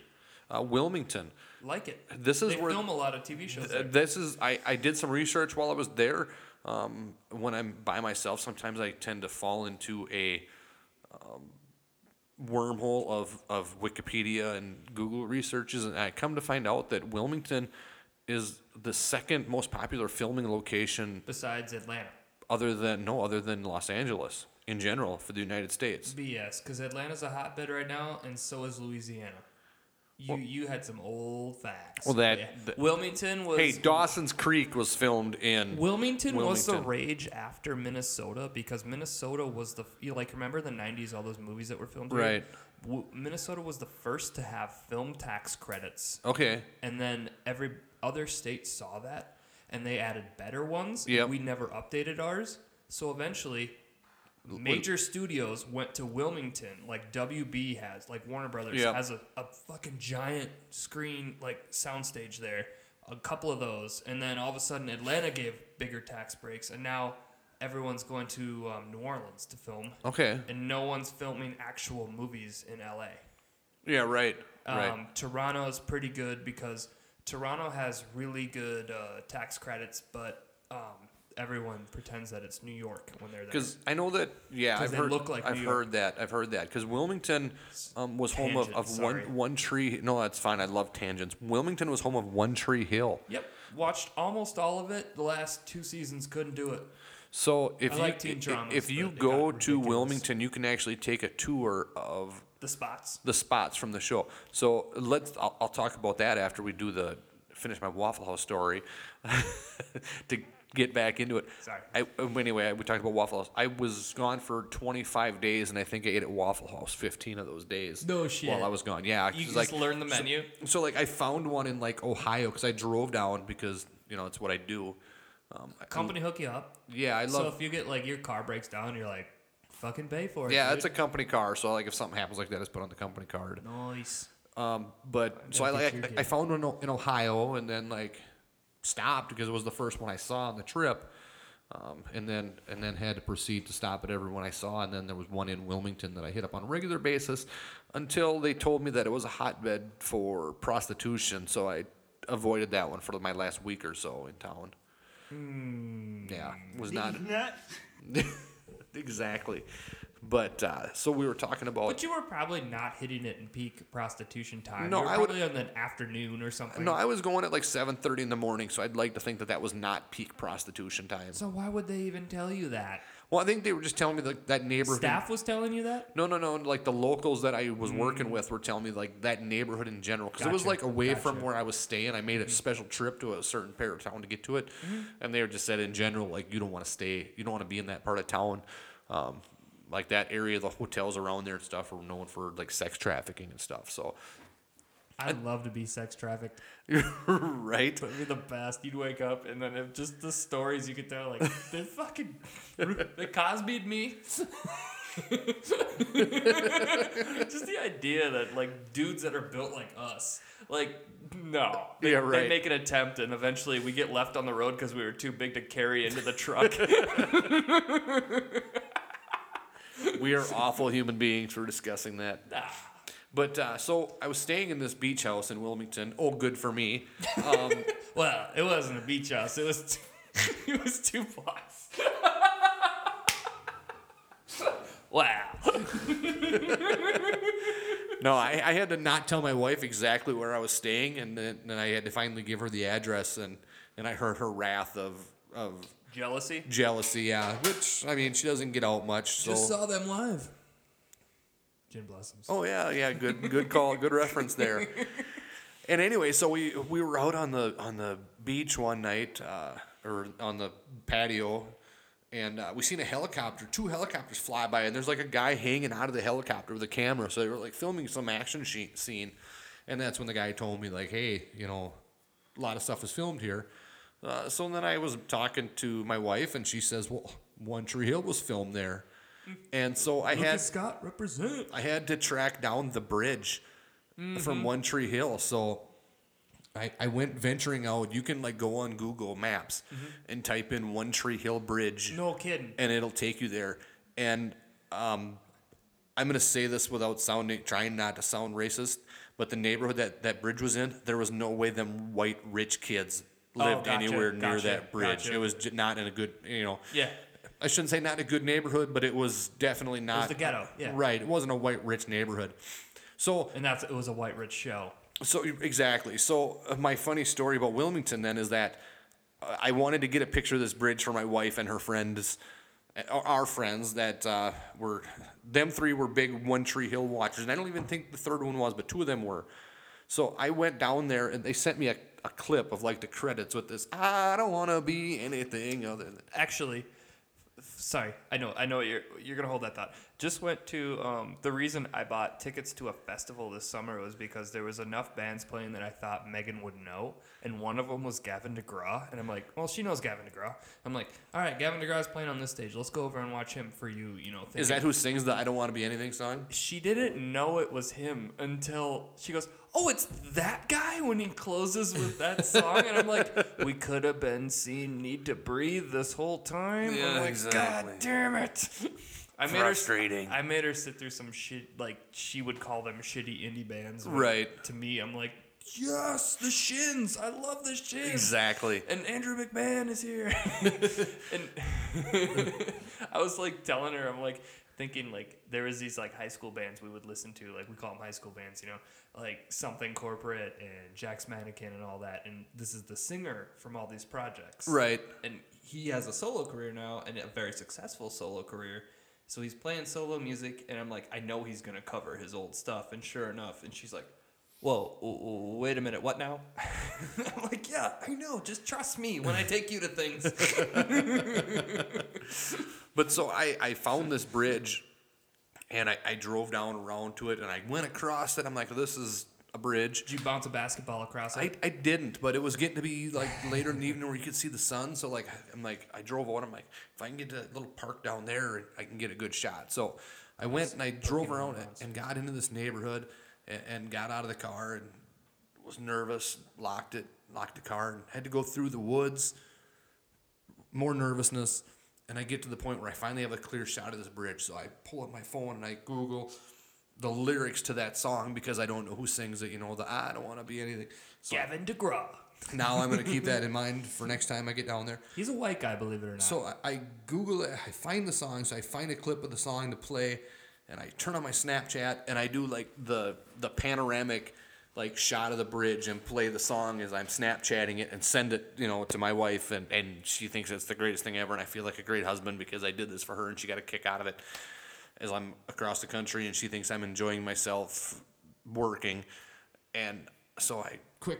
Speaker 2: Uh, Wilmington.
Speaker 1: Like it.
Speaker 2: This is
Speaker 1: they
Speaker 2: where-
Speaker 1: film a lot of TV shows.
Speaker 2: Uh,
Speaker 1: there.
Speaker 2: this is I, I did some research while I was there. Um, when I'm by myself, sometimes I tend to fall into a um, wormhole of, of Wikipedia and Google researches, and I come to find out that Wilmington is the second most popular filming location,
Speaker 1: Besides Atlanta,
Speaker 2: other than no, other than Los Angeles in general for the United States.
Speaker 1: BS, because Atlanta's a hotbed right now, and so is Louisiana. You you had some old facts.
Speaker 2: Well, that-
Speaker 1: Yeah.
Speaker 2: that-
Speaker 1: Wilmington was.
Speaker 2: Hey, Dawson's Creek was filmed in
Speaker 1: Wilmington, was the
Speaker 2: Wilmington.
Speaker 1: rage after Minnesota because Minnesota was the you like remember the '90s all those movies that were filmed here?
Speaker 2: Right.
Speaker 1: W- Minnesota was the first to have film tax credits,
Speaker 2: Okay,
Speaker 1: and then every other state saw that, and they added better ones. and
Speaker 2: Yep.
Speaker 1: we never updated ours, so eventually, major studios went to Wilmington, like WB has, like Warner Brothers
Speaker 2: Yep.
Speaker 1: has a, a fucking giant screen like soundstage there, a couple of those, and then all of a sudden Atlanta gave bigger tax breaks, and now everyone's going to um, New Orleans to film,
Speaker 2: okay,
Speaker 1: and no one's filming actual movies in LA.
Speaker 2: yeah, right,
Speaker 1: Um,
Speaker 2: right.
Speaker 1: Toronto is pretty good because Toronto has really good uh, tax credits, but um, everyone pretends that it's New York when they're there.
Speaker 2: Because I know that, yeah,
Speaker 1: 'Cause
Speaker 2: I've
Speaker 1: they
Speaker 2: heard,
Speaker 1: look like
Speaker 2: I've
Speaker 1: New
Speaker 2: heard that, I've heard that. Because Wilmington um, was home
Speaker 1: Tangent,
Speaker 2: of, of
Speaker 1: sorry.
Speaker 2: one one tree. No, that's fine. I love tangents. Wilmington was home of One Tree Hill.
Speaker 1: Yep, watched almost all of it. The last two seasons couldn't do it.
Speaker 2: So if
Speaker 1: I
Speaker 2: you
Speaker 1: like teen
Speaker 2: if-
Speaker 1: dramas,
Speaker 2: if
Speaker 1: but
Speaker 2: you
Speaker 1: they got
Speaker 2: go to
Speaker 1: ridiculous.
Speaker 2: Wilmington, you can actually take a tour of
Speaker 1: The spots.
Speaker 2: the spots from the show. So let's. I'll, I'll talk about that after we do the finish my Waffle House story. to get back into it.
Speaker 1: Sorry.
Speaker 2: I, um, anyway, I- we talked about Waffle House. I was gone for 25 days, and I think I ate at Waffle House 15 of those days.
Speaker 1: No shit.
Speaker 2: While I was gone, yeah.
Speaker 1: You
Speaker 2: 'cause,
Speaker 1: just learned the
Speaker 2: so-
Speaker 1: menu?
Speaker 2: So, like, I found one in like Ohio because I drove down because you know it's what I do. Um, I-
Speaker 1: Company hook you up.
Speaker 2: yeah, I
Speaker 1: so
Speaker 2: love.
Speaker 1: if you get like your car breaks down, you're like, fucking pay for it.
Speaker 2: yeah,
Speaker 1: dude.
Speaker 2: it's a company car, so like if something happens like that, it's put on the company card.
Speaker 1: nice.
Speaker 2: Um, but so I
Speaker 1: gotta get your
Speaker 2: like I
Speaker 1: gift.
Speaker 2: found one o- in Ohio and then like stopped because it was the first one I saw on the trip, um, and then and then had to proceed to stop at every one I saw, and then there was one in Wilmington that I hit up on a regular basis until they told me that it was a hotbed for prostitution, so I avoided that one for my last week or so in town.
Speaker 1: Hmm.
Speaker 2: Yeah, was not exactly, but uh, so we were talking about.
Speaker 1: But you were probably not hitting it in peak prostitution time.
Speaker 2: No,
Speaker 1: you were
Speaker 2: I would-
Speaker 1: probably on an afternoon or something.
Speaker 2: No, I was going at like 7:30 in the morning, so I'd like to think that that was not peak prostitution time.
Speaker 1: so why would they even tell you that?
Speaker 2: Well, I think they were just telling me that that neighborhood.
Speaker 1: Staff was telling you that.
Speaker 2: No, no, no. Like the locals that I was working with were telling me like that neighborhood in general because it was like
Speaker 1: Mm. Gotcha, Mm-hmm.
Speaker 2: away from
Speaker 1: gotcha.
Speaker 2: where I was staying. I made a special trip to a certain part of town to get to it,
Speaker 1: Mm-hmm.
Speaker 2: and they were just said in general like you don't want to stay, you don't want to be in that part of town. Um, like that area, the hotels around there and stuff are known for like sex trafficking and stuff. So,
Speaker 1: I'd love to be sex trafficked.
Speaker 2: right?
Speaker 1: That'd be the best. You'd wake up and then if just the stories you could tell, like they fucking they Cosby'd me. just the idea that like dudes that are built like us, like no, they,
Speaker 2: Yeah,
Speaker 1: They
Speaker 2: right.
Speaker 1: make an attempt and eventually we get left on the road because we were too big to carry into the truck.
Speaker 2: we are awful human beings for discussing that.
Speaker 1: Ah.
Speaker 2: But uh, so I was staying in this beach house in Wilmington. Oh, good for me. Um,
Speaker 1: well, it wasn't a beach house. It was. T- it was two blocks.
Speaker 15: Wow.
Speaker 2: no, I, I had to not tell my wife exactly where I was staying, and then and I had to finally give her the address, and, and I heard her wrath of of
Speaker 15: jealousy.
Speaker 2: Jealousy, yeah. Which I mean, she doesn't get out much. So
Speaker 1: Just saw them live. Gin blossoms.
Speaker 2: Oh yeah, yeah. Good, good call. Good reference there. And anyway, so we we were out on the on the beach one night, uh, or on the patio, and uh, we seen a helicopter, two helicopters fly by, and there's like a guy hanging out of the helicopter with a camera. So they were like filming some action she- scene, and that's when the guy told me like, hey, you know, a lot of stuff is filmed here. Uh, so then I was talking to my wife, and she says, well, One Tree Hill was filmed there. And so I had
Speaker 1: Lucas Scott represent.
Speaker 2: I had to track down the bridge
Speaker 1: Mm-hmm.
Speaker 2: from One Tree Hill. So I, I went venturing out. You can like go on Google Maps and type in One Tree Hill Bridge,
Speaker 1: Mm-hmm. No kidding.
Speaker 2: and it'll take you there. And um, I'm gonna say this without sounding trying not to sound racist, but the neighborhood that that bridge was in, there was no way them white rich kids lived
Speaker 1: Oh, gotcha,
Speaker 2: anywhere near
Speaker 1: gotcha,
Speaker 2: that bridge.
Speaker 1: gotcha.
Speaker 2: It was j- not in a good, you know.
Speaker 1: Yeah.
Speaker 2: I shouldn't say not a good neighborhood, but it was definitely not
Speaker 1: the ghetto, yeah.
Speaker 2: Right. It wasn't a white rich neighborhood. So
Speaker 1: And that's it was a white rich show.
Speaker 2: so exactly. So uh, my funny story about Wilmington then is that uh, I wanted to get a picture of this bridge for my wife and her friends, uh, our- our friends that uh, were them three were big One Tree Hill watchers, and I don't even think the third one was, but two of them were. So I went down there and they sent me a, a clip of like the credits with this. I don't want to be anything other than.
Speaker 1: Actually, f- sorry. I know I know what you're you're gonna hold that thought.
Speaker 15: Just went to um, the reason I bought tickets to a festival this summer was because there was enough bands playing that I thought Megan would know, and one of them was Gavin DeGraw, and I'm like, well, she knows Gavin DeGraw. I'm like, all right, Gavin DeGraw's playing on this stage. Let's go over and watch him for you. You know, thinking-
Speaker 2: Is that who sings the "I Don't Want to Be Anything" song?
Speaker 15: she didn't know it was him until she goes, "Oh, it's that guy." When he closes with that song, and I'm like, "We could have been seeing Need to Breathe this whole time."
Speaker 2: Yeah,
Speaker 15: I'm like,
Speaker 2: exactly.
Speaker 15: "God damn it!" I made
Speaker 2: Frustrating.
Speaker 15: Her, I made her sit through some shit. Like she would call them shitty indie bands. when
Speaker 2: Right.
Speaker 15: To me, I'm like, "Yes, the Shins. I love the Shins."
Speaker 2: Exactly.
Speaker 15: and Andrew McMahon is here. and I was like telling her, I'm like thinking like there was these like high school bands we would listen to, like we call them high school bands, you know, like something corporate and Jack's Mannequin and all that. And this is the singer from all these projects,
Speaker 2: Right.
Speaker 9: and he has a solo career now and a very successful solo career. So he's playing solo music, and I'm like, I know he's gonna cover his old stuff, and sure enough, and she's like, "Whoa, w- w- wait a minute, what now?" I'm like, "Yeah, I know. Just trust me when I take you to things."
Speaker 2: But so I, I found this bridge and I, I drove down around to it and I went across it. I'm like, this is a bridge.
Speaker 1: Did you bounce a basketball across it?
Speaker 2: I, I didn't, but it was getting to be like later in the evening where you could see the sun. So like I'm like I drove on. I'm like if I can get to that little park down there, I can get a good shot. So I went and I drove around and got into this neighborhood and, and got out of the car and was nervous. Locked it, locked the car, and had to go through the woods. More nervousness, and I get to the point where I finally have a clear shot of this bridge. So I pull up my phone and I Google the lyrics to that song because I don't know who sings it. You know, the I don't want to be anything. So I
Speaker 1: Gavin DeGraw.
Speaker 2: now I'm going to keep that in mind for next time I get down there.
Speaker 1: He's a white guy, believe it or not.
Speaker 2: So I, I Google it, I find the song, so I find a clip of the song to play, and I turn on my Snapchat and I do like the the panoramic like shot of the bridge and play the song as I'm Snapchatting it and send it, you know, to my wife and, and she thinks it's the greatest thing ever and I feel like a great husband because I did this for her and she got a kick out of it as I'm across the country and she thinks I'm enjoying myself working. And so I quick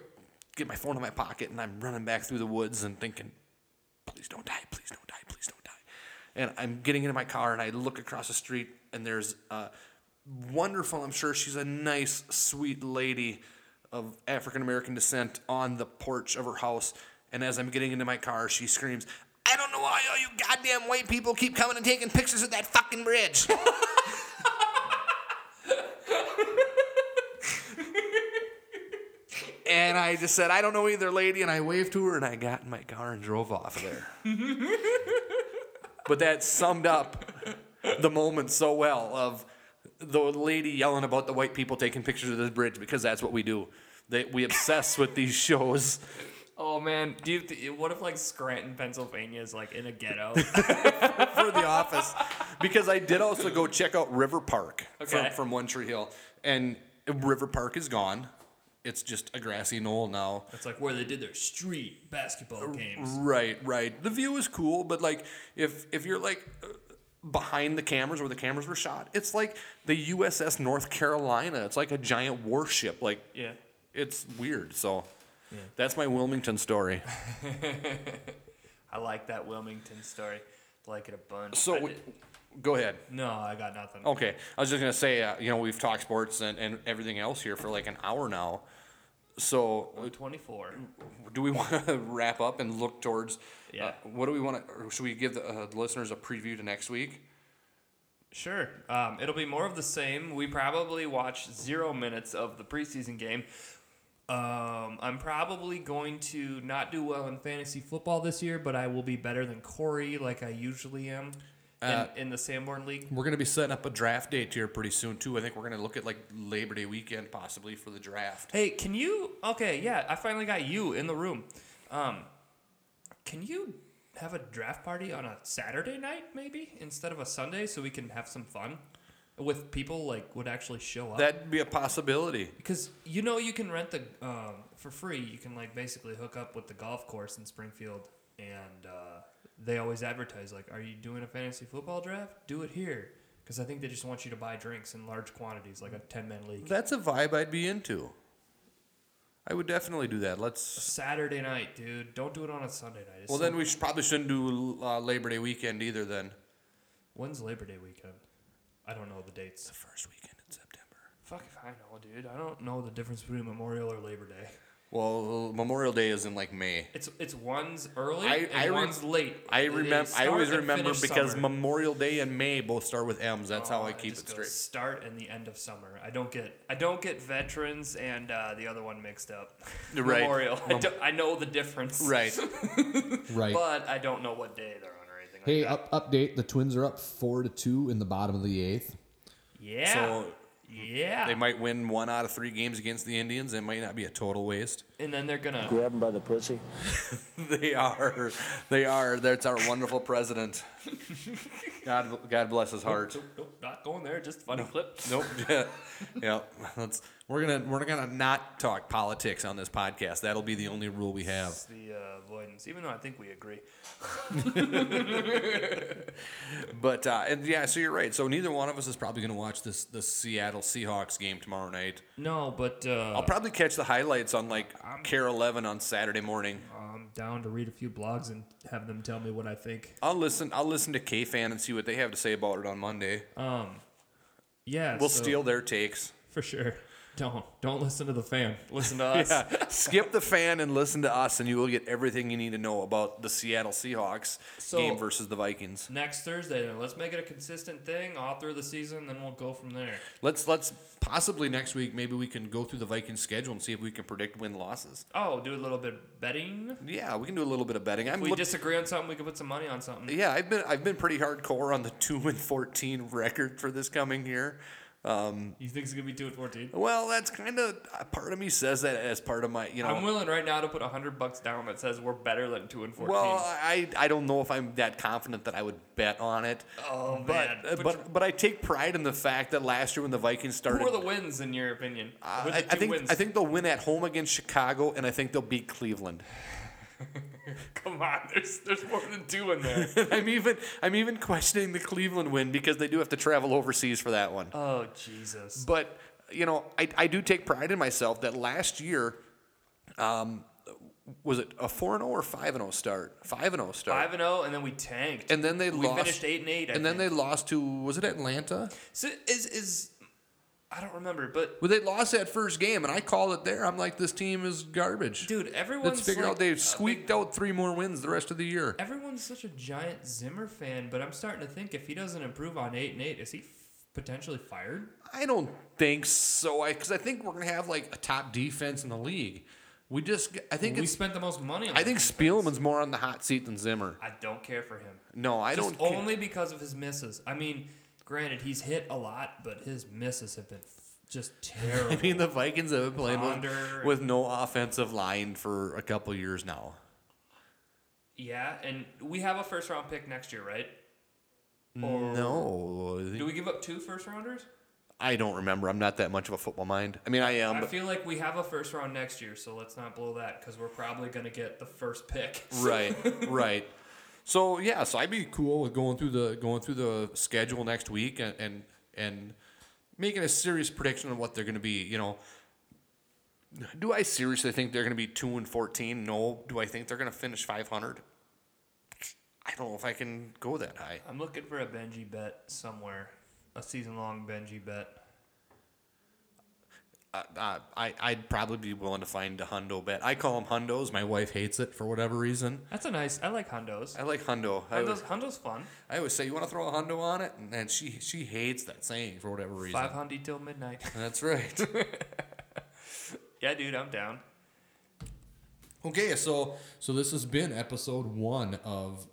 Speaker 2: get my phone in my pocket and I'm running back through the woods and thinking, please don't die, please don't die, please don't die. And I'm getting into my car and I look across the street and there's a wonderful, I'm sure she's a nice, sweet lady of African American descent on the porch of her house. And as I'm getting into my car, she screams, I don't know why all you goddamn white people keep coming and taking pictures of that fucking bridge. and I just said, I don't know either, lady. And I waved to her and I got in my car and drove off of there. but that summed up the moment so well of the lady yelling about the white people taking pictures of this bridge because that's what we do. They, we obsess with these shows
Speaker 1: Oh man, do you th- what if like Scranton, Pennsylvania is like in a ghetto for
Speaker 2: the office? Because I did also go check out River Park
Speaker 1: Okay.
Speaker 2: from, from One Tree Hill, and River Park is gone. It's just a grassy knoll now.
Speaker 1: It's like where they did their street basketball games.
Speaker 2: Right, right. The view is cool, but like if if you're like uh, behind the cameras where the cameras were shot, it's like the USS North Carolina. It's like a giant warship. Like
Speaker 1: Yeah.
Speaker 2: it's weird. So that's my Wilmington story.
Speaker 1: I like that Wilmington story. Like it a bunch.
Speaker 2: So
Speaker 1: I
Speaker 2: we, Oh.
Speaker 1: did-
Speaker 2: go ahead.
Speaker 1: no, I got nothing.
Speaker 2: Okay, I was just gonna say, uh, you know, we've talked sports and, and everything else here for like an hour now. So, uh,
Speaker 1: 124.
Speaker 2: do we want to wrap up and look towards? Uh,
Speaker 1: Yeah.
Speaker 2: what do we want to? Should we give the uh, listeners a preview to next week?
Speaker 1: Sure. Um, it'll be more of the same. We probably watch zero minutes of the preseason game. Um, I'm probably going to not do well in fantasy football this year, but I will be better than Corey, like I usually am,
Speaker 2: Uh,
Speaker 1: in, in the Sanborn League.
Speaker 2: We're gonna be setting up a draft date here pretty soon too. I think we're gonna look at like Labor Day weekend possibly for the draft.
Speaker 1: Hey, can you? Okay, yeah, I finally got you in the room. Um, can you have a draft party on a Saturday night, maybe instead of a Sunday, so we can have some fun with people like would actually show up?
Speaker 2: That'd be a possibility.
Speaker 1: because you know you can rent the um, for free. You can like basically hook up with the golf course in Springfield, and uh, they always advertise like, "Are you doing a fantasy football draft? Do it here." Because I think they just want you to buy drinks in large quantities, like a ten man league.
Speaker 2: That's a vibe I'd be into. I would definitely do that. Let's.
Speaker 1: Saturday night, dude. Don't do it on a Sunday night. It's
Speaker 2: Well,
Speaker 1: so-
Speaker 2: then we should, probably shouldn't do uh, Labor Day weekend either. Then
Speaker 1: When's Labor Day weekend? I don't know the dates.
Speaker 2: first weekend in September.
Speaker 1: Fuck if I know, dude. I don't know the difference between Memorial or Labor Day.
Speaker 2: Well, Memorial Day is in like May.
Speaker 1: It's it's one's early
Speaker 2: I-
Speaker 1: and
Speaker 2: I re-
Speaker 1: one's late.
Speaker 2: I
Speaker 1: They
Speaker 2: remember. I
Speaker 1: start
Speaker 2: always
Speaker 1: and
Speaker 2: remember
Speaker 1: finish
Speaker 2: because
Speaker 1: summer.
Speaker 2: Memorial Day and May both start with M's. That's how
Speaker 1: Oh,
Speaker 2: I keep
Speaker 1: just
Speaker 2: it
Speaker 1: goes
Speaker 2: straight.
Speaker 1: Start and the end of summer. I don't get I don't get veterans and uh, the other one mixed up.
Speaker 2: Right.
Speaker 1: Memorial. I,
Speaker 2: Mem-
Speaker 1: don't, I know the difference.
Speaker 2: Right.
Speaker 14: Right.
Speaker 1: But I don't know what day they're on or anything.
Speaker 14: Hey,
Speaker 1: like that.
Speaker 14: up, update. The Twins are up four to two in the bottom of the eighth.
Speaker 1: Yeah.
Speaker 2: So
Speaker 1: yeah.
Speaker 2: they might win one out of three games against the Indians. It might not be a total waste.
Speaker 1: and then they're gonna
Speaker 16: Grab him by the pussy.
Speaker 2: they are. They are. That's our wonderful president. God, God bless his heart.
Speaker 1: Nope, nope, not going there. Just funny clip.
Speaker 2: Nope. Yeah. yep. That's, we're gonna we're gonna not talk politics on this podcast. That'll be the only rule we have.
Speaker 1: It's the uh, avoidance, even though I think we agree.
Speaker 2: But uh, and yeah, so you're right. So neither one of us is probably gonna watch this the Seattle Seahawks game tomorrow night.
Speaker 1: No, but uh,
Speaker 2: I'll probably catch the highlights on like Care 11 on Saturday morning.
Speaker 1: I'm down to read a few blogs and have them tell me what I think.
Speaker 2: I'll listen. I'll listen to K Fan and see what they have to say about it on Monday.
Speaker 1: Um, yeah,
Speaker 2: We'll
Speaker 1: so-
Speaker 2: steal their takes.
Speaker 1: for sure. Don't don't listen to the fan. Listen to us.
Speaker 2: Yeah, skip the fan and listen to us, and you will get everything you need to know about the Seattle Seahawks
Speaker 1: So-
Speaker 2: game versus the Vikings.
Speaker 1: Next Thursday, then let's make it a consistent thing all through the season. Then we'll go from there.
Speaker 2: Let's let's possibly next week maybe we can go through the Vikings schedule and see if we can predict win losses.
Speaker 1: Oh, do a little bit of betting.
Speaker 2: Yeah, we can do a little bit of betting. I'm
Speaker 1: If we
Speaker 2: look-
Speaker 1: disagree on something, we can put some money on something.
Speaker 2: yeah, I've been I've been pretty hardcore on the two and fourteen record for this coming year. Um,
Speaker 1: You think it's gonna be two and fourteen?
Speaker 2: well, that's kind of part of me says that as part of my you know.
Speaker 1: I'm willing right now to put hundred bucks down that says we're better than two and fourteen.
Speaker 2: well, I I don't know if I'm that confident that I would bet on it.
Speaker 1: oh
Speaker 2: But,
Speaker 1: man,
Speaker 2: uh, but but I take pride in the fact that last year when the Vikings started,
Speaker 1: who are the wins in your opinion?
Speaker 2: I,
Speaker 1: Who's
Speaker 2: I-
Speaker 1: the
Speaker 2: I
Speaker 1: two
Speaker 2: think
Speaker 1: wins?
Speaker 2: I think they'll win at home against Chicago, and I think they'll beat Cleveland.
Speaker 1: Come on, there's there's more than two in there.
Speaker 2: I'm even I'm even questioning the Cleveland win because they do have to travel overseas for that one.
Speaker 1: oh Jesus.
Speaker 2: But you know, I, I do take pride in myself that last year, um, was it a four and zero or five and zero start? Five and zero start.
Speaker 1: Five and zero, and then we tanked.
Speaker 2: and then they
Speaker 1: we
Speaker 2: lost.
Speaker 1: finished eight and eight. I
Speaker 2: and then they lost to was it Atlanta?
Speaker 1: So is is I don't remember, but
Speaker 2: Well, they lost that first game, and I called it there. I'm like, this team is garbage.
Speaker 1: dude, everyone's
Speaker 2: Let's figure
Speaker 1: like uh,
Speaker 2: out they
Speaker 1: a big-
Speaker 2: squeaked out three more wins the rest of the year.
Speaker 1: Everyone's such a giant Zimmer fan, but I'm starting to think if he doesn't improve on eight and eight, is he f- potentially fired?
Speaker 2: I don't think so. I because I think we're gonna have like a top defense in the league. We just I think
Speaker 1: we
Speaker 2: it's
Speaker 1: spent the most money. on
Speaker 2: I think
Speaker 1: him.
Speaker 2: Spielman's more on the hot seat than Zimmer.
Speaker 1: I don't care for him.
Speaker 2: No, I
Speaker 1: Just
Speaker 2: don't. Care.
Speaker 1: only because of his misses. I mean, granted, he's hit a lot, but his misses have been f- just terrible.
Speaker 2: I mean, the Vikings have been playing
Speaker 1: Ponder.
Speaker 2: with, with no offensive line for a couple years now.
Speaker 1: yeah, and we have a first round pick next year, right? Or-
Speaker 2: no,
Speaker 1: Do we give up two first rounders?
Speaker 2: I don't remember. I'm not that much of a football mind. I mean, I am.
Speaker 1: I
Speaker 2: but-
Speaker 1: feel like we have a first round next year, so let's not blow that because we're probably going to get the first pick.
Speaker 2: right, right. So yeah, so I'd be cool with going through the going through the schedule next week and and, and making a serious prediction on what they're going to be. You know, do I seriously think they're going to be two and fourteen? No. Do I think they're going to finish five hundred? I don't know if I can go that high.
Speaker 1: I'm looking for a Benji bet somewhere, a season long Benji bet.
Speaker 2: Uh, uh, I I'd probably be willing to find a hundo bet. I call them hundos. My wife hates it for whatever reason.
Speaker 1: That's a nice. I like hondos.
Speaker 2: I like hundo. I
Speaker 1: Hondo's,
Speaker 2: always,
Speaker 1: hondo's fun.
Speaker 2: I always say you want to throw a hundo on it, and, and she she hates that saying for whatever reason.
Speaker 1: Five hundi till midnight.
Speaker 2: That's right.
Speaker 1: yeah, dude, I'm down.
Speaker 2: okay, so so this has been episode one of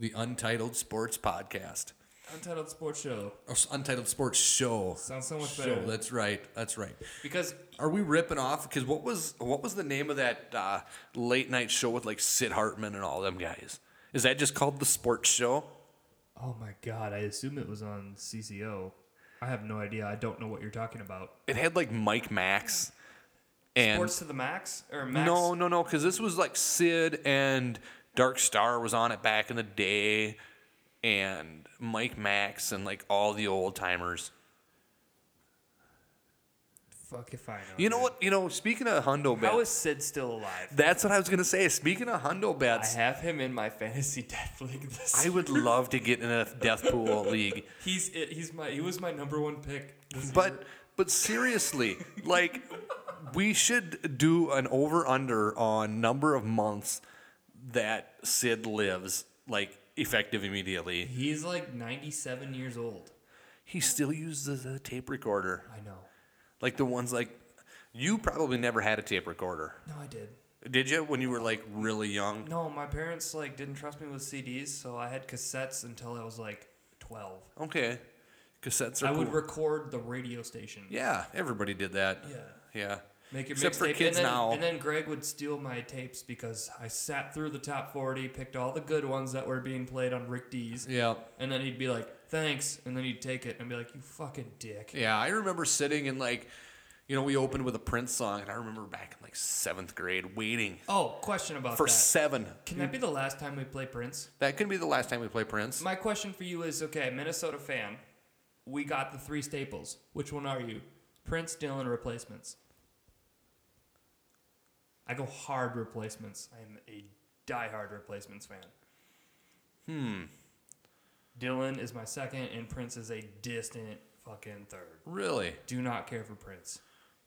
Speaker 2: the Untitled Sports Podcast.
Speaker 1: Untitled Sports Show.
Speaker 2: Or s- Untitled Sports Show.
Speaker 1: Sounds so much
Speaker 2: Show.
Speaker 1: better.
Speaker 2: That's right. That's right.
Speaker 1: Because
Speaker 2: Are we ripping off? Because what was what was the name of that uh, late night show with like Sid Hartman and all them guys? Is that just called the Sports Show?
Speaker 1: Oh my god, I assume it was on CCO. I have no idea. I don't know what you're talking about.
Speaker 2: It had like Mike Max and
Speaker 1: Sports to the max or max?
Speaker 2: No, no, no, because this was like Sid and Dark Star was on it back in the day, and Mike Max and like all the old timers.
Speaker 1: Fuck if I know.
Speaker 2: You know
Speaker 1: dude.
Speaker 2: what? You know, speaking of Hundo
Speaker 1: How is
Speaker 2: bets,
Speaker 1: Sid still alive?
Speaker 2: that's what I was gonna say. Speaking of Hundo
Speaker 1: I
Speaker 2: bets, I,
Speaker 1: have him in my fantasy death league. This
Speaker 2: would love to get in a death pool league,
Speaker 1: he's it, he's my he was my number one pick. This year.
Speaker 2: but but seriously, like we should do an over under on number of months that Sid lives, like effective immediately.
Speaker 1: he's like 97 years old.
Speaker 2: He still uses a tape recorder.
Speaker 1: I know.
Speaker 2: Like the ones like you probably never had a tape recorder.
Speaker 1: No, I did.
Speaker 2: Did you when you were like really young?
Speaker 1: No, my parents like didn't trust me with CDs, so I had cassettes until I was like 12.
Speaker 2: Okay. Cassettes are
Speaker 1: I would
Speaker 2: cool.
Speaker 1: record the radio station.
Speaker 2: Yeah, everybody did that.
Speaker 1: Yeah.
Speaker 2: Yeah.
Speaker 1: Make your
Speaker 2: Except for
Speaker 1: mixtape.
Speaker 2: kids
Speaker 1: and then,
Speaker 2: now.
Speaker 1: And then Greg would steal my tapes because I sat through the top 40, picked all the good ones that were being played on Rick D's.
Speaker 2: yeah.
Speaker 1: And then he'd be like, thanks. And then he'd take it and be like, you fucking dick.
Speaker 2: Yeah, I remember sitting in like you know, we opened with a Prince song and I remember back in like 7th grade waiting
Speaker 1: Oh, question about
Speaker 2: for
Speaker 1: that.
Speaker 2: 7.
Speaker 1: Can that be the last time we play Prince?
Speaker 2: That could be the last time we play Prince.
Speaker 1: My question for you is okay, Minnesota fan, we got the three staples. Which one are you? Prince, Dylan, replacements. I go hard replacements. I am a diehard replacements fan. Hmm. Dylan is my second, and Prince is a distant fucking third.
Speaker 2: really?
Speaker 1: Do not care for Prince.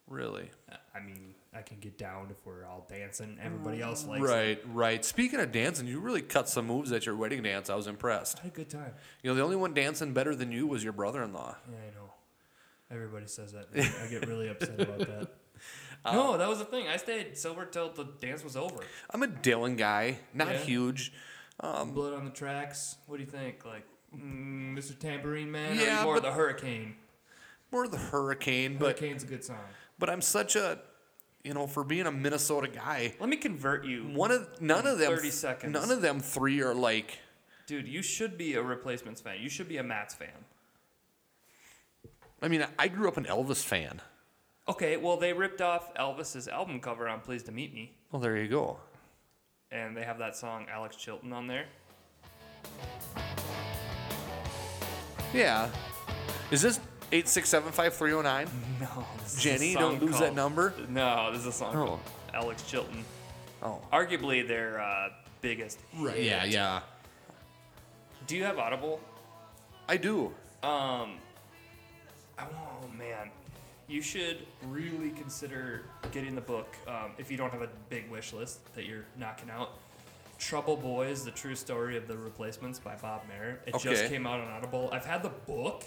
Speaker 2: Really?
Speaker 1: I mean, I can get down if we're all dancing. Everybody else likes it.
Speaker 2: Right, right. Speaking of dancing, you really cut some moves at your wedding dance. I was impressed.
Speaker 1: I had a good time.
Speaker 2: You know, the only one dancing better than you was your brother-in-law.
Speaker 1: Yeah, I know. Everybody says that. I get really upset about that. no, that was the thing. I stayed sober till the dance was over.
Speaker 2: I'm a Dylan guy, not
Speaker 1: Yeah.
Speaker 2: huge.
Speaker 1: Blood on the tracks. What do you think? Like, mm, Mr. Tambourine Man? or
Speaker 2: Yeah,
Speaker 1: you more
Speaker 2: but-
Speaker 1: the Hurricane?
Speaker 2: More the hurricane, but
Speaker 1: Hurricane's a good song.
Speaker 2: but I'm such a, you know, for being a Minnesota guy,
Speaker 1: Let me convert you.
Speaker 2: one of none of them
Speaker 1: 30 seconds.
Speaker 2: None of them three are like
Speaker 1: Dude, you should be a replacements fan. You should be a Mats fan.
Speaker 2: I mean, I grew up an Elvis fan.
Speaker 1: Okay, well, they ripped off Elvis's album cover on Pleased to Meet Me,
Speaker 2: Well, there you go.
Speaker 1: and they have that song Alex Chilton on there.
Speaker 2: Yeah. Is this 8675309?
Speaker 1: No. this is a
Speaker 2: Jenny,
Speaker 1: song
Speaker 2: don't lose that
Speaker 1: called-
Speaker 2: number.
Speaker 1: No, this is a song
Speaker 2: Oh.
Speaker 1: called Alex Chilton.
Speaker 2: Oh.
Speaker 1: arguably their uh, biggest. hit.
Speaker 2: Yeah, yeah.
Speaker 1: Do you have Audible?
Speaker 2: I do.
Speaker 1: Um, oh man, you should really consider getting the book um, if you don't have a big wish list that you're knocking out. Trouble Boys: The True Story of the Replacements by Bob Mayer. It
Speaker 2: Okay.
Speaker 1: just came out on Audible. I've had the book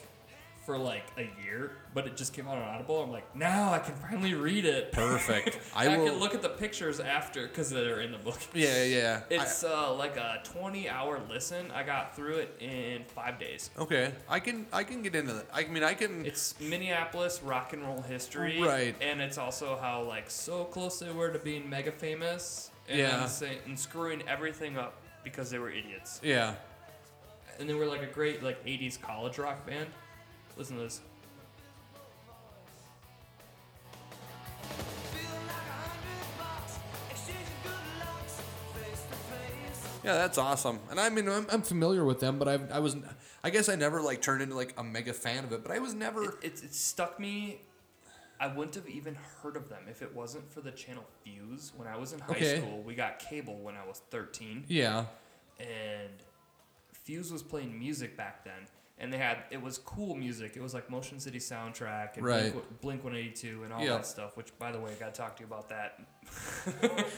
Speaker 1: for like a year, but it just came out on Audible. I'm like, now I can finally read it.
Speaker 2: Perfect. I
Speaker 1: I,
Speaker 2: will-
Speaker 1: can look at the pictures after because they're in the book.
Speaker 2: Yeah, yeah.
Speaker 1: It's uh, like a 20 hour listen. I got through it in five days.
Speaker 2: Okay, I can I can get into that. I mean, I can.
Speaker 1: It's Minneapolis rock and roll history,
Speaker 2: Right.
Speaker 1: And it's also how like so close they were to being mega famous, and,
Speaker 2: Yeah.
Speaker 1: sa- and screwing everything up because they were idiots.
Speaker 2: Yeah.
Speaker 1: and they were like a great like 80s college rock band. Listen to this.
Speaker 2: Yeah, that's awesome. And I mean, I'm, I'm familiar with them, but I've, I was, I guess I never like turned into like a mega fan of it. But I was never.
Speaker 1: It, it stuck me. I wouldn't have even heard of them if it wasn't for the channel Fuse. When I was in high
Speaker 2: Okay.
Speaker 1: school, we got cable when I was 13.
Speaker 2: Yeah.
Speaker 1: And Fuse was playing music back then. And they had, it was cool music. It was like Motion City soundtrack and
Speaker 2: Right.
Speaker 1: Blink, Blink 182 and all
Speaker 2: Yeah.
Speaker 1: that stuff, which, by the way, I got to talk to you about that.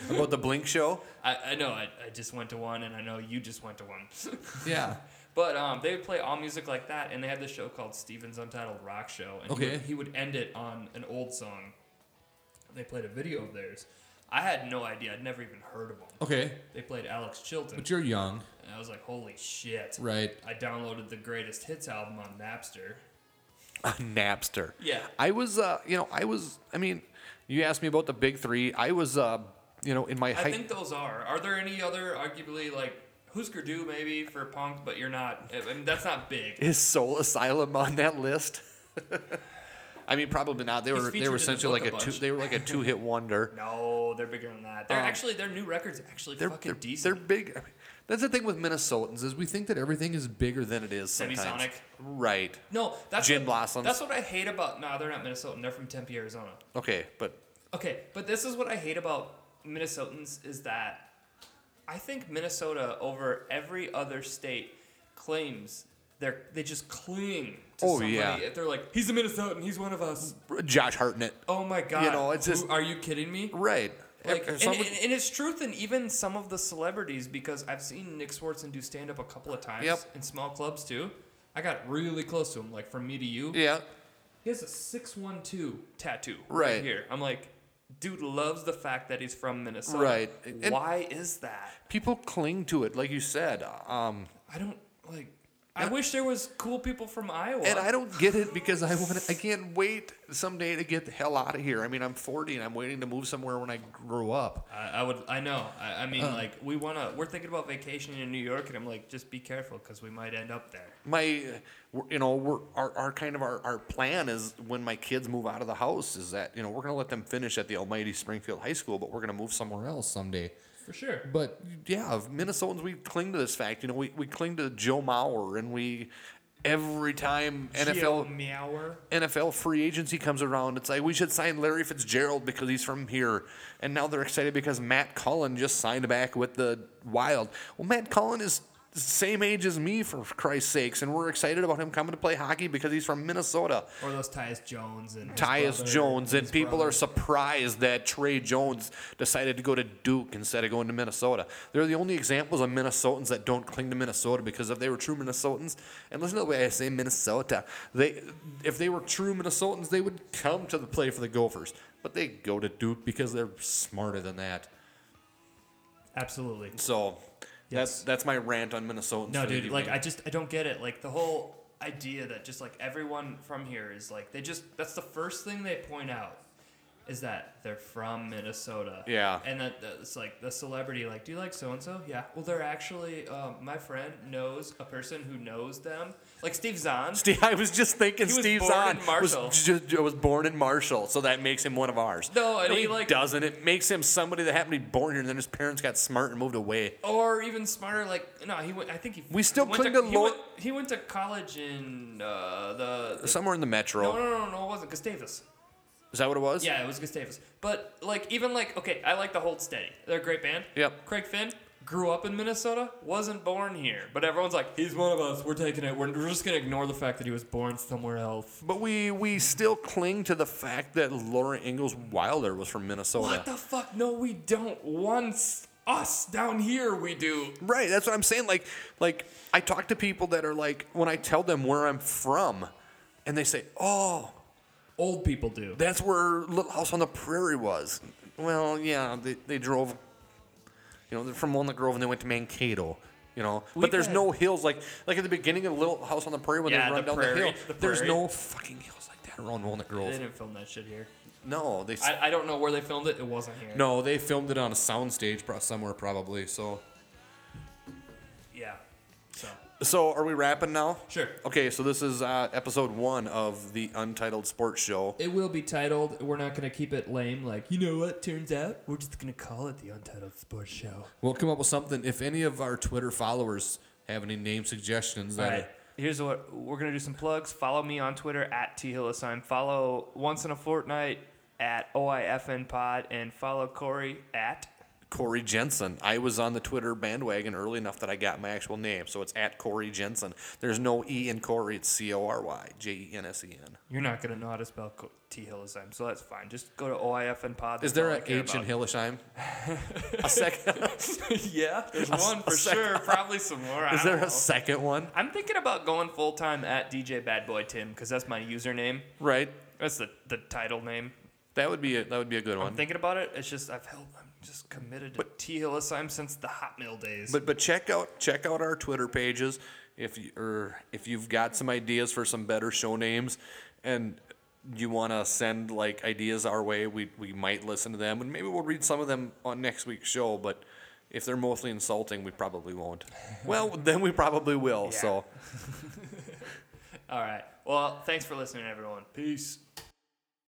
Speaker 2: About the Blink show?
Speaker 1: I, I know. I, I just went to one, and I know you just went to one.
Speaker 2: Yeah.
Speaker 1: But um, they would play all music like that, and they had this show called Steven's Untitled Rock Show, and he,
Speaker 2: Okay.
Speaker 1: would, he would end it on an old song. They played a video of theirs. I had no idea. I'd never even heard of them.
Speaker 2: Okay.
Speaker 1: They played Alex Chilton.
Speaker 2: But you're young.
Speaker 1: And I was like, holy shit.
Speaker 2: Right.
Speaker 1: I downloaded the greatest hits album on Napster.
Speaker 2: Napster.
Speaker 1: Yeah.
Speaker 2: I was, uh, you know, I was. I mean, you asked me about the big three. I was, uh, you know, in my
Speaker 1: I
Speaker 2: high.
Speaker 1: think those are. Are there any other, arguably, like, Husker Du maybe for punk, but you're not. I mean, that's not big.
Speaker 2: Is Soul Asylum on that list? I mean, probably not. They
Speaker 1: He's
Speaker 2: were
Speaker 1: featured
Speaker 2: they
Speaker 1: in
Speaker 2: were
Speaker 1: the
Speaker 2: essentially
Speaker 1: book
Speaker 2: like
Speaker 1: a
Speaker 2: a two.
Speaker 1: bunch.
Speaker 2: They were like a two hit wonder.
Speaker 1: No, they're bigger than that. They're
Speaker 2: Um,
Speaker 1: actually their new record's actually
Speaker 2: They're
Speaker 1: fucking
Speaker 2: they're,
Speaker 1: decent.
Speaker 2: they're big. I mean, that's the thing with Minnesotans is we think that everything is bigger than it is. Sometimes.
Speaker 1: Semisonic.
Speaker 2: Right.
Speaker 1: No, that's
Speaker 2: Gin
Speaker 1: what,
Speaker 2: Blossoms.
Speaker 1: That's what I hate about. No, they're not Minnesotan. They're from Tempe, Arizona.
Speaker 2: Okay, but
Speaker 1: Okay, but this is what I hate about Minnesotans is that I think Minnesota over every other state claims they're they just cling to
Speaker 2: Oh,
Speaker 1: somebody.
Speaker 2: yeah.
Speaker 1: They're like, he's a Minnesotan. He's one of us.
Speaker 2: Josh Hartnett.
Speaker 1: Oh my god.
Speaker 2: You know, it's
Speaker 1: Who-
Speaker 2: just
Speaker 1: Are you kidding me?
Speaker 2: right.
Speaker 1: Like, and,
Speaker 2: Someone-
Speaker 1: and- and it's truth, and even some of the celebrities, because I've seen Nick Swartzen do stand up a couple of times
Speaker 2: Yep.
Speaker 1: in small clubs too. I got really close to him, like from me to you.
Speaker 2: yeah.
Speaker 1: He has a 612 tattoo right,
Speaker 2: Right.
Speaker 1: here. I'm like, dude loves the fact that he's from Minnesota.
Speaker 2: Right, and-
Speaker 1: Why is that?
Speaker 2: People cling to it, like you said. Um,
Speaker 1: I don't like. I wish there was cool people from Iowa.
Speaker 2: and I don't get it because I want. I can't wait someday to get the hell out of here. I mean, I'm 40 and I'm waiting to move somewhere when I grow up.
Speaker 1: I, I would. I know. I, I mean,
Speaker 2: Uh.
Speaker 1: like, we wanna. We're thinking about vacationing in New York, and I'm like, just be careful because we might end up there.
Speaker 2: My, uh, we're- you know, we're, our our kind of our, our plan is when my kids move out of the house is that you know we're gonna let them finish at the Almighty Springfield High School, but we're gonna move somewhere else someday.
Speaker 1: For sure.
Speaker 2: But yeah, of Minnesotans, we cling to this fact. You know, we, we cling to Joe Mauer, and we every time NFL
Speaker 1: meower.
Speaker 2: NFL free agency comes around, it's like we should sign Larry Fitzgerald because he's from here. And now they're excited because Matt Cullen just signed back with the Wild. Well, Matt Cullen is the same age as me, for Christ's sakes, and we're excited about him coming to play hockey because he's from Minnesota.
Speaker 1: Or those Tyus Jones and his
Speaker 2: Tyus
Speaker 1: brother
Speaker 2: Jones, and
Speaker 1: his
Speaker 2: people
Speaker 1: brother.
Speaker 2: are surprised that Trey Jones decided to go to Duke instead of going to Minnesota. They're the only examples of Minnesotans that don't cling to Minnesota because if they were true Minnesotans, and listen to the way I say Minnesota, they if they were true Minnesotans, they would come to the play for the Gophers, but they go to Duke because they're smarter than that.
Speaker 1: Absolutely.
Speaker 2: So that's
Speaker 1: Yes.
Speaker 2: that's my rant on Minnesotans.
Speaker 1: No,
Speaker 2: for the
Speaker 1: dude, like
Speaker 2: evening.
Speaker 1: I just I don't get it. Like the whole idea that just like everyone from here is like they just that's the first thing they point out is that they're from Minnesota.
Speaker 2: Yeah.
Speaker 1: And that that it's like the celebrity like, "Do you like so and so?" Yeah. Well, they're actually um, my friend knows a person who knows them. Like Steve Zahn.
Speaker 2: Steve, I was just thinking
Speaker 1: He was
Speaker 2: Steve
Speaker 1: born
Speaker 2: Zahn
Speaker 1: in
Speaker 2: was,
Speaker 1: Marshall.
Speaker 2: ju- was born in Marshall, so that makes him one of ours.
Speaker 1: No, and he,
Speaker 2: he
Speaker 1: like-
Speaker 2: doesn't. It makes him somebody that happened to be born here, and then his parents got smart and moved away.
Speaker 1: or even smarter, like no, he went. I think he.
Speaker 2: We still
Speaker 1: he went
Speaker 2: cling to
Speaker 1: he,
Speaker 2: low-
Speaker 1: went, he went to college in uh, the, the-
Speaker 2: Somewhere in the metro.
Speaker 1: No, no, no, no, it wasn't Gustavus.
Speaker 2: Is that what it was?
Speaker 1: Yeah, it was Gustavus. But like even like okay, I like the Hold Steady. They're a great band.
Speaker 2: Yep.
Speaker 1: Craig Finn grew up in Minnesota, wasn't born here, but everyone's like, he's one of us. We're taking it. We're, we're just gonna ignore the fact that he was born somewhere else.
Speaker 2: But we we still cling to the fact that Laura Ingalls Wilder was from Minnesota.
Speaker 1: What the fuck? No, we don't. Once us down here, we do.
Speaker 2: Right. That's what I'm saying. Like, like I talk to people that are like, when I tell them where I'm from, and they say, "Oh,
Speaker 17: old people do."
Speaker 2: That's where Little House on the Prairie was. Well, yeah, they, they drove. You know, they're from Walnut Grove and they went to Mankato. You know,
Speaker 17: We've
Speaker 2: but there's
Speaker 17: had-
Speaker 2: no hills like like at the beginning of Little House on the Prairie when
Speaker 17: Yeah,
Speaker 2: they
Speaker 17: the
Speaker 2: run down the
Speaker 17: prairie,
Speaker 2: hill.
Speaker 17: the
Speaker 2: there's
Speaker 17: prairie.
Speaker 2: no fucking hills like that around Walnut
Speaker 17: They
Speaker 2: Grove.
Speaker 17: didn't film that shit here.
Speaker 2: No, they. s-
Speaker 17: I, I don't know where they filmed it. It wasn't here.
Speaker 2: No, they filmed it on a soundstage pro- somewhere probably. So,
Speaker 17: Yeah. So
Speaker 2: so are we wrapping now?
Speaker 17: Sure.
Speaker 2: Okay, so this is uh, episode one of the Untitled Sports Show.
Speaker 17: it will be titled. We're not gonna keep it lame. Like you know what? Turns out we're just gonna call it the Untitled Sports Show.
Speaker 2: We'll come up with something. If any of our Twitter followers have any name suggestions,
Speaker 1: All
Speaker 2: that
Speaker 1: right. Here's what we're gonna do: some plugs. Follow me on Twitter at T Hillisheim. Follow once in a fortnight at OIFN Pod, and follow Corey at.
Speaker 2: Corey Jensen. I was on the Twitter bandwagon early enough that I got my actual name, so it's at Corey Jensen. There's no E in Corey. It's C O R Y J E N S E N.
Speaker 1: You're not gonna know how to spell Co- T Hillisheim, so that's fine. Just go to OIFN Pod.
Speaker 2: Is
Speaker 1: that's
Speaker 2: there
Speaker 1: all I
Speaker 2: an
Speaker 1: care
Speaker 2: H in
Speaker 1: about.
Speaker 2: Hillesheim? a second.
Speaker 1: yeah, there's
Speaker 2: A s-
Speaker 1: one
Speaker 2: a
Speaker 1: for
Speaker 2: second
Speaker 1: sure.
Speaker 2: one.
Speaker 1: Probably some more. I
Speaker 2: Is
Speaker 1: don't
Speaker 2: there
Speaker 1: know.
Speaker 2: a second one?
Speaker 1: I'm thinking about going full time at DJ Bad Boy Tim because that's my username.
Speaker 2: Right.
Speaker 1: That's the, the title name.
Speaker 2: That would be a, that would be a good
Speaker 1: I'm
Speaker 2: one.
Speaker 1: thinking about it. It's just I've held. I'm just committed to T Hillisheim since the hot meal days.
Speaker 2: But but check out check out our Twitter pages if you or if you've got some ideas for some better show names and you want to send like ideas our way, we we might listen to them and maybe we'll read some of them on next week's show, but if they're mostly insulting, we probably won't. Well, then we probably will. So
Speaker 1: All right. Well, thanks for listening, everyone. Peace.